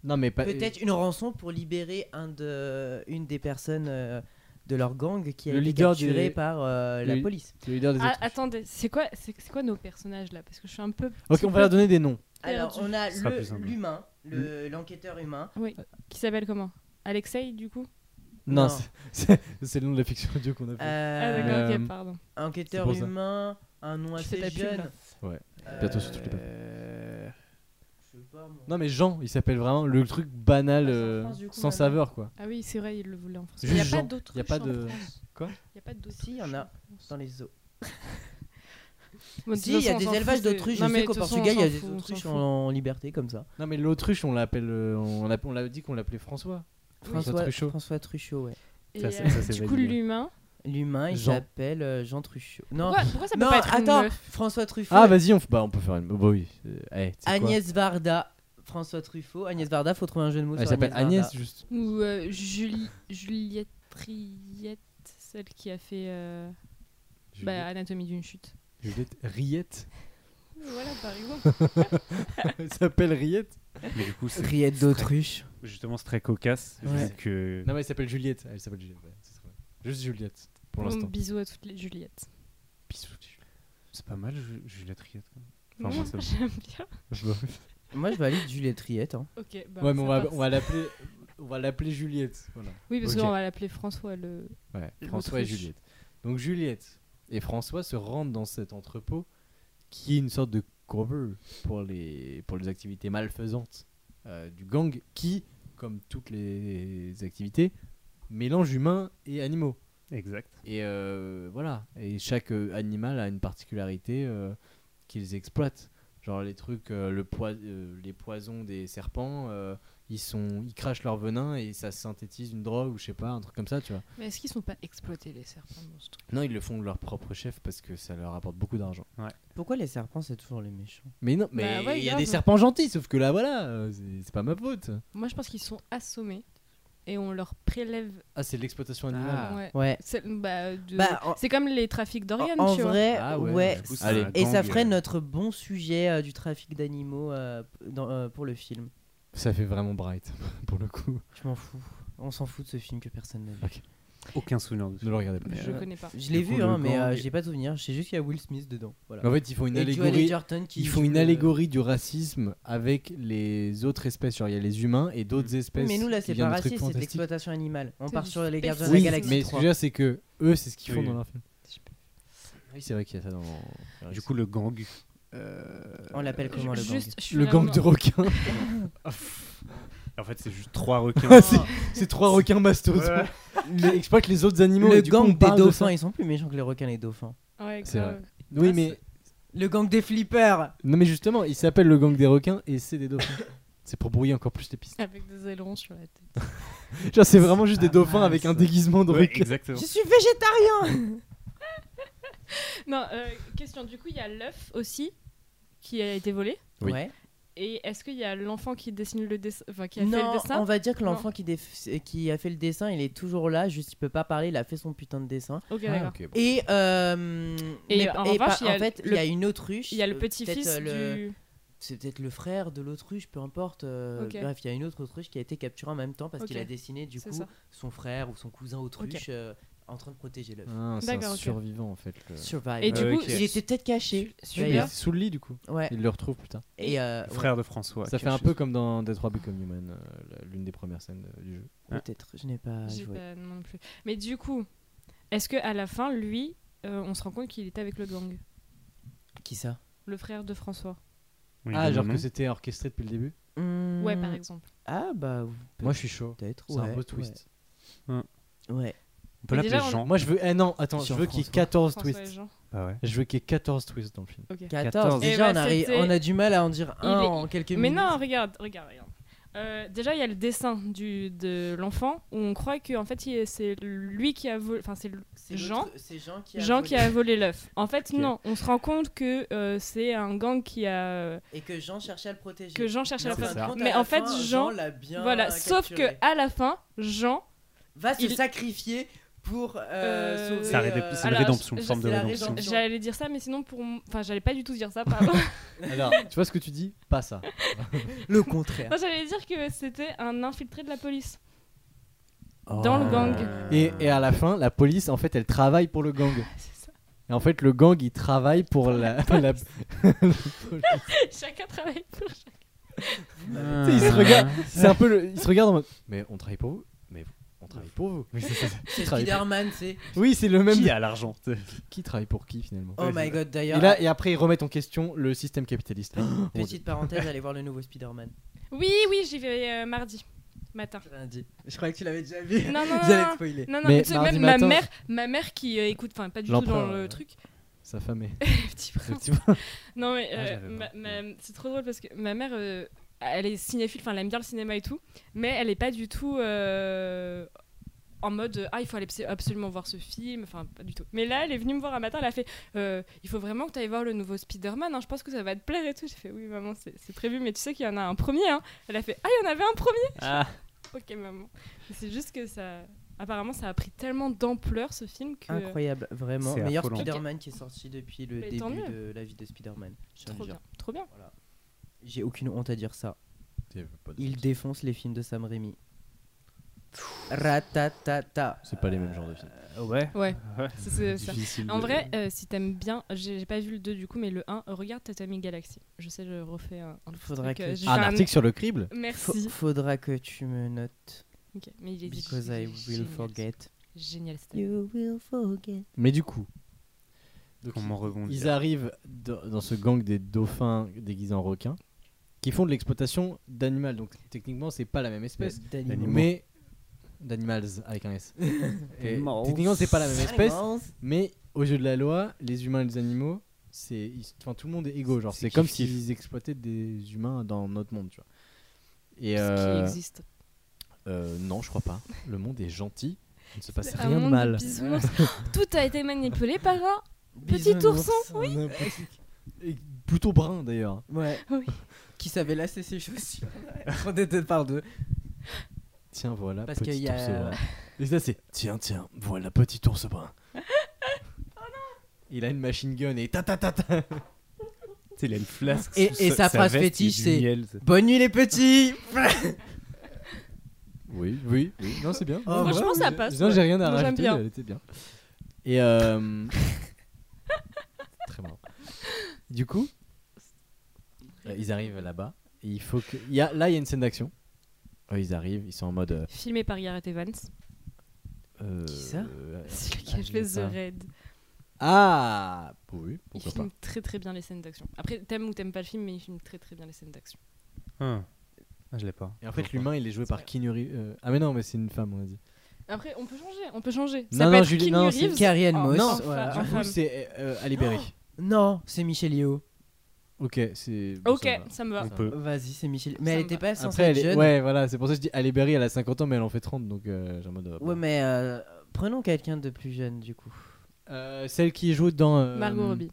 Non, mais pas.
Peut-être une rançon pour libérer un de, une des personnes euh, de leur gang qui a
Le
été
leader
capturée
des-
par euh, la
le-
police.
le leader des
Ah,
autruches.
attendez, c'est quoi, c'est, c'est quoi nos personnages là Parce que je suis un peu.
Ok, on va leur donner des noms.
Alors
Perdu.
on a
Ce sera
le-
plus simple.
l'humain,
Hmm.
le- l'enquêteur humain.
Qui s'appelle comment Alexei, du coup
Non,
Non.
c'est- c'est c'est le nom de la fiction audio qu'on a fait.
euh,
Ah, d'accord,
Euh,
ok, pardon.
enquêteur
c'est pour ça.
humain, un nom
Je fais
assez
ta pub,
jeune.
là. Ouais.
Euh,
Bientôt sur toutes les pages.
euh,
je sais pas, moi.
Non, mais Jean, il s'appelle vraiment le truc banal,
Ah, c'est en
euh,
France, du coup,
sans
maintenant.
saveur, quoi.
Ah oui, c'est vrai, il le voulait en France.
Juste
Il n'y a pas
Jean.
d'autres.
Y a pas de- Quoi
Il n'y a pas d'autres.
Si, y en a. Dans les zoos.
Si,
si, il y a des élevages d'autruche. Je sais qu'au Portugal, il y a des autruches en, en liberté comme ça.
Non, mais l'autruche, on l'appelle. euh, on l'a- on l'a dit qu'on l'appelait François.
François
Truchot.
François Truchot, ouais.
Et,
Ça, c'est-
euh,
ça, c'est
du coup,
validé.
l'humain.
L'humain, il
Jean.
s'appelle euh, Jean Truchot. Non,
Pourquoi, pourquoi ça peut
non,
pas être une
attends,
meuf
François Truchot.
Ah, vas-y, on, f- bah, on peut faire une. Bah oui. euh, eh, tu sais quoi
Agnès Varda, François Truffaut. Agnès Varda, faut trouver un jeu de mots
Elle
sur
s'appelle Agnès,
Varda.
juste.
Ou euh, Julie, Juliette Riette, celle qui a fait euh, bah, Anatomie d'une chute.
Juliette Riette.
Voilà, par exemple.
Elle s'appelle Riette
Mais du coup, c'est
Riette d'autruche.
justement c'est très cocasse. vu
Ouais.
Que...
Non, mais elle s'appelle Juliette. Elle s'appelle Juliette. ouais, c'est très bien. Juste Juliette, pour
Donc,
l'instant.
bisous à toutes les Juliettes.
C'est pas mal, Ju- Juliette Riette. quoi. Enfin, moi, ça
Mmh,
me-
J'aime bien.
Moi, je valide Juliette Riette. hein.
Ok, bah,
Ouais, mais
ça
on va,
passe.
on va l'appeler, on va l'appeler Juliette. Voilà.
Oui, parce
Ok.
qu'on va l'appeler François. Le...
Ouais,
L'autruche.
François et Juliette. Donc Juliette et François se rendent dans cet entrepôt qui est une sorte de cover pour les pour les activités malfaisantes euh, du gang qui, comme toutes les activités, mélange humains et animaux.
Exact.
Et euh, voilà. Et chaque euh, animal a une particularité euh, qu'ils exploitent. Genre les trucs, euh, le poi- euh, les poisons des serpents, euh, ils sont, ils crachent leur venin et ça synthétise une drogue ou je sais pas, un truc comme ça, tu vois.
Mais est-ce qu'ils sont pas exploités, les serpents monstres
Non, ils le font de leur propre chef parce que ça leur apporte beaucoup d'argent.
Pourquoi les serpents, c'est toujours les méchants
Mais non, mais
Bah
il
ouais,
y a
grave.
des serpents gentils, sauf que là, voilà, euh, c'est c'est pas ma faute.
Moi, je pense qu'ils sont assommés et on leur prélève.
Ah, c'est de l'exploitation
animale.
animale.
Ah.
Ouais.
Ouais.
C'est bah, de-
Bah, en-
c'est comme les trafics d'Oriane,
en
tu vois.
vrai,
Ah
Eh, ouais.
ouais,
Du coup, c'est
Allez.
un
Et ça
gang,
ferait
euh,
notre bon sujet euh, du trafic d'animaux euh, p- dans- euh, pour le film.
Ça fait vraiment bright pour le coup.
Je m'en fous. On s'en fout de ce film que personne n'a vu.
Aucun souvenir de ça.
Ne le regardez pas.
Je
euh,
connais pas.
Je l'ai
Du coup,
vu,
le
hein, mais
gang-
euh, j'ai pas de souvenir. Je sais juste qu'il y a Will Smith dedans. Voilà.
En fait, ils font une
Et Joel
allégorie.
Edgerton qui
Ils font
joue
une
le-
allégorie du racisme avec les autres espèces. Genre, il y a les humains et d'autres espèces.
Mais nous, là,
qui
c'est
viennent
pas
de trucs
raciste, c'est de
fantastiques.
l'exploitation animale. On
C'est
part
du
sur les
space
gardiens de la
Oui,
galaxie.
mais ce que
3.
je veux dire, c'est que eux, c'est ce qu'ils font
Oui.
dans leur film. Oui, c'est vrai qu'il y a ça dans.
Du coup, le gang.
On l'appelle comment le gang
Juste, je suis
le gang
vraiment-
de requins.
En fait, c'est juste trois requins.
Ah, c'est- c'est trois requins mastodontes
Ouais.
qui exploitent les autres animaux.
Le
et du coup, on
gang des
parle de
dauphins,
ça.
ils sont plus méchants que les requins, les dauphins.
Ouais,
C'est
grave.
Oui, mais
Le gang des flippers
non, mais justement, il s'appelle le gang des requins et c'est des dauphins. C'est pour brouiller encore plus les pistes. Ah,
Avec des ailerons sur la tête.
Genre, c'est vraiment juste
pas
des dauphins
mal,
avec un
ça.
déguisement de
Ouais,
requin.
exactement.
Je suis végétarien
Non, euh, question. Du coup, il y a l'œuf aussi qui a été volé.
Oui.
Ouais.
Et est-ce qu'il y a l'enfant qui dessine le dessin, enfin qui a fait
Non,
le dessin
on va dire que
Non.
l'enfant qui, déf- qui a fait le dessin, il est toujours là, juste il peut pas parler, il a fait son putain de dessin.
Ok, d'accord.
Ah.
Et, euh,
Et
mais-
en revanche,
pas-
il y a
en fait,
le-
il y a une autruche.
Il y a le
euh, peut-être,
petit-fils
euh, le-
du.
C'est peut-être le frère de l'autruche, peu importe. euh,
Ok.
Bref, il y a une autre autruche qui a été capturée en même temps parce
Ok.
qu'il a dessiné du
C'est
coup
ça.
son frère ou son cousin autruche euh, en train de protéger l'œuf.
Ah, c'est
D'accord,
un
ok.
survivant en fait. le-
Survive.
Et du
Euh,
coup,
ok.
Il était peut-être caché.
Mais
D'ailleurs-
c'est sous le lit du coup.
Ouais.
Il le retrouve putain.
Et euh, ouais,
Frère de François.
Ça fait un peu comme dans Detroit Become Human, euh, la- l'une des premières scènes euh, du jeu.
Ah, peut-être. Je n'ai pas
J'ai
joué.
pas- non plus. Mais du coup, est-ce que à la fin, lui, euh, on se rend compte qu'il était avec le gang,
Qui ça
le frère de François
Ah, genre que c'était orchestré depuis le début
Ouais,
Hmm,
par exemple.
Ah bah
Moi je suis chaud.
peut-être.
C'est un
ouais,
beau twist.
Ouais. ouais.
On peut
Mais
l'appeler
déjà, on-
Jean.
Moi je veux. Eh non, attends, je
Jean
veux qu'il y ait
François.
14
François et
twists.
Jean.
Bah ouais.
Je veux qu'il y ait 14 twists dans le film.
Ok.
14.
14.
Déjà,
Eh bah,
on, arrive-
c'était-
on a du mal à en dire
Il
un
est-
en quelques
Mais
minutes.
non, regarde, regarde, regarde. Euh, déjà, il y a le dessin du, de l'enfant où on croit que en fait, il- c'est lui qui a volé. Enfin, c'est le-
C'est
Jean.
l'autre- C'est Jean qui a.
Jean
volé.
qui a volé l'œuf. En fait,
Ok.
non. On se rend compte que euh, c'est un gang qui a
Et que Jean cherchait à le protéger.
que Jean cherche à
Mais
la
en fin de
prendre.
ça.
compte, à
Mais
la
en fait,
fin,
Jean,
l'a bien
voilà.
capturé.
Sauf que à la fin, Jean
va se
il-
sacrifier pour euh,
Euh,
sauver.
Ça rédé-
euh,
C'est une
alors,
rédemption,
je-
une forme de
c'est la
rédemption.
rédemption.
J'allais dire ça, mais sinon, pour. m- Enfin, j'allais pas du tout dire ça, pardon.
Alors, tu vois ce que tu dis Pas ça.
le contraire.
non, j'allais dire que c'était un infiltré de la police. Dans
Euh,
le gang.
Et, et à la fin, la police en fait elle travaille pour le gang.
Ah,
C'est ça.
Et en fait, le gang il travaille pour la. la-
Chacun travaille pour chacun.
euh,
Ils se regardent. C'est un peu le- Ils se regardent en mode. Mais on travaille pour vous Mais vous- on travaille pour vous.
C'est
travaille pas.
Spider-Man, c'est.
Oui, c'est le même.
Qui a l'argent
Qui travaille pour qui finalement
Oh my god,
Et
d'ailleurs.
là, et après, ils remettent en question le système capitaliste. Mon Dieu.
Petite parenthèse, allez voir le nouveau Spider-Man.
Oui, oui, j'y vais euh, mardi matin.
J'ai rien dit. Je croyais que tu l'avais déjà vu.
Non, non,
Vous allez
non.
te spoiler.
Non, non,
Mais
mais tu sais,
mardi
même
matin-
ma mère, ma mère qui euh, écoute, enfin pas du tout dans
L'empereur,
le
ouais.
truc.
Sa femme est.
Petit prince. Non mais
Ah,
euh,
j'avais
ma-
pas.
ma- c'est trop drôle parce que ma mère, euh, elle est cinéphile, enfin elle aime bien le cinéma et tout, mais elle est pas du tout euh, en mode euh, ah il faut aller abso- absolument voir ce film, enfin pas du tout. Mais là elle est venue me voir un matin, elle a fait euh, il faut vraiment que tu ailles voir le nouveau Spider-Man, hein, je pense que ça va te plaire et tout. J'ai fait oui maman c'est c'est prévu, mais tu sais qu'il y en a un premier. hein. Elle a fait ah il y en avait un premier.
Ah.
Ok maman. Mais C'est juste que ça, apparemment ça a pris tellement d'ampleur ce film que.
Incroyable, vraiment.
C'est
Meilleur
affolant.
Spider-Man qui est sorti depuis le
Mais tant
début
mieux.
de la vie de Spider-Man. Je tiens à le
Trop
dire.
bien, trop bien.
J'ai aucune honte à dire ça. Il défonce les films de Sam Raimi. Ratatata.
C'est pas les mêmes genres de films.
Ah Ouais.
Ouais, c'est- c'est ça.
Difficile.
En
de-
vrai, euh, si t'aimes bien, j'ai j'ai pas vu le 2 du coup, mais le 1, euh, regarde Tatami Galaxy. Je sais, je refais un, un petit
Faudra
truc,
que
euh,
tu-
j'ai
Ah, un
fait un-
article sur le crible
Fa-
Merci.
faudra que tu me notes.
Ok, mais il est
Because
il est
I will
génial,
forget.
Génial, cette année.
You will forget.
Mais du coup. Donc,
Comment rebondir
ils arrivent dans dans ce gang des dauphins déguisés en requins qui font de l'exploitation d'animal. Donc techniquement, c'est pas la même espèce.
D'animaux.
Mais. D'animals avec un S. Et
Animals.
techniquement, c'est pas la même espèce.
Animals.
Mais aux yeux de la loi, les humains et les animaux, c'est, ils- enfin tout le monde est égaux. Genre
C'est
c'est comme
kiff-kiff.
s'ils exploitaient des humains dans notre monde, tu vois. Et
ce
euh,
qui existe.
euh, non, je crois pas. Le monde est gentil. Il ne se passe
C'est un
rien de
monde
mal.
bisounours. Tout a été manipulé par un. Petit
Bisounours.
ourson,
oui. plutôt brun d'ailleurs.
Ouais.
Oui.
Qui savait lasser ses chaussures. On était par deux.
Tiens, voilà.
Parce
petit
qu'il y a-
ours brun. Et ça, c'est. Tiens, tiens, voilà, petit ours brun.
Oh
Il a une machine gun et ta ta ta ta.
Il a une flasque.
Et-
sous
et sa phrase
veste, il y a
fétiche,
du
c'est-
miel, ça.
Bonne nuit les petits
Oui, oui, oui. Non, c'est bien.
Ah,
Oh, Franchement, ça
Non,
passe.
Non, j'ai
ouais.
rien à
Moi, j'aime
rajouter,
bien.
elle était bien. Et euh... très marrant. Du coup, euh, ils arrivent là-bas. et Il faut que il y a... là, il y a une scène d'action. Euh, ils arrivent, ils sont en mode. euh,
Filmé par Gareth Evans.
Euh...
Qui ça
C'est lui
ah,
qui a
je l'ai
fait
pas.
The Raid.
Ah, oui,
Il
pourquoi pas.
filme très très bien les scènes d'action. Après, t'aimes ou t'aimes pas le film, mais il filme très très bien les scènes d'action.
Ah, Ah, je l'ai pas.
Et en fait, l'humain, il est joué par Keanu Reeves. euh, Ah mais non, mais c'est une femme, on a dit.
Après, on peut changer, on peut changer.
Non,
Ça
non,
peut être
Julie-
Keanu
non, c'est
Reeves.
Carrie Ann
en-
Moss.
en
Non,
fa-
voilà.
en
Du coup,
femme.
c'est euh, Ali Berry.
Non, c'est Michel Yeo.
ok, c'est. bon,
Ok,
ça va.
ça me va.
On peut.
Vas-y, c'est Michel. Mais
Ça
elle
me
était
va.
pas censée
Après, elle
être
est...
jeune.
ouais, voilà, c'est pour ça que je dis Ali Berry, elle a 50 ans, mais elle en fait 30, donc euh, j'ai un mode. euh,
Ouais, mais euh, prenons quelqu'un de plus jeune du coup.
Euh, celle qui joue dans euh,
Margot Robbie.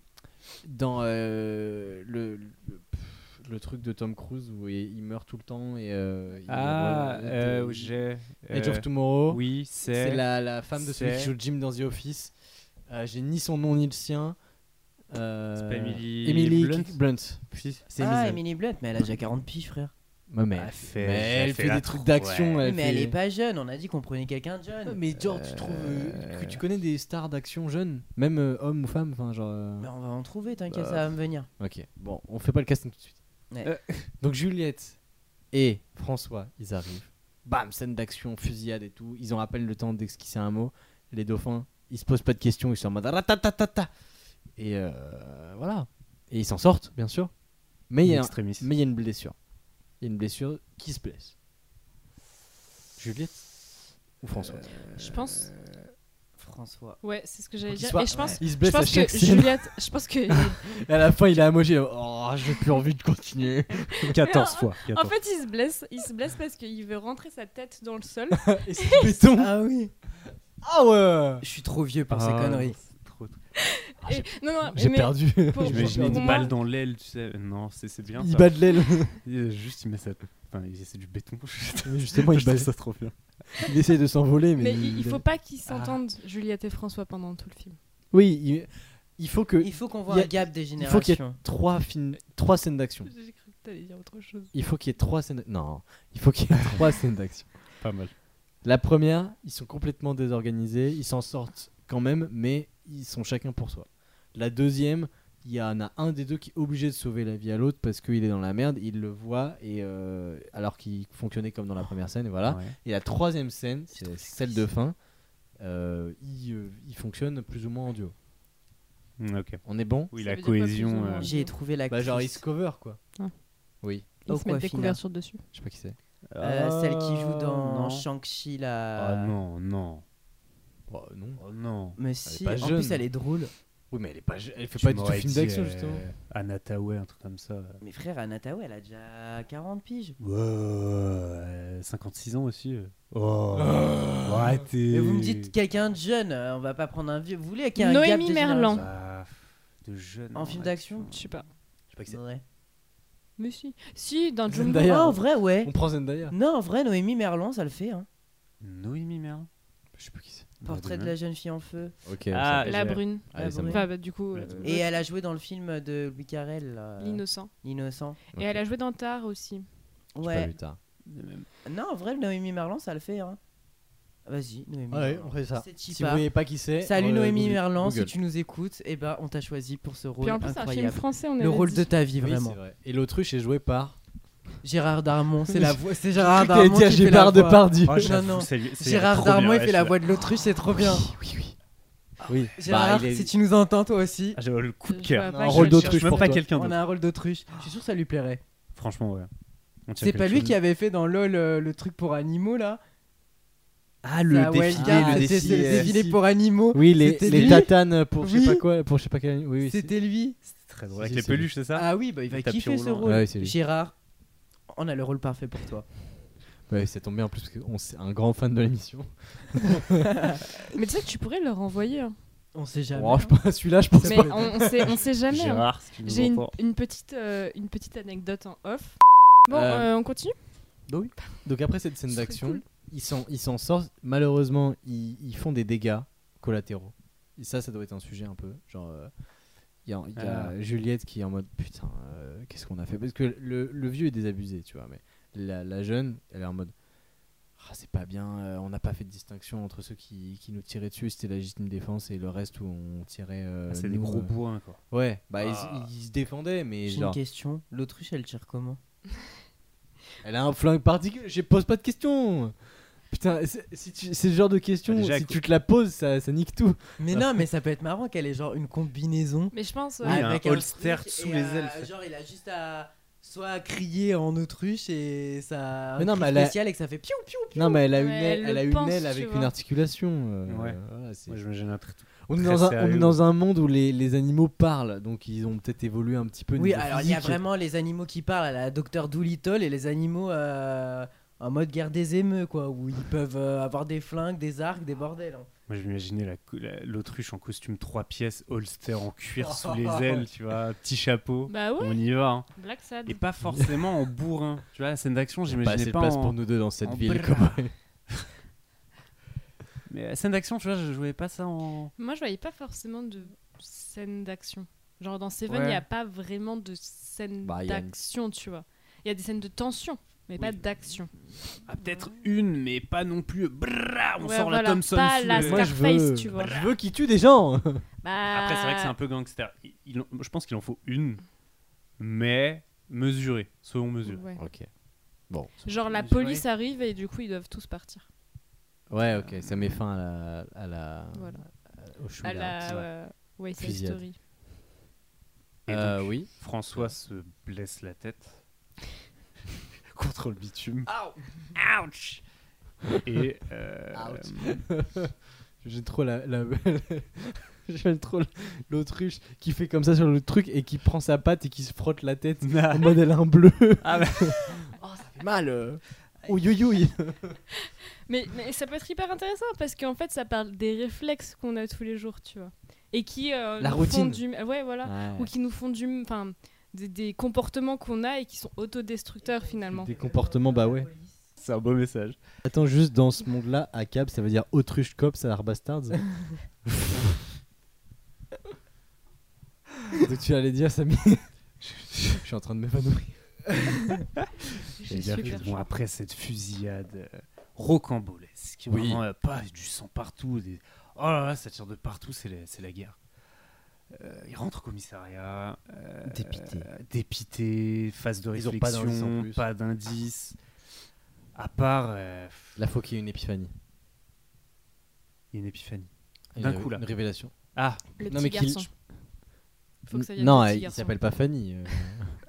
dans euh, le, le, pff, le truc de Tom Cruise où il, il meurt tout le temps et euh, il-
Ah,
il-
euh,
il-
j'ai.
Edge
euh,
of Tomorrow
Oui,
c'est
c'est.
la, la femme de celui qui
c'est-
joue Jim dans The Office Euh, j'ai ni son nom ni le sien Euh,
C'est pas Emily
Emily
Blunt
Ki- Blunt, Puis, c'est
Ah,
Emily
Emily Blunt, mais elle a déjà 40 piges, frère.
Ma mère.
Elle fait-
Mais elle,
elle
fait,
fait la
des trucs
tro-
d'action
ouais.
elle
Oui, mais elle
fait-
est pas jeune, on a dit qu'on prenait quelqu'un de jeune.
mais genre tu trouves euh, que tu connais des stars d'action jeunes même euh, hommes ou femmes enfin genre euh,
Mais on va en trouver,
Bah,
t'inquiète, ça va me venir.
Ok, bon, on fait pas le casting tout de suite.
Ouais.
Euh.
Donc Juliette et François, ils arrivent. Bam, scène d'action, fusillade et tout. Ils en rappellent le temps d'esquisser un mot. Les dauphins, ils se posent pas de questions, ils sont en mode ratatatata. Et euh, voilà. Et ils s'en sortent, bien sûr. Mais il y, a un-
extrémiste.
mais il y a une blessure. Il y a une blessure qui se blesse. Juliette ou François
Je pense.
François.
Ouais, c'est ce que j'allais
Faut qu'il
dire.
soit-
Et je pense.
Il se
Je
blesse à
pense
chaque
que
scène.
Juliette, je pense que.
Et à la fin, il a un emoji. il est, Oh, j'ai plus envie de continuer.
14 fois.
en
14.
fait, il se blesse. Il se blesse parce qu'il veut rentrer sa tête dans le sol.
Et c'est du béton.
Ah oui
Ah ouais
Je suis trop vieux pour ces
Ah,
conneries.
c'est trop-
Et- non, non,
Ah, J'ai
mais
perdu.
pour-
J'imaginais
pour
une
moi-
balle dans l'aile, tu sais. Non, c'est c'est bien.
Il
ça.
bat de l'aile.
Il- Juste, il met sa. Enfin, il- c'est du béton.
Justement, il,
Je trouve
bat-
ça trop bien.
il essaie de s'envoler, mais,
Mais il, il faut pas qu'ils
Ah.
s'entendent, Juliette et François, pendant tout le film.
Oui, il, il faut que
Il faut qu'on voit
Il y a-
un gap des
il faut qu'il y ait
générations.
trois films, trois scènes d'action.
J'ai cru que t'allais dire autre chose.
Il faut qu'il y ait trois scènes. Non, il faut qu'il y ait trois scènes d'action.
Pas mal.
La première, ils sont complètement désorganisés, ils s'en sortent quand même, mais ils sont chacun pour soi. La deuxième, il y en a un des deux qui est obligé de sauver la vie à l'autre parce qu'il est dans la merde, il le voit et euh, alors qu'il fonctionnait comme dans la première scène, et voilà.
Ouais.
Et la troisième scène,
trop
c'est celle de fin. Euh, ils, euh, ils fonctionnent plus ou moins en duo.
Mm, Ok.
On est bon
Oui,
Ça
la
veut dire quoi, plus ou
cohésion.
moins
euh,
J'ai trouvé la
Bah genre ils se cover quoi.
Ah.
Oui,
Ils
Oh,
se
quoi,
mettent des
Fina
couvertures dessus.
je sais pas qui c'est.
Euh, Celle qui joue dans euh,
non.
Shang-Chi
Ah
là.
non, non.
Bah, non.
Oh non.
Mais si,
pas
en
jeune.
plus elle est drôle.
Oui mais elle est pas, elle fait
Tu
pas du tout
m'aurais
film
dit,
d'action
euh,
justement.
Anna Tawai, un truc comme ça.
Mais frère, Anna Tawai, elle a déjà 40 piges.
Ouais, euh, 56 ans aussi. euh. Oh. ouais, t'es-
Mais vous me dites quelqu'un de jeune, euh, on va pas prendre un vieux. Vous voulez qu'il y ait un gap
Noémie
des
Merlan.
générations.
Bah, de jeune.
En film d'action
Je sais pas.
Je sais pas qui c'est.
Ouais.
Mais si. Si, dans Jumbo.
Zendaya.
Ah, en vrai, ouais.
On prend Zendaya.
Non, en vrai, Noémie Merlan, ça le fait. Hein.
Noémie Merlan.
Je sais plus qui c'est.
Portrait de la jeune fille en feu.
Ok.
Ah,
La
j'ai-
brune.
Allez, ça
Ah
me
bon.
va.
Enfin, bah, du coup,
La
euh,
brune.
Et elle a joué dans le film de Louis Carrel, euh,
l'innocent.
L'innocent.
Ok.
Et elle a joué dans Tar aussi.
J'ai pas
Ouais.
vu tard.
Non, en vrai, Noémie Merlan, ça le fait. Hein. Vas-y, Noémie.
Ouais,
Merlan.
on fait ça.
C'est
Si vous
Chipa.
voyez pas qui c'est.
Salut
euh,
Noémie
Google.
Merlan,
Google.
si tu nous écoutes, eh ben, on t'a choisi pour ce rôle
Puis en plus, c'est un film
incroyable.
français, on est
Le rôle de ta vie,
Oui,
vraiment.
c'est vrai. Et l'autruche est jouée par.
Gérard Darmon, c'est la voix. C'est Gérard
J'ai cru que t'allais
Darmon. qui
dire
fait la
Gérard
voix.
Depardieu.
Oh, j'avoue, Non, non. Gérard Darmon, il fait la voix de l'autruche, c'est trop bien.
Oui oui. Oui.
Gérard,
Bah, il est- Ah,
si tu nous entends, toi aussi,
J'avais Ah, le coup de
Je
cœur.
vois
Un
pas,
rôle
je- je-
d'autruche
Même
pour
pas
toi.
quelqu'un
on
d'autre.
a un rôle d'autruche. Je suis sûr que ça lui plairait.
Franchement, ouais. On tient
C'est pas
quelque
lui
chose.
qui avait fait dans LOL euh, le truc pour animaux là
Ah
Ça, ouais, gars, c'était- c'était le défilé pour animaux.
euh, Oui les
C'était
les
lui.
tatanes pour je sais
Oui.
pas quoi pour je sais pas quel. Oui oui. c'est-
C'était lui.
Très
drôle.
drôle. Avec
Si,
les
c'est lui.
peluches, c'est ça
Ah oui, bah il va
Le tapis
kiffer ce
roulant.
rôle.
Ouais, c'est lui.
Gérard. On a le rôle parfait pour toi.
Ouais, ça tombe bien en plus parce qu'on c'est un grand fan de l'émission.
Mais tu sais que tu pourrais leur envoyer. hein.
On sait jamais.
Oh, je pense- Celui-là, je pense
Mais
pas.
on, on sait, on sait jamais. hein.
Gérard, si tu nous
J'ai une,
entends.
une petite, euh, une petite anecdote en off. Bon,
Euh,
euh, on continue
Donc après cette scène
Ce serait
d'action,
cool.
ils s'en ils s'en sortent. Malheureusement, ils, ils font des dégâts collatéraux. Et ça, ça doit être un sujet un peu. Genre, euh, il y a, il y a
Ah.
Juliette qui est en mode putain, euh, qu'est-ce qu'on a fait Parce que le, le vieux est désabusé, tu vois. Mais la, la jeune, elle est en mode. Ah, c'est pas bien, euh, on n'a pas fait de distinction entre ceux qui, qui nous tiraient dessus, c'était la légitime défense, et le reste où on tirait. euh,
Ah, c'est des
nous,
gros
euh.
bourrins, quoi.
Ouais, bah
Ah.
ils, ils se défendaient, mais
J'ai une
genre.
question. L'autruche, elle tire comment
Elle a un flingue particulier. Je pose pas de questions. Putain, c'est si tu- c'est le genre de question.
Ah, déjà,
si
quoi.
tu te la poses, ça, ça nique tout.
Mais non, mais ça peut être marrant qu'elle ait genre une combinaison
Mais je pense. euh,
Oui,
avec
un
un
holster
truc
sous
et,
les
euh,
ailes, fait.
Genre, il a juste à soit crier en autruche et ça.
Mais
un
non,
cri
mais elle a-
spécial et que ça fait piou piou piou.
Non, mais elle a une
Ouais,
aile, elle
elle le
a une
pense,
aile
tu
avec
vois.
une articulation. euh,
Ouais.
voilà, c'est-
Moi, je me gêne un truc.
on, est
très
dans un, on est
sérieux.
dans un monde où les, les animaux parlent, donc ils ont peut-être évolué un petit peu.
Oui,
niveau
alors il y a
physique.
vraiment les animaux qui parlent à la docteur Doolittle et les animaux euh, en mode guerre des émeux, quoi, où ils peuvent euh, avoir des flingues, des arcs, des bordels. hein.
Moi, je m'imaginais la co- la- l'autruche en costume trois pièces, holster en cuir sous les ailes, tu vois, petit chapeau.
Bah ouais,
On y va. hein.
Black Sad.
Et pas forcément en bourrin. Tu vois, la scène d'action,
Il y a pas assez
j'imaginais
de
Bah, pas.
place
en-
pour nous deux dans cette
en
ville.
bras.
comme-
Mais la scène d'action, tu vois, je jouais pas ça en.
Moi, je voyais pas forcément de scène d'action. Genre dans Seven, il
Ouais.
n'y a pas vraiment de scène
Bah, y a une-
d'action, tu vois. Il y a des scènes de tension, mais pas d'action.
Ah, peut-être une, mais pas non plus. Brrrra, on
Ouais,
sort la
voilà,
Thompson.
pas
sous
la
le-
Moi, je
Scarface,
veux,
tu vois.
je veux qu'ils tuent des gens.
Bah,
Après, c'est vrai que c'est un peu gangster. Il- il en- je pense qu'il en faut une, mais mesurée. Soyons mesurés.
Ouais.
ok. Bon.
Genre la
Ouais.
police arrive et du coup ils doivent tous partir.
Ouais, ok. Ça met fin à la, à la,
Voilà.
au
À
shootout.
la euh, West Side
Fusillade.
Story.
Et
Euh,
donc,
oui.
François se blesse la tête contre le bitume. Ouch Et. euh,
J'aime trop la. la- J'aime trop l'autruche qui fait comme ça sur le truc et qui prend sa patte et qui se frotte la tête en mode elle a un bleu.
Ah bah.
oh, ça fait mal. euh. Oh yo yo.
Mais, mais ça peut être hyper intéressant parce qu'en fait ça parle des réflexes qu'on a tous les jours, tu vois. Et qui euh,
La
nous
routine.
font du ouais voilà ou qui nous font du enfin des, des comportements qu'on a et qui sont autodestructeurs finalement.
Des comportements, bah ouais.
C'est un beau message.
Attends, juste dans ce monde-là, à cab, ça veut dire autruche cop, ça Bastards. Donc tu allais dire, Samy Je suis en train de m'évanouir.
J'ai
dire
super
Bon,
chaud.
après cette fusillade euh, rocambolesque,
Oui.
vraiment euh, pas du sang partout. Des... Oh là là, ça tire de partout, c'est la, c'est la guerre. Euh, il rentre au commissariat, euh,
Dépité.
euh, dépité, phase de
Ils ont pas d'indice en
réflexion,
plus.
pas d'indice. À part euh,
Là, faut qu'il y ait une épiphanie.
une épiphanie.
Une
D'un
ré-
coup, là.
Une révélation.
Ah,
Le
Non,
petit
mais qu'il-
garçon. Faut que ça vienne
non,
du petit
elle- il
garçon.
s'appelle pas Fanny.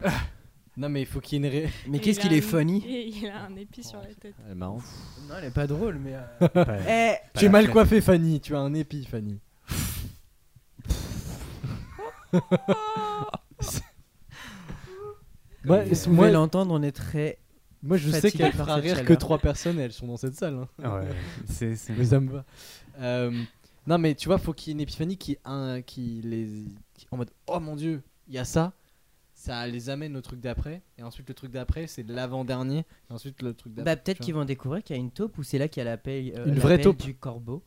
euh. non, mais il faut qu'il y ait une. Ré... Eh ben,
Mais
Et
qu'est-ce
il
qu'il
a
est
un-
funny
et Il a un épi sur la tête.
Elle est marrante.
Non, elle est pas drôle, mais.
pas-
Eh
pas
Tu es
la
mal
flemme.
coiffé, Fanny. Tu as un épi, Fanny. moi,
Vous
moi,
pouvez l'entendre, on est très.
moi, je sais
fatigué
qu'elle
par
fera
cette
rire que
chaleur.
trois personnes et elles sont dans cette salle. hein.
Ouais, c'est, c'est-
Mais ça me va. Euh, non, mais tu vois, faut qu'il y ait une épiphanie qui, un, qui les. qui- en mode Oh mon dieu, il y a ça. Ça les amène au truc d'après. Et ensuite, le truc d'après, c'est l'avant-dernier. Et ensuite, le truc d'après.
Bah, peut-être
tu
qu'ils
vois.
vont découvrir qu'il y a une taupe ou c'est là qu'il y a la paye, euh,
Une
la
vraie
paye
taupe.
du corbeau.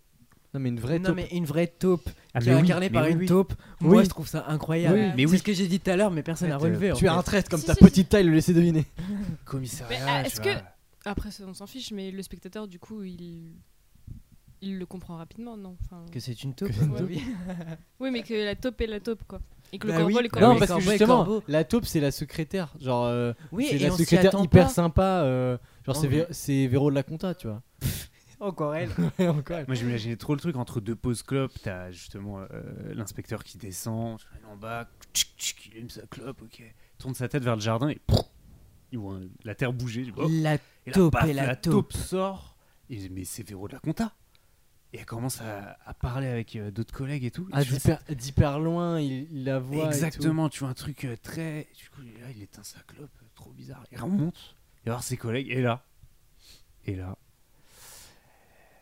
Non, mais une vraie
non,
taupe.
mais une vraie taupe
Ah,
qui
mais
est
oui,
incarnée
mais
par
oui,
une
oui.
taupe. Moi,
Oui.
je trouve ça incroyable.
Oui,
mais
C'est
oui.
ce que j'ai dit tout à l'heure, mais personne
En
n'a
fait, euh,
relevé. en
Tu as
fait.
un traître comme
Si,
ta
si, si.
petite taille le laissait deviner.
commissariat.
Mais, ah,
tu
est-ce
vois.
que- Après, ça, on s'en fiche, mais le spectateur, du coup, il, il le comprend rapidement, non enfin...
Que c'est une taupe.
Que c'est une
ouais,
taupe.
oui.
Oui, mais que la taupe est la taupe, quoi. Et que le
Bah
corbeau,
oui. Non,
le corbeau.
non,
mais
parce que
Corbeau et
justement,
Corbeau.
la taupe, c'est la secrétaire. Genre, euh,
Oui,
c'est
et
la
on s'y
secrétaire
attend
hyper
pas.
sympa. euh, genre, c'est
Oh.
Vé- c'est Véro de la Compta, tu vois.
Encore elle.
Et encore, elle-
Moi, j'imaginais trop le truc entre deux pauses clopes. T'as justement euh, l'inspecteur qui descend, je vais en bas, tchic, tchic, il allume sa clope, ok. Il Tourne sa tête vers le jardin et prouf, il voit un- la terre bouger. il dit, oh.
La
et là,
taupe
paf,
et la
la
taupe.
taupe sort. Et il dit, mais c'est Véro de la Compta. Et elle commence à, à parler avec euh, d'autres collègues et tout. Et
Ah,
tu vois,
d'hyper d'hyper loin, il, il la voit. et tout.
Exactement, tu vois un truc euh, très. Du coup, là, il éteint sa clope, euh, trop bizarre. Il remonte, et voir ses collègues. Et là, et là,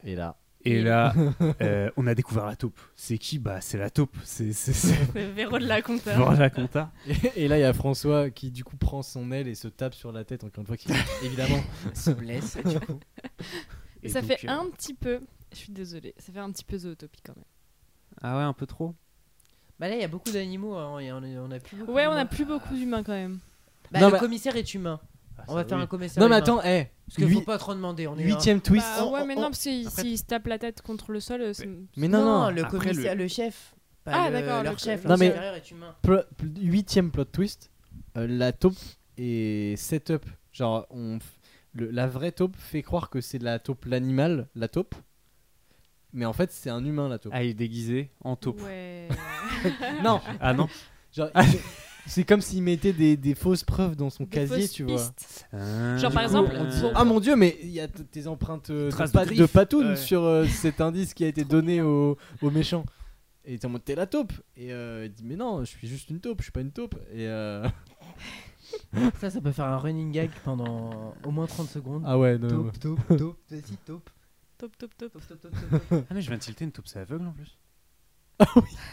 Et là,
et là, euh, on a découvert la taupe. C'est qui Bah, c'est la taupe. C'est c'est- c'est-
Le Véro de la compta.
Voir la compta.
Et, et là, il y a François qui, du coup, prend son aile et se tape sur la tête, encore une fois, qui, évidemment.
se blesse.
Et
ça
donc,
fait
euh,
un petit peu. Je suis désolée, ça fait un petit peu zootopie quand même.
Ah ouais, un peu trop.
bah là, il y a beaucoup d'animaux. hein, et on, a- on a plus beaucoup
Ouais, on
d'humains.
a plus beaucoup d'humains quand même.
Bah, Ah,
Non,
le
mais-
commissaire est humain. on va faire un commissaire.
Non, mais
humain.
attends, eh
Parce qu'il
huit-
faut pas trop demander. On est un-
Huitième twist. Oh,
Bah,
on-
ouais,
on-
mais
on-
non, parce que
après-
s'il se tape la tête contre le sol, euh, c'est-
Mais non, non.
le
Après,
commissaire, le, chef. Pas
Ah,
le-
d'accord,
Leur
le-
chef,
Non,
leur
mais-
supérieur est humain.
Pl- pl- Huitième plot twist.
euh, la taupe est set-up.
Genre, on f- le- la vraie taupe fait croire que c'est la taupe, l'animal, la taupe. Mais en fait, c'est un humain, la taupe.
Ah, il est déguisé en taupe.
Ouais.
Non,
Ah non.
genre, il- c'est comme s'il mettait des, des fausses preuves dans son
Des
casier,
fausses
tu vois.
pistes.
Ah.
Genre, par
Du
exemple,
on dit,
pour-
ah mon dieu, mais il y a t- tes empreintes euh, de,
Traces de
pa- de
griffes.
patoune
Ouais.
sur euh, cet indice qui a été donné au, au méchant. Et t'es en mode t'es la taupe. Et euh, il dit mais non, je suis juste une taupe, je suis pas une taupe. Et euh,
Ça, ça peut faire un running gag pendant au moins 30 secondes.
ah ouais, non, non, non.
Taupe, taupe, taupe, vas-y, taupe.
Top, top, top.
Taupe, taupe, taupe, taupe, taupe.
Ah mais je viens de tilter une taupe, c'est aveugle en plus.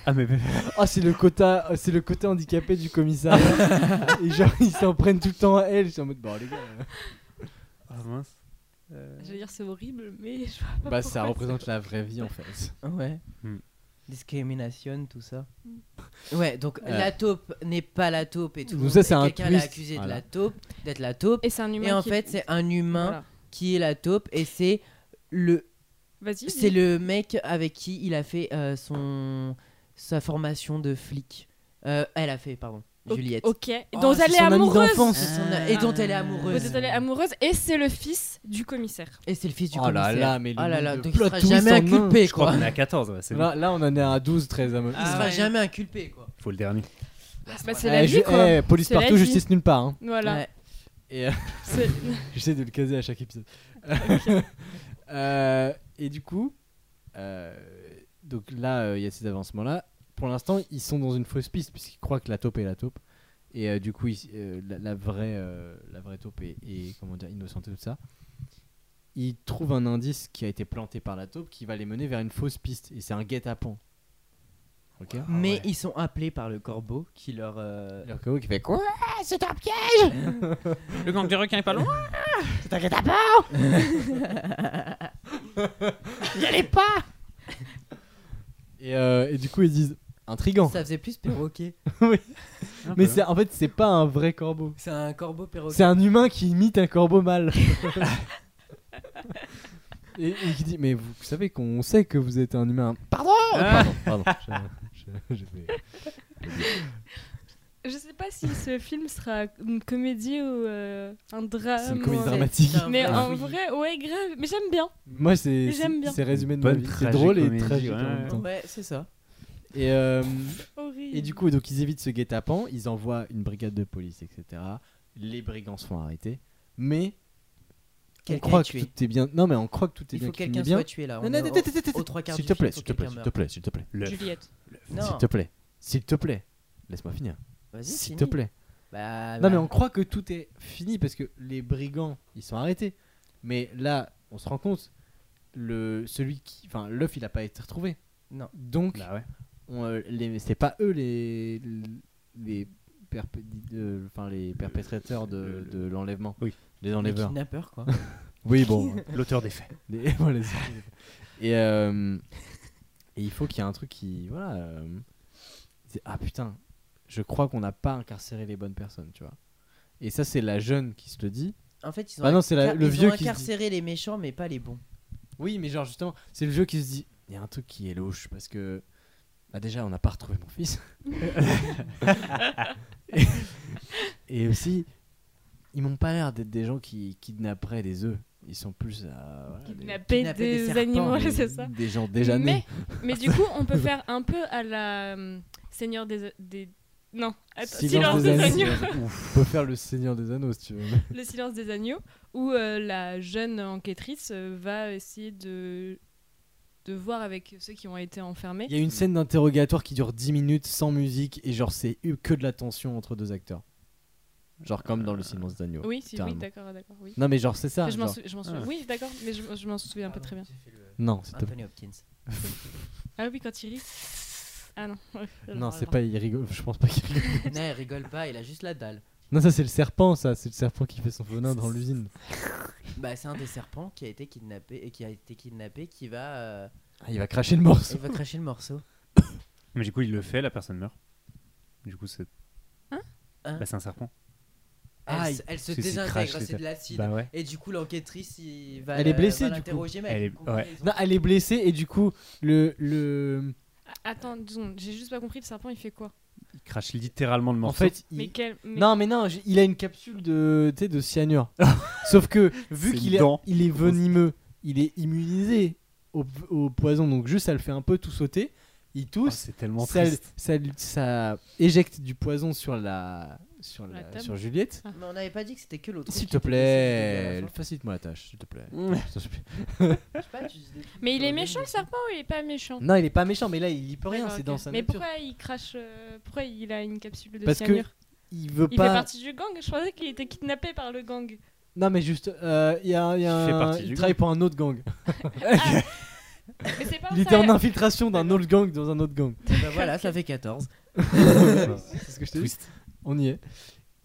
Ah mais, mais-
Ah c'est le quota, c'est le côté handicapé du commissariat. et genre ils s'en prennent tout le temps à elle. Je suis en mode bon les gars. euh.
Ah, mince.
Je veux dire, c'est horrible, mais je vois pas
Bah ça
pourquoi
représente la vraie vie en fait.
Ouais.
Hmm.
Discrimination, tout ça.
Hmm.
Ouais, donc
Euh.
la taupe n'est pas la taupe et tout.
Donc
le
ça,
monde-
c'est un
Quelqu'un l'a
twist.
accusé de
Voilà.
la taupe, d'être la taupe.
c'est- Et c'est un humain.
Et en
qui-
fait, c'est un humain
Voilà.
qui est la taupe et c'est le
Vas-y.
c'est
dis.
le mec avec qui il a fait euh, son sa formation de flic. Euh, elle a fait, pardon,
Ok, Ah.
Juliette.
Ok.
Oh,
dont
c'est
elle est
son ami
amoureuse.
d'enfance.
C'est son- Et dont elle est amoureuse.
Dont elle est amoureuse. Et c'est le fils du commissaire.
Et c'est le fils du
Oh là
commissaire.
là, mais le
oh là là,
nombre de
donc il
plot
sera
twists
jamais
en un.
inculpé
Je crois
quoi.
qu'on est à 14, ouais, c'est
Là, là on en est à 12 13 à me.
Il sera
ouais.
Ah, jamais inculpé quoi.
bon. Faut le dernier.
Bah, c'est la
Eh,
vie,
je-
quoi.
eh, police
C'est la
partout,
vie.
justice nulle part. hein.
Voilà.
Ouais.
C'est-
J'essaie de le caser à chaque épisode. Euh, et du coup, euh, donc là, euh, il y a ces avancements-là. Pour l'instant, ils sont dans une fausse piste puisqu'ils croient que la taupe est la taupe. Et euh, du coup, ils- euh, la, la vraie, euh, la vraie taupe est, est, comment dire, innocente et tout ça. Ils trouvent un indice qui a été planté par la taupe qui va les mener vers une fausse piste. Et c'est un guet-apens. Ok
Mais ils sont appelés par le corbeau qui leur euh,
Alors que vous, qui fait quoi
Le gang du requin est pas loin
et, euh, et du coup, ils disent intrigant.
ça faisait plus perroquet.
Ah, Mais c'est- en fait, c'est pas un vrai corbeau.
C'est un corbeau perroquet.
C'est un humain qui imite un corbeau mâle. et, et qui dit Mais vous savez qu'on sait que vous êtes un humain. Pardon
Ah.
Pardon, pardon. je- je- je vais-
Je sais pas si ce film sera une comédie ou euh, un drame.
C'est une
ou
comédie
un-
dramatique. Ah
C'est un
Mais
vrai
en
fouillis.
vrai, ouais, grave. Mais j'aime bien.
Moi, c'est
J'aime
c'est-
bien.
c'est résumé de ma
Bonne
vie. C'est drôle et
tragicomédie,
tragique en
ouais.
même temps.
Ouais, c'est ça.
Et, euh,
Horrible.
et du coup, donc, ils évitent ce guet-apens. Ils envoient une brigade de police, etc. Les brigands se font arrêter. Mais on
Quelqu'un
croit
est
que
tué.
tout est bien. Non, mais on croit que tout est
Il
bien.
faut que
qui finit
quelqu'un
bien.
soit tué là.
Non,
On
non,
est
attends,
au-
attends, attends,
aux trois quarts
S'il
du
te
film,
plaît,
faut
s'il te plaît, s'il
quelqu'un
te plaît, s'il te plaît.
Juliette.
S'il
Non,
te plaît, s'il te plaît, laisse-moi finir.
vas-y,
S'il
finis.
te plaît.
Bah,
Non, mais
bah,
on croit que tout est fini parce que les brigands, ils sont arrêtés. Mais là, on se rend compte, le, celui qui, enfin, l'œuf, il a pas été retrouvé.
Non.
Donc,
Bah ouais.
on, euh, les- c'est pas eux les, les, perpé- euh, enfin, les perpétrateurs
le-
de,
le-
de l'enlèvement.
Oui.
Les
les
enlèveurs.
kidnappeurs, quoi.
Oui, bon.
L'auteur des faits.
Les- voilà, c'est- et, euh, et il faut qu'il y ait un truc qui. Voilà. euh, c'est- ah putain, je crois qu'on n'a pas incarcéré les bonnes personnes, tu vois. Et ça, c'est la jeune qui se le dit.
En fait, ils ont,
Ah non, c'est la-
incar-
le
ils
vieux
ont
qui se dit.
incarcéré les méchants, mais pas les bons.
Oui, mais genre, justement, c'est le vieux qui se dit il y a un truc qui est louche parce que. Bah, déjà, on n'a pas retrouvé mon fils. et, et aussi, ils m'ont pas l'air d'être des gens qui kidnapperaient des œufs. Ils sont plus à. voilà, des-
Kidnapper des,
Kidnapper Ah, des serpents,
animaux,
mais-
c'est ça.
Des gens déjà nés.
mais, mais du coup, on peut faire un peu à la euh, Seigneur des. des... Non, attends, Silence, des, agneaux.
Ah, Ouf. On peut faire le Seigneur des Anneaux si tu veux.
Le Silence des agneaux, où euh, la jeune enquêtrice euh, va essayer de de voir avec ceux qui ont été enfermés.
Il y a une scène d'interrogatoire qui dure 10 minutes sans musique et genre c'est eu que de la tension entre deux acteurs. Genre comme dans le silence d'agneau.
Oui, si, oui,
littéralement.
d'accord, d'accord, oui.
Non, mais genre, c'est ça.
je m'en
genre.
sou- je m'en souviens.
Ah.
Oui, d'accord, mais je, je m'en souviens pas très bien.
Non, c'est top.
Anthony Hopkins.
Ah oui, quand il rit. Ah non.
Non, c'est pas, il rigole. Je pense pas qu'il rigole.
non, il rigole pas, il a juste la dalle.
Non, ça, c'est le serpent, ça. C'est le serpent qui fait son venin dans l'usine.
Bah, c'est un des serpents qui a été kidnappé et qui a été kidnappé qui va, euh,
Ah, il va cracher le morceau.
il va cracher le morceau.
Mais du coup, il le fait, la personne meurt. Du coup, c'est.
Hein
Hein
Bah, c'est un serpent.
Elle,
Ah,
s- elle se
si, si, crache,
désintègre,
c'est-
c'est de l'acide.
Bah ouais.
Et du coup, l'enquêtrice, il va
Elle est
la-
blessée,
va
du
l'interroger, mais
Elle
elle
est-
comprend
ouais.
les autres.
Non, elle est blessée et du coup, le. le...
Attends, deux secondes, j'ai juste pas compris, le serpent il fait quoi
Il crache littéralement le
En
morceau.
fait, il-
Mais quel. mais-
Non, mais non, j- il a une capsule de, tu sais, de cyanure. Sauf que, vu
C'est
qu'il
une
est,
dent.
il est venimeux, il est immunisé au, au poison, donc juste ça le fait un peu tout sauter. Il
Ah,
tousse,
c'est tellement
ça,
triste.
ça lui- ça éjecte du poison sur la, sur
La
la-
table. Ah,
sur Juliette.
Mais on n'avait pas dit que c'était que l'autre.
S'il
qui
te
était blessé,
plaît,
c'était
hein.
la
facilite-moi la tâche, s'il te plaît.
dernière fois. Je sais pas, tu dis des trucs
Mais il est
horribles.
méchant le serpent ou il est pas méchant
non, il est pas méchant, mais là, il y peut rien,
D'accord,
c'est
bah, ok.
dans sa
Mais
nature.
pourquoi il crache euh, Pourquoi il a une capsule de
Parce que
cyanure
Il veut
Il fait
pas.
partie du gang, je pensais qu'il était kidnappé par le gang.
Non, mais juste, euh, il y a, il y a
Il fait
un-
partie
il
du
travaille pour un autre gang.
Ah, Mais c'est pas
Il
un
était en
serial-
infiltration d'un autre gang dans un autre gang.
Bah voilà, ça fait 14.
c'est ce que je te dis.
Twist.
On y est.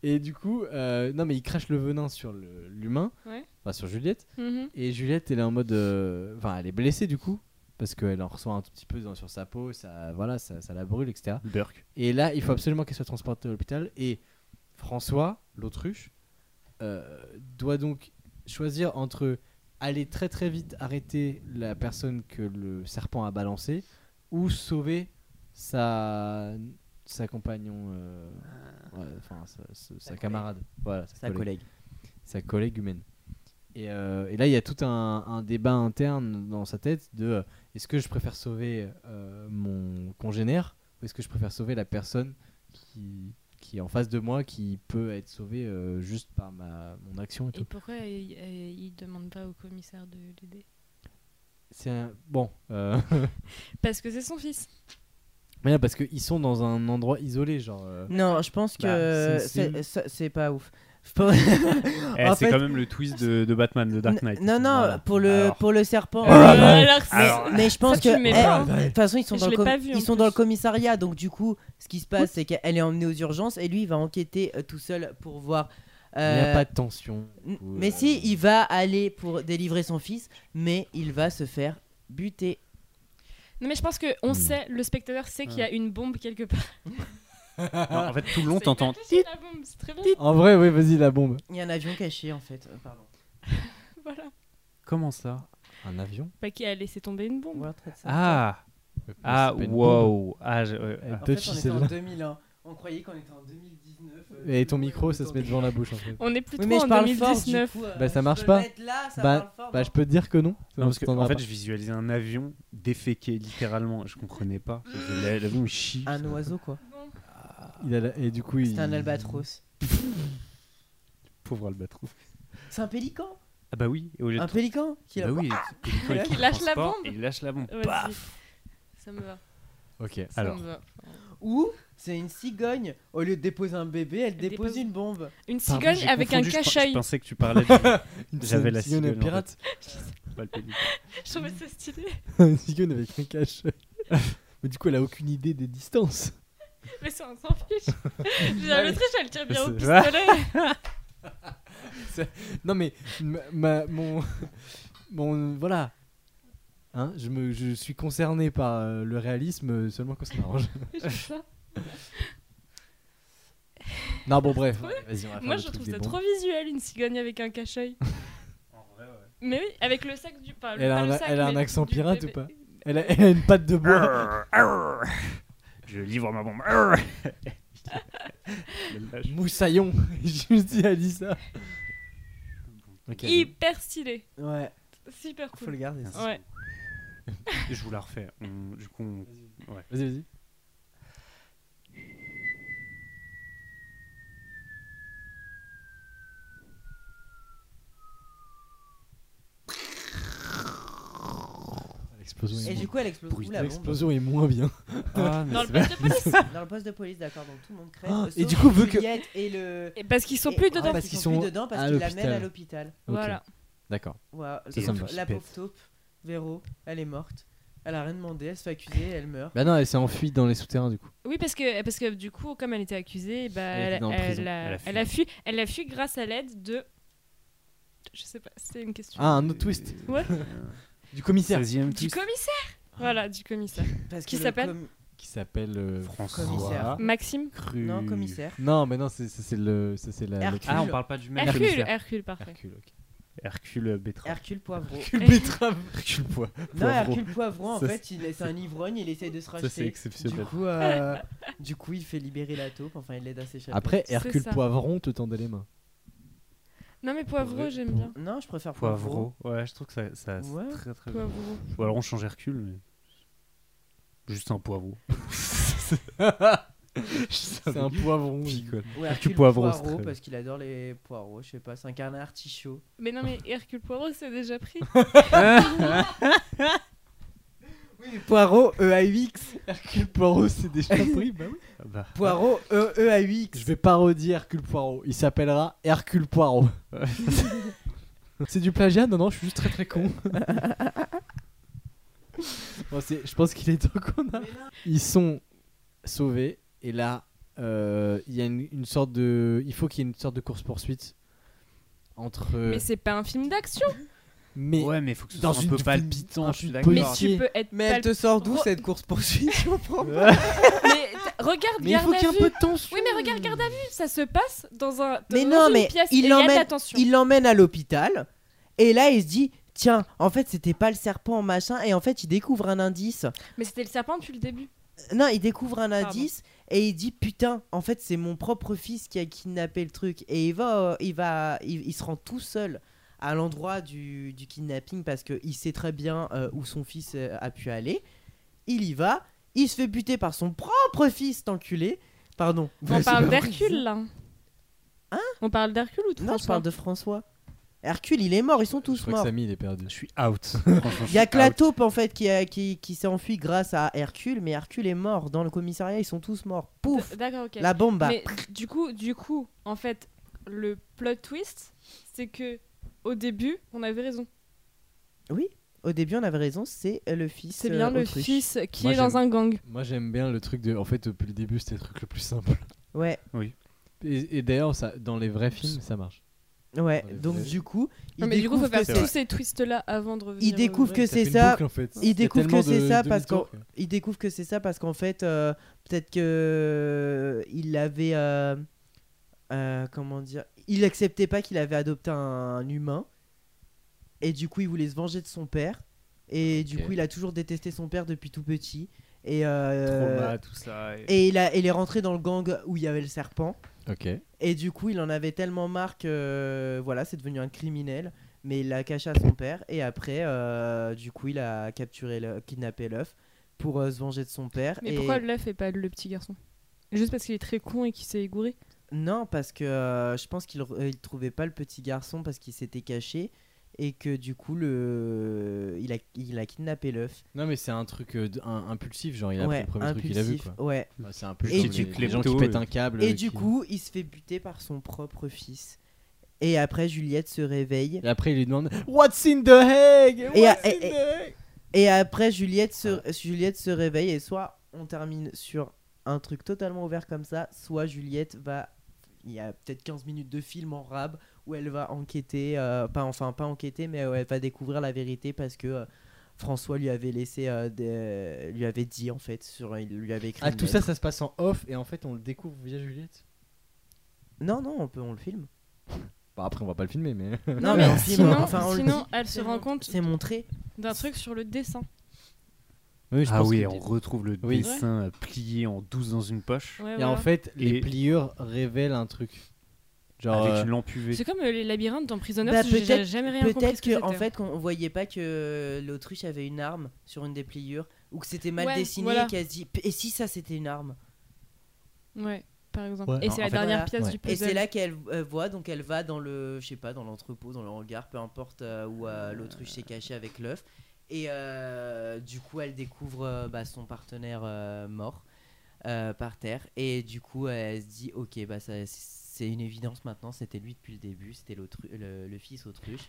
Et du coup, euh, non mais il crache le venin sur le- l'humain,
Ouais.
enfin sur Juliette.
Mhm.
Et Juliette, elle est en mode, euh, enfin elle est blessée du coup parce qu'elle en reçoit un tout petit peu dans- sur sa peau, ça, voilà, ça, ça la brûle, etc.
Burke.
Et là, il faut absolument qu'elle soit transportée à l'hôpital. Et François, l'autruche, euh, doit donc choisir entre aller très très vite arrêter la personne que le serpent a balancée ou sauver sa sa compagnon, euh, ouais, enfin sa, sa- sa
collègue.
camarade, voilà, sa,
Sa
collègue.
collègue.
sa collègue humaine. Et, euh, et là, il y a tout un, un débat interne dans sa tête de euh, est-ce que je préfère sauver euh, mon congénère ou est-ce que je préfère sauver la personne qui, qui est en face de moi, qui peut être sauvée euh, juste par ma, mon action et
Et
tout.
pourquoi euh, il, euh, il demande pas au commissaire de l'aider
C'est un- bon. euh,
Parce que c'est son fils.
mais là, parce qu'ils sont dans un endroit isolé, genre. euh,
Non, je pense que
Bah, c'est-
c'est- c'est c'est pas ouf.
Eh,
En
c'est
fait-
quand même le twist de, de Batman, de Dark Knight.
Non, non,
Voilà.
pour, le,
Alors,
pour le serpent.
Oh Euh, Alors, c'est-
alors,
Mais, mais je pense
Ça, tu
que
le mets
eh,
pas, hein.
de toute façon ils sont
Je
dans le
l'ai
com-
pas vu, en
ils sont dans le
plus.
commissariat donc du coup ce qui se passe c'est qu'elle est emmenée aux urgences et lui il va enquêter euh, tout seul pour voir
Il n'y a
euh,
pas de tension.
n-
ou,
mais
euh,
si il va aller pour délivrer son fils mais il va se faire buter
Non mais je pense que on
Non.
sait, le spectateur sait qu'il y a une bombe quelque part.
non, en fait, tout le long,
C'est
t'entends.
gratuit, c'est la bombe, c'est très bien.
En vrai, oui, vas-y, la bombe.
il y a un avion caché en fait Euh, pardon
Voilà.
Comment ça
Un avion
Pas qui a laissé tomber une bombe.
Voilà, très simple.
Ah Ah,
C'est pas une bombe.
wow Ah, je- ouais, ouais.
en fait,
Touchy,
on était en
celle-là.
2001 on croyait qu'on était en 2019 euh,
Et
tout
ton
le monde
micro,
est
ça se
tombé.
met devant la bouche en fait.
On est plus
oui,
trop
mais je
en
parle
2019.
fort, du coup, euh,
Bah, ça
je
marche
peux
pas.
le mettre là, ça
Bah-
parle fort,
Bah,
non
je peux te dire que non.
Non, parce que,
t'en
en
auras
fait,
pas.
je visualisais un avion déféqué, littéralement. Je comprenais pas. Je disais, l'a- L'avion, il chie.
un oiseau quoi
Il a la- Et du coup, il.
c'est un albatros
Pauvre albatros.
c'est un pélican
Ah, bah oui. Et au lieu de
Un pélican qui
bah
a-
oui.
il
il
lâche la bombe.
Et il lâche la bombe.
Vas-y.
Paf
Ça me va.
Ok.
Ça
Alors.
me va.
Ou c'est une cigogne, au lieu de déposer un bébé, elle,
Elle
dépose,
dépose-
une bombe.
Une
Pardon,
cigogne
J'ai
avec un
confondu, je pen- Je
cache-œil.
pensais que tu parlais de J'avais
Une
la
cigogne
cigogne, en
pirate.
pas le pélican.
Je trouvais ça stylé.
Une cigogne avec un cache. Mais du coup, elle a aucune idée des distances.
Mais ça, on s'en fiche. Je veux dire, l'Autriche, elle tire bien au
C'est-
pistolet.
Non, mais ma, ma- mon, mon, voilà. Hein, je me, je suis concerné par euh, le réalisme euh, seulement quand ça m'arrange.
J'aime ça.
non, bon, bref. Vas-y, on va faire
Moi,
Oh, le
je
truc
trouve
des
ça
bombes.
trop visuel, une cigogne avec un cache-œil. Mais oui, avec le sac du. Enfin, le-
Elle a
pas le
un-
sac,
elle a un
mais
accent
du
pirate
bébé.
ou pas Elle a, elle a une patte de bois.
Arr, arr. Je livre ma bombe. Arr. Le lâche.
Moussaillon. je me dis, elle dit ça. Ok. Ah,
Hyper stylé.
Ouais,
Super
faut
cool.
le garder.
ça.
Ouais.
Je vous la refais. On- du coup, on-
Vas-y, vas-y. L'explosion est,
Et du coup, elle explose
Bruit
où
de
la bombe
l'explosion est moins bien.
Ah, mais
Dans le
c'est-
poste de police
Dans le poste de police, d'accord, donc tout le monde crève.
Ah,
sauf
et du coup, vu que-
Juliette et le.
Et Parce qu'ils sont
et-
plus dedans.
ouais, parce qu'ils sont plus dedans
à
parce qu'ils l'amènent
l'hôpital.
à l'hôpital.
Voilà.
D'accord.
Ouais,
Ça,
la
ça me
pauvre- la
pète.
pauvre taupe, Véro, elle est morte. Elle a rien demandé, elle se fait accuser, elle meurt.
Bah non, elle s'est enfuie dans les souterrains du coup.
Oui, parce que, parce que du coup, comme elle était accusée, bah,
Elle était
elle,
dans la
elle
prison.
a,
Elle a
elle,
fui.
a fui. Elle a fui grâce à l'aide de. Je sais pas, c'était une question.
Ah, un autre twist.
Ouais.
Du commissaire.
16e
du
twist.
commissaire
Ah.
Voilà, du commissaire.
Parce
Qui
que le
s'appelle
com-
Qui s'appelle. euh,
Commissaire.
François Ah,
Maxime
Cru.
Non, commissaire.
Non, mais non, c'est ça, c'est le. Ça, c'est la.
Hercule.
Ah, on parle pas du même
Hercule,
commissaire.
Hercule, parfait.
Hercule, ok.
Hercule Bétrave.
Hercule Poivreau.
Hercule Bétrave. Hercule Poids.
Non, Hercule Poivreau, en
Ça,
fait, il est- c'est un ivrogne, il essaye de se
Ça, c'est
racheter. Du
exceptionnel.
coup, euh, du coup, il fait libérer la taupe, enfin, il l'aide à s'échapper.
Après,
C'est
Hercule
ça.
Poivron te tendait les mains.
Non, mais Poivreau, j'aime bien.
Non, je préfère Poivreau.
Poivreau. Ouais, je trouve que ça, ça c'est
Ouais.
très très bien.
Poivreau.
Ou alors on change Hercule, mais. Juste un poivreau.
C'est un poivron.
Picole.
Ou
Hercule
Hercule
Poivreau,
Poivreau,
c'est très bien.
parce qu'il adore les poireaux, je sais pas, c'est un carnet artichaut.
Mais non, mais Hercule Poirot, c'est déjà pris.
Euh.
Poirot
E
E-A-U-X
Hercule Poirot, c'est déjà pris. Bah oui.
Ah bah.
Poirot
E,
E-E-A-U-X
Je vais parodier Hercule Poirot. Il s'appellera Hercule Poirot. c'est du plagiat Non, non, je suis juste très très con. Bon, c'est- je pense qu'il est temps qu'on a. Ils sont sauvés et là, euh, il y a une, une sorte de. Il faut qu'il y ait une sorte de course poursuite entre.
mais c'est pas un film d'action.
mais
ouais, mais faut que ce
dans
soit un
une
peu
film-
palpitant,
un
je suis
film
d'accord.
Mais
Policier.
tu peux être.
Mais elle
pal-
te sort d'où
Ro-
cette course poursuite Je comprends pas.
mais t- regarde,
Mais il faut
garde
qu'il y ait
à
un
vue.
peu de tension.
Oui, mais regarde, garde à vue. Ça se passe dans un. dans
Mais
une
non, mais
pièce
il
et y a de
l'emmène-
la tension.
Il l'emmène à l'hôpital et là il se dit tiens en fait c'était pas le serpent machin et en fait il découvre un indice.
Mais c'était le serpent depuis le début.
Non il découvre un
Pardon.
indice et il dit putain en fait c'est mon propre fils qui a kidnappé le truc et il va euh, il va il, il se rend tout seul à l'endroit du, du kidnapping parce que il sait très bien euh, où son fils euh, a pu aller. Il y va, il se fait buter par son propre fils cet enculé. Pardon.
On parle
Bah,
d'Hercule là.
Hein
On parle d'Hercule ou de
Non, je
François
parle de François. Hercule, il est mort, ils sont
je
tous
crois
morts.
que Samy il est perdu.
Je suis out. Franchement, je
Il y
Ah
a
suis
que la
out.
taupe en fait qui, a- qui, qui s'est enfuie grâce à Hercule, mais Hercule est mort. Dans le commissariat, ils sont tous morts. Pouf
D'accord, ok.
La bombe
Mais du coup, du coup, en fait, le plot twist, c'est que au début, on avait raison.
Oui, au début on avait raison, c'est euh, le fils.
C'est
euh,
bien le
autruche.
fils qui
Moi,
est dans
j'aime-
un gang.
Moi j'aime bien le truc de. En fait, depuis le début, c'était le truc le plus simple.
Ouais,
Et, et d'ailleurs, ça, dans les vrais films, ça marche.
ouais.
Ouais,
Donc
vous avez-
du coup, il
Non, mais du coup,
découvre
faut faire
que
tous
c'est-
ces twists là avant de revenir.
il découvre que
Ça fait
c'est
une
ça.
boucle, en fait.
il
y a
découvre que
tellement
c'est
de-
ça
de
parce qu'en-
demi-tours que-
Il découvre que c'est ça parce qu'en fait, euh, peut-être que il avait, euh, euh, comment dire, il acceptait pas qu'il avait adopté un humain, et du coup, il voulait se venger de son père, et du
Ok.
coup, il a toujours détesté son père depuis tout petit, et euh,
Trauma, tout ça. Et...
et il a, il est rentré dans le gang où il y avait le serpent,
Ok.
et du coup, il en avait tellement marre que euh, voilà, c'est devenu un criminel. Mais il l'a caché à son père et après, euh, du coup, il a capturé, le, kidnappé l'œuf pour euh, se venger de son père.
Mais
et...
pourquoi l'œuf et pas le petit garçon Juste parce qu'il est très con et qu'il s'est égouré.
Non, parce que euh, je pense qu'il re- il trouvait pas le petit garçon parce qu'il s'était caché et que du coup, le... il, a, il a kidnappé l'œuf.
Non, mais c'est un truc euh, d- un- impulsif, genre il a pris le premier truc qu'il a vu. Quoi.
ouais.
Bah, c'est un peu
Et
comme
du
les,
coup-
les gens qui
Klepto,
pètent
euh.
un câble.
Et
euh,
du
qui-
coup, il se fait buter par son propre fils. Et après, Juliette se réveille.
Et après, il lui demande What's in the egg
Et,
What's
et-
in the egg
Et après, Juliette se,
Ah.
Juliette se réveille et soit on termine sur un truc totalement ouvert comme ça, soit Juliette va... Il y a peut-être 15 minutes de film en rab où elle va enquêter, euh, pas enfin pas enquêter, mais où elle va découvrir la vérité parce que euh, François lui avait laissé, euh, des- lui avait dit en fait, sur, il lui avait écrit.
Ah,
une
tout ça,
lettre.
ça se passe en off et en fait, on le découvre via Juliette.
Non, non, on peut, on le filme.
Bah, après, on va pas le filmer, mais.
Non,
mais
mais on filme,
sinon,
enfin, on le
sinon,
dit.
elle se
C'est
rend
mon-
compte
C'est montré.
d'un truc sur le dessin.
Oui, je
Ah
pense
oui,
que-
on retrouve le
Oui.
dessin euh, plié en 12 dans une poche.
Ouais,
Et
voilà.
en fait, les
Et-
pliures révèlent un truc. Genre.
Avec
euh,
une lampe UV.
C'est comme euh, les labyrinthes dans Prisoners,
Bah,
j'ai
peut-être-
jamais rien compris.
Peut-être
ce que
que en
c'était.
fait qu'on voyait pas que l'autruche avait une arme sur une des pliures ou que c'était mal
Ouais,
dessiné
voilà.
et qu'elle se dit P- et si ça c'était une arme
Ouais, par exemple.
Ouais.
Et c'est
En
la
fait,
dernière
voilà.
pièce
Ouais.
du
et
puzzle.
c'est là qu'elle euh, voit donc elle va dans le je sais pas dans l'entrepôt dans le hangar peu importe euh, où euh, l'autruche s'est cachée avec l'œuf Et euh, du coup, elle découvre euh, bah, son partenaire euh, mort euh, par terre. Et du coup, elle se dit Ok, bah, ça- c'est une évidence maintenant, c'était lui depuis le début, c'était l'autru- le, le fils autruche.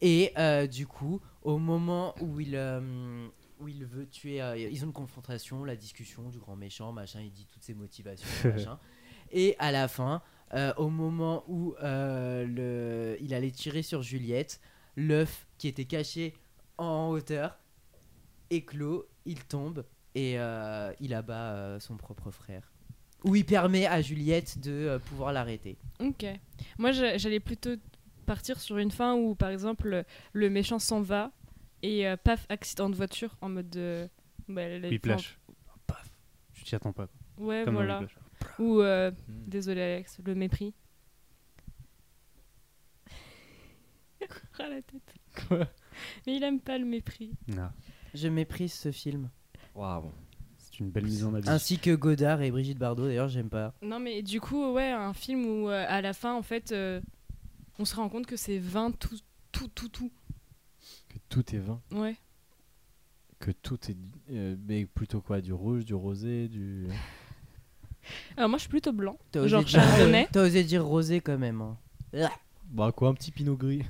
Et euh, du coup, au moment où il, euh, où il veut tuer. euh, ils ont une confrontation, la discussion du grand méchant, machin, il dit toutes ses motivations, machin. Et à la fin, euh, au moment où euh, le, il allait tirer sur Juliette, l'œuf qui était caché en hauteur éclos, il tombe et euh, il abat euh, son propre frère. Où il permet à Juliette de euh, pouvoir l'arrêter.
Ok. Moi, je- j'allais plutôt partir sur une fin où, par exemple, le méchant s'en va et euh, paf, accident de voiture en mode. de bah, la-
Whiplash. Paf. Tu t'y attends pas.
enfin, Ouais,
Comme dans
voilà.
Whiplash.
Ou, euh,
Hmm.
désolé Alex, le mépris. Ah, la tête.
Quoi
Mais il aime pas le mépris.
Ah,
Je méprise ce film.
Waouh.
c'est une belle mise en abyme.
Ainsi que Godard et Brigitte Bardot, d'ailleurs, j'aime pas.
Non, mais du coup, ouais, un film où euh, à la fin, en fait, euh, on se rend compte que c'est 20 tout, tout, tout, tout.
Que tout est vin.
Ouais.
Que tout est. euh, mais plutôt quoi Du rouge, du rosé, du.
Alors, moi, je suis plutôt blanc.
T'as osé,
Genre
dire-
Chardonnay.
t'as osé dire rosé quand même. hein.
Bah quoi, un petit pinot gris.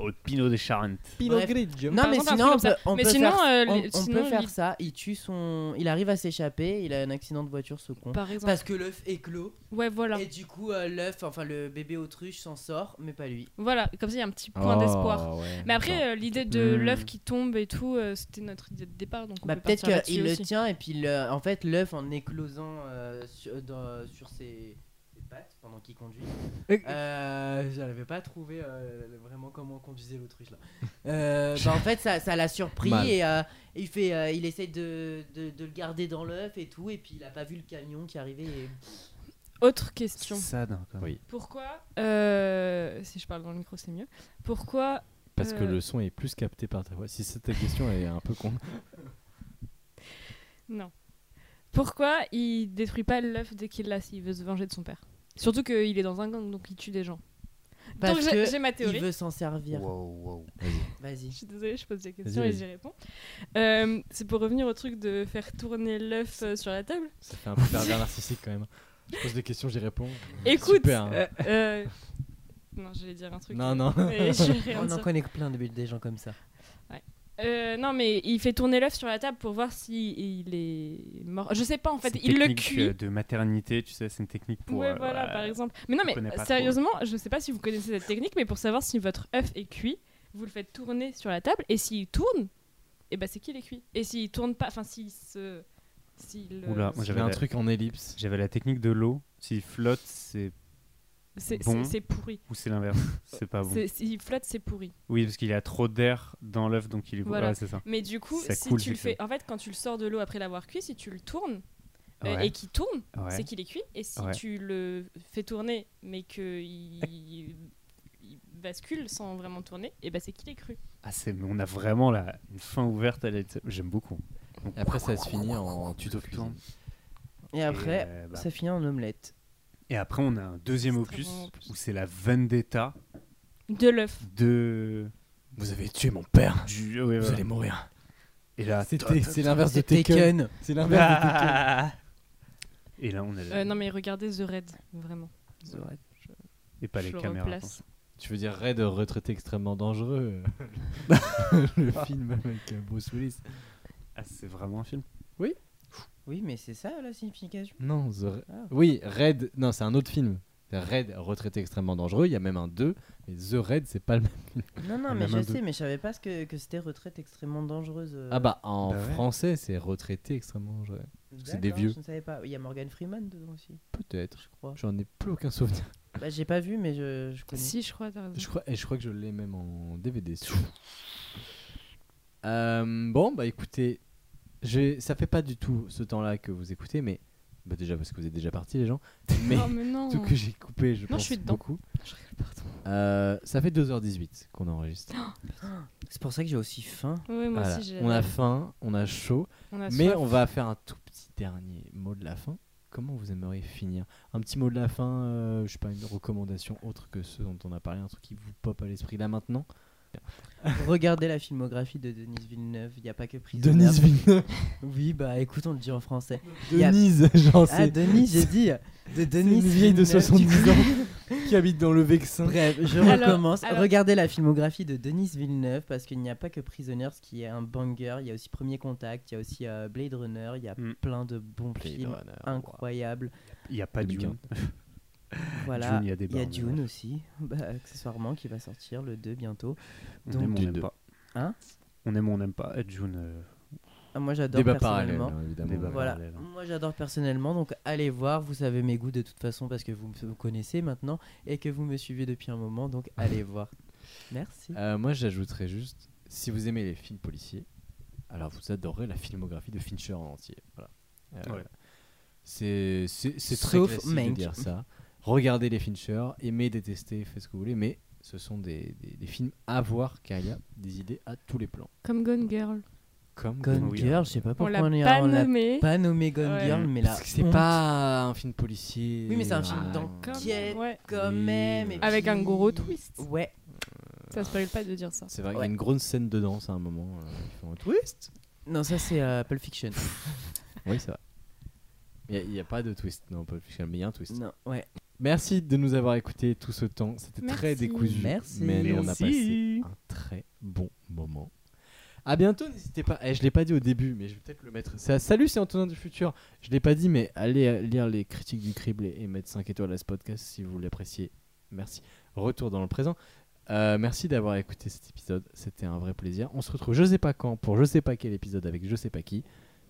Oh, Pinot de Charente.
Pinot
Bref.
gris, Guillaume.
Non,
Par
mais
exemple, un
sinon, on
truc comme
peut, on
Mais
peut
sinon,
faire,
euh,
on-
les-
on
sinon,
peut faire
les-
ça. Il tue son. Il arrive à s'échapper, il a un accident de voiture, ce con.
Par exemple.
Parce que l'œuf éclos.
Ouais, voilà.
Et du coup, euh, l'œuf, enfin le bébé autruche s'en sort, mais pas lui.
Voilà, comme ça, il y a un petit
Oh,
point
Oh,
d'espoir. Mais après, euh, l'idée de
Hmm.
l'œuf qui tombe et tout, euh, c'était notre idée de départ. Donc, on
Bah,
peut
peut-être
partir là-dessus
qu'il le
aussi.
tient et puis le- en fait l'œuf en éclosant euh, sur, dans- sur ses, ses pattes pendant qu'il conduit. Euh, J'avais pas trouvé euh, vraiment comment on conduisait l'autruche là. Euh, bah, en fait ça ça l'a surpris
Mal.
et euh, il fait euh, il essaie de, de, de le garder dans l'œuf et tout et puis il a pas vu le camion qui arrivait. et-
Autre
C'est
question.
ça, non, quand même.
Oui.
Pourquoi euh, Si je parle dans le micro, c'est mieux. Pourquoi
Parce que
Euh.
le son est plus capté par ta voix. Si c'est ta question, elle est un peu con.
Non. Pourquoi il détruit pas l'œuf dès qu'il l'a s'il veut se venger de son père Surtout qu'il est dans un gang, donc il tue des gens.
Parce
donc j'ai-
que
j'ai ma
il
théorie.
veut s'en servir.
Wow, wow.
Vas-y.
Je suis désolée, je pose des questions
Vas-y,
et
vas-y.
j'y réponds. Euh, c'est pour revenir au truc de faire tourner l'œuf euh, sur la table.
Ça fait un peu pervers narcissique quand même. Je pose des questions, j'y réponds.
Écoute
Super, hein.
euh, euh, Non, j'allais dire un truc.
Non, non.
mais je vais rien
On en
dire.
connaît plein de des gens comme ça.
Euh, non, mais il fait tourner l'œuf sur la table pour voir si il est mort. Je sais pas, en fait, il le cuit.
euh, de maternité, tu sais, c'est une technique pour.
ouais,
euh,
voilà,
ouais.
par exemple. Mais non,
Je
mais
connais pas
sérieusement, je sais pas si vous connaissez cette technique, mais pour savoir si votre œuf est cuit, vous le faites tourner sur la table, et s'il tourne, et ben c'est qu'il est cuit. Et s'il tourne pas, enfin s'il se. S'il. euh,
Oula, moi
J'avais
j'avais
un
la-
truc en ellipse.
J'avais la technique de l'eau. S'il flotte, c'est
c'est-
bon.
c'est- C'est pourri.
ou c'est l'inverse. C'est pas bon.
C'est- S'il flotte, c'est pourri.
Oui, parce qu'il y a trop d'air dans l'œuf, donc il est.
Voilà.
Ouais, c'est ça.
Mais du coup,
Ça
si
coule,
tu le
c'est
fais. En fait, quand tu le sors de l'eau après l'avoir cuit, si tu le tournes, euh,
Ouais.
et qu'il tourne,
Ouais.
c'est qu'il est cuit. Et si
Ouais.
tu le fais tourner, mais qu'il. il bascule sans vraiment tourner, et ben c'est qu'il est cru.
Ah, c'est. mais On a vraiment là une fin ouverte à la. J'aime beaucoup.
Et après, ça se finit en tuto
Putain.
cuisine.
Et après,
euh, bah,
ça finit en omelette.
Et après, on a un deuxième
C'est très
opus
bon, en plus.
où c'est la vendetta
De l'œuf.
de.
Vous avez tué mon père.
Du... ouais,
Vous
voilà.
allez mourir.
Et là,
C'était- C'est l'inverse de
C'était
Taken.
Ken.
C'est l'inverse de Taken.
Ah Et là, on a.
Euh, non mais regardez The Red, vraiment.
Et pas les
Je le
caméras.
replace.
hein,
attention.
Tu veux dire Red, retraité extrêmement dangereux. le film avec euh, Bruce Willis.
Ah, c'est vraiment un film.
Oui, mais c'est ça la signification.
Non, The Re-
Ah.
Oui, Red. Non, c'est un autre film. C'est Red, retraité extrêmement dangereux. Il y a même un 2. Mais The Red, c'est pas le même.
Non, non,
Et
mais
même
je
un
sais, mais je savais pas ce que, que c'était retraite extrêmement dangereuse. euh,
Ah bah, en
Bah ouais.
français, c'est retraité extrêmement dangereux. c'est des
d'accord,
vieux.
Je ne savais pas. Il y a Morgan Freeman dedans aussi,
Peut-être.
je crois.
J'en ai plus aucun souvenir.
Bah, j'ai pas vu, mais je, je connais.
Si je crois, t'as raison.
Je crois, et je crois que je l'ai même en DVD. Euh, bon, bah écoutez, j'ai- ça fait pas du tout ce temps-là que vous écoutez, mais bah déjà parce que vous êtes déjà partis les gens, mais
Non mais non.
tout que j'ai coupé, je
Oh. Non,
pense
je suis dedans.
beaucoup.
Je rigole, pardon.
Euh, ça fait 2h18 qu'on enregistre.
C'est pour ça que j'ai aussi faim.
Ouais, moi
Voilà.
aussi j'ai.
on a faim, on a chaud,
on a
mais
soif.
on va faire un tout petit dernier mot de la fin. Comment vous aimeriez finir Un petit mot de la fin, euh, je sais pas, une recommandation autre que ce dont on a parlé, un truc qui vous pop à l'esprit là maintenant
Regardez la filmographie de Denise Villeneuve, il n'y a pas que Prisonnier.
Denise Villeneuve.
Oui, bah écoute, on le dit en français. Y a-
Denise, genre,
Ah,
c'est
Denise, j'ai dit. De Denise
une vieille de
Villeneuve, du
70
coup.
ans qui habite dans le Vexin.
Bref, je
Alors,
recommence.
alors-
Regardez la filmographie de Denise Villeneuve parce qu'il n'y a pas que Prisoners qui est un banger, il y a aussi Premier Contact, il y a aussi euh, Blade Runner, il y a
Hmm.
plein de bons films incroyables.
Il n'y a pas Dune.
2015.
Voilà.
Dune, il y a des barres, mais
Dune
ouais.
aussi, bah, accessoirement, qui va sortir le 2 bientôt.
On
Donc-
aime ou on
Dune
n'aime
deux.
pas.
Hein
On aime ou on n'aime pas. Euh, Dune, euh,
Ah, moi j'adore
Débat parallèle,
personnellement.
hein, évidemment.
Débat
Voilà.
parallèle, hein.
Moi j'adore personnellement, donc allez voir, vous savez mes goûts de toute façon parce que vous me connaissez maintenant et que vous me suivez depuis un moment, donc allez voir. Merci.
Ah,
Euh, moi, j'ajouterais juste, si vous aimez les films policiers, alors vous adorerez la filmographie de Fincher en entier. Voilà. Euh,
Ouais.
c'est- C'est c'est très
Sauf
classique de
Mank.
dire ça. Regardez les Fincher, aimez, détestez, faites ce que vous voulez, mais ce sont des, des- des films à voir car il y a des idées à tous les plans.
Comme Gone Girl.
Comme
Gone
Oui, hein.
Girl, je sais pas
On
pourquoi
l'a
on, est-
pas
on l'a
nommé.
pas nommé Gone
Ouais.
Girl, mais là.
Parce que c'est pas un film policier.
Oui, mais c'est un
Ah,
film
Comme-
d'enquête
ouais.
quand
Oui.
même. et
Avec
puis-
un gros twist.
Ouais.
Ça se spoil pas de dire ça.
C'est vrai qu'il y
Ouais.
a une grosse scène de danse à un moment. euh, ils font un twist
Non, ça c'est euh, Pulp Fiction.
Oui, c'est vrai. Il n'y a, pas de twist, non, pas officiel, mais il y a un twist.
non, ouais.
Merci de nous avoir écoutés tout ce temps. C'était très
Merci.
décousu.
Merci.
Mais nous, on a
Merci.
passé un très bon moment. À bientôt, n'hésitez pas. Eh, je l'ai pas dit au début, mais je vais peut-être le mettre. C'est à Salut, c'est Antonin du futur. Je l'ai pas dit, mais allez euh, lire les critiques du crible et et mettre 5 étoiles à ce podcast si vous l'appréciez. Merci. Retour dans le présent. Euh, merci d'avoir écouté cet épisode. C'était un vrai plaisir. On se retrouve je sais pas quand pour je sais pas quel épisode avec je sais pas qui.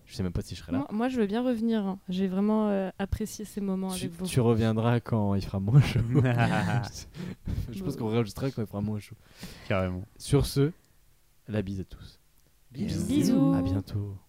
Je sais même pas si je serai là.
Moi, moi, je veux bien revenir. hein. J'ai vraiment euh, apprécié ces moments
Tu,
avec vous.
tu reviendras quand il fera moins chaud.
euh.
je pense qu'on réenregistrera quand il fera moins chaud.
Carrément.
Sur ce, la bise à tous.
Bisous.
À bientôt.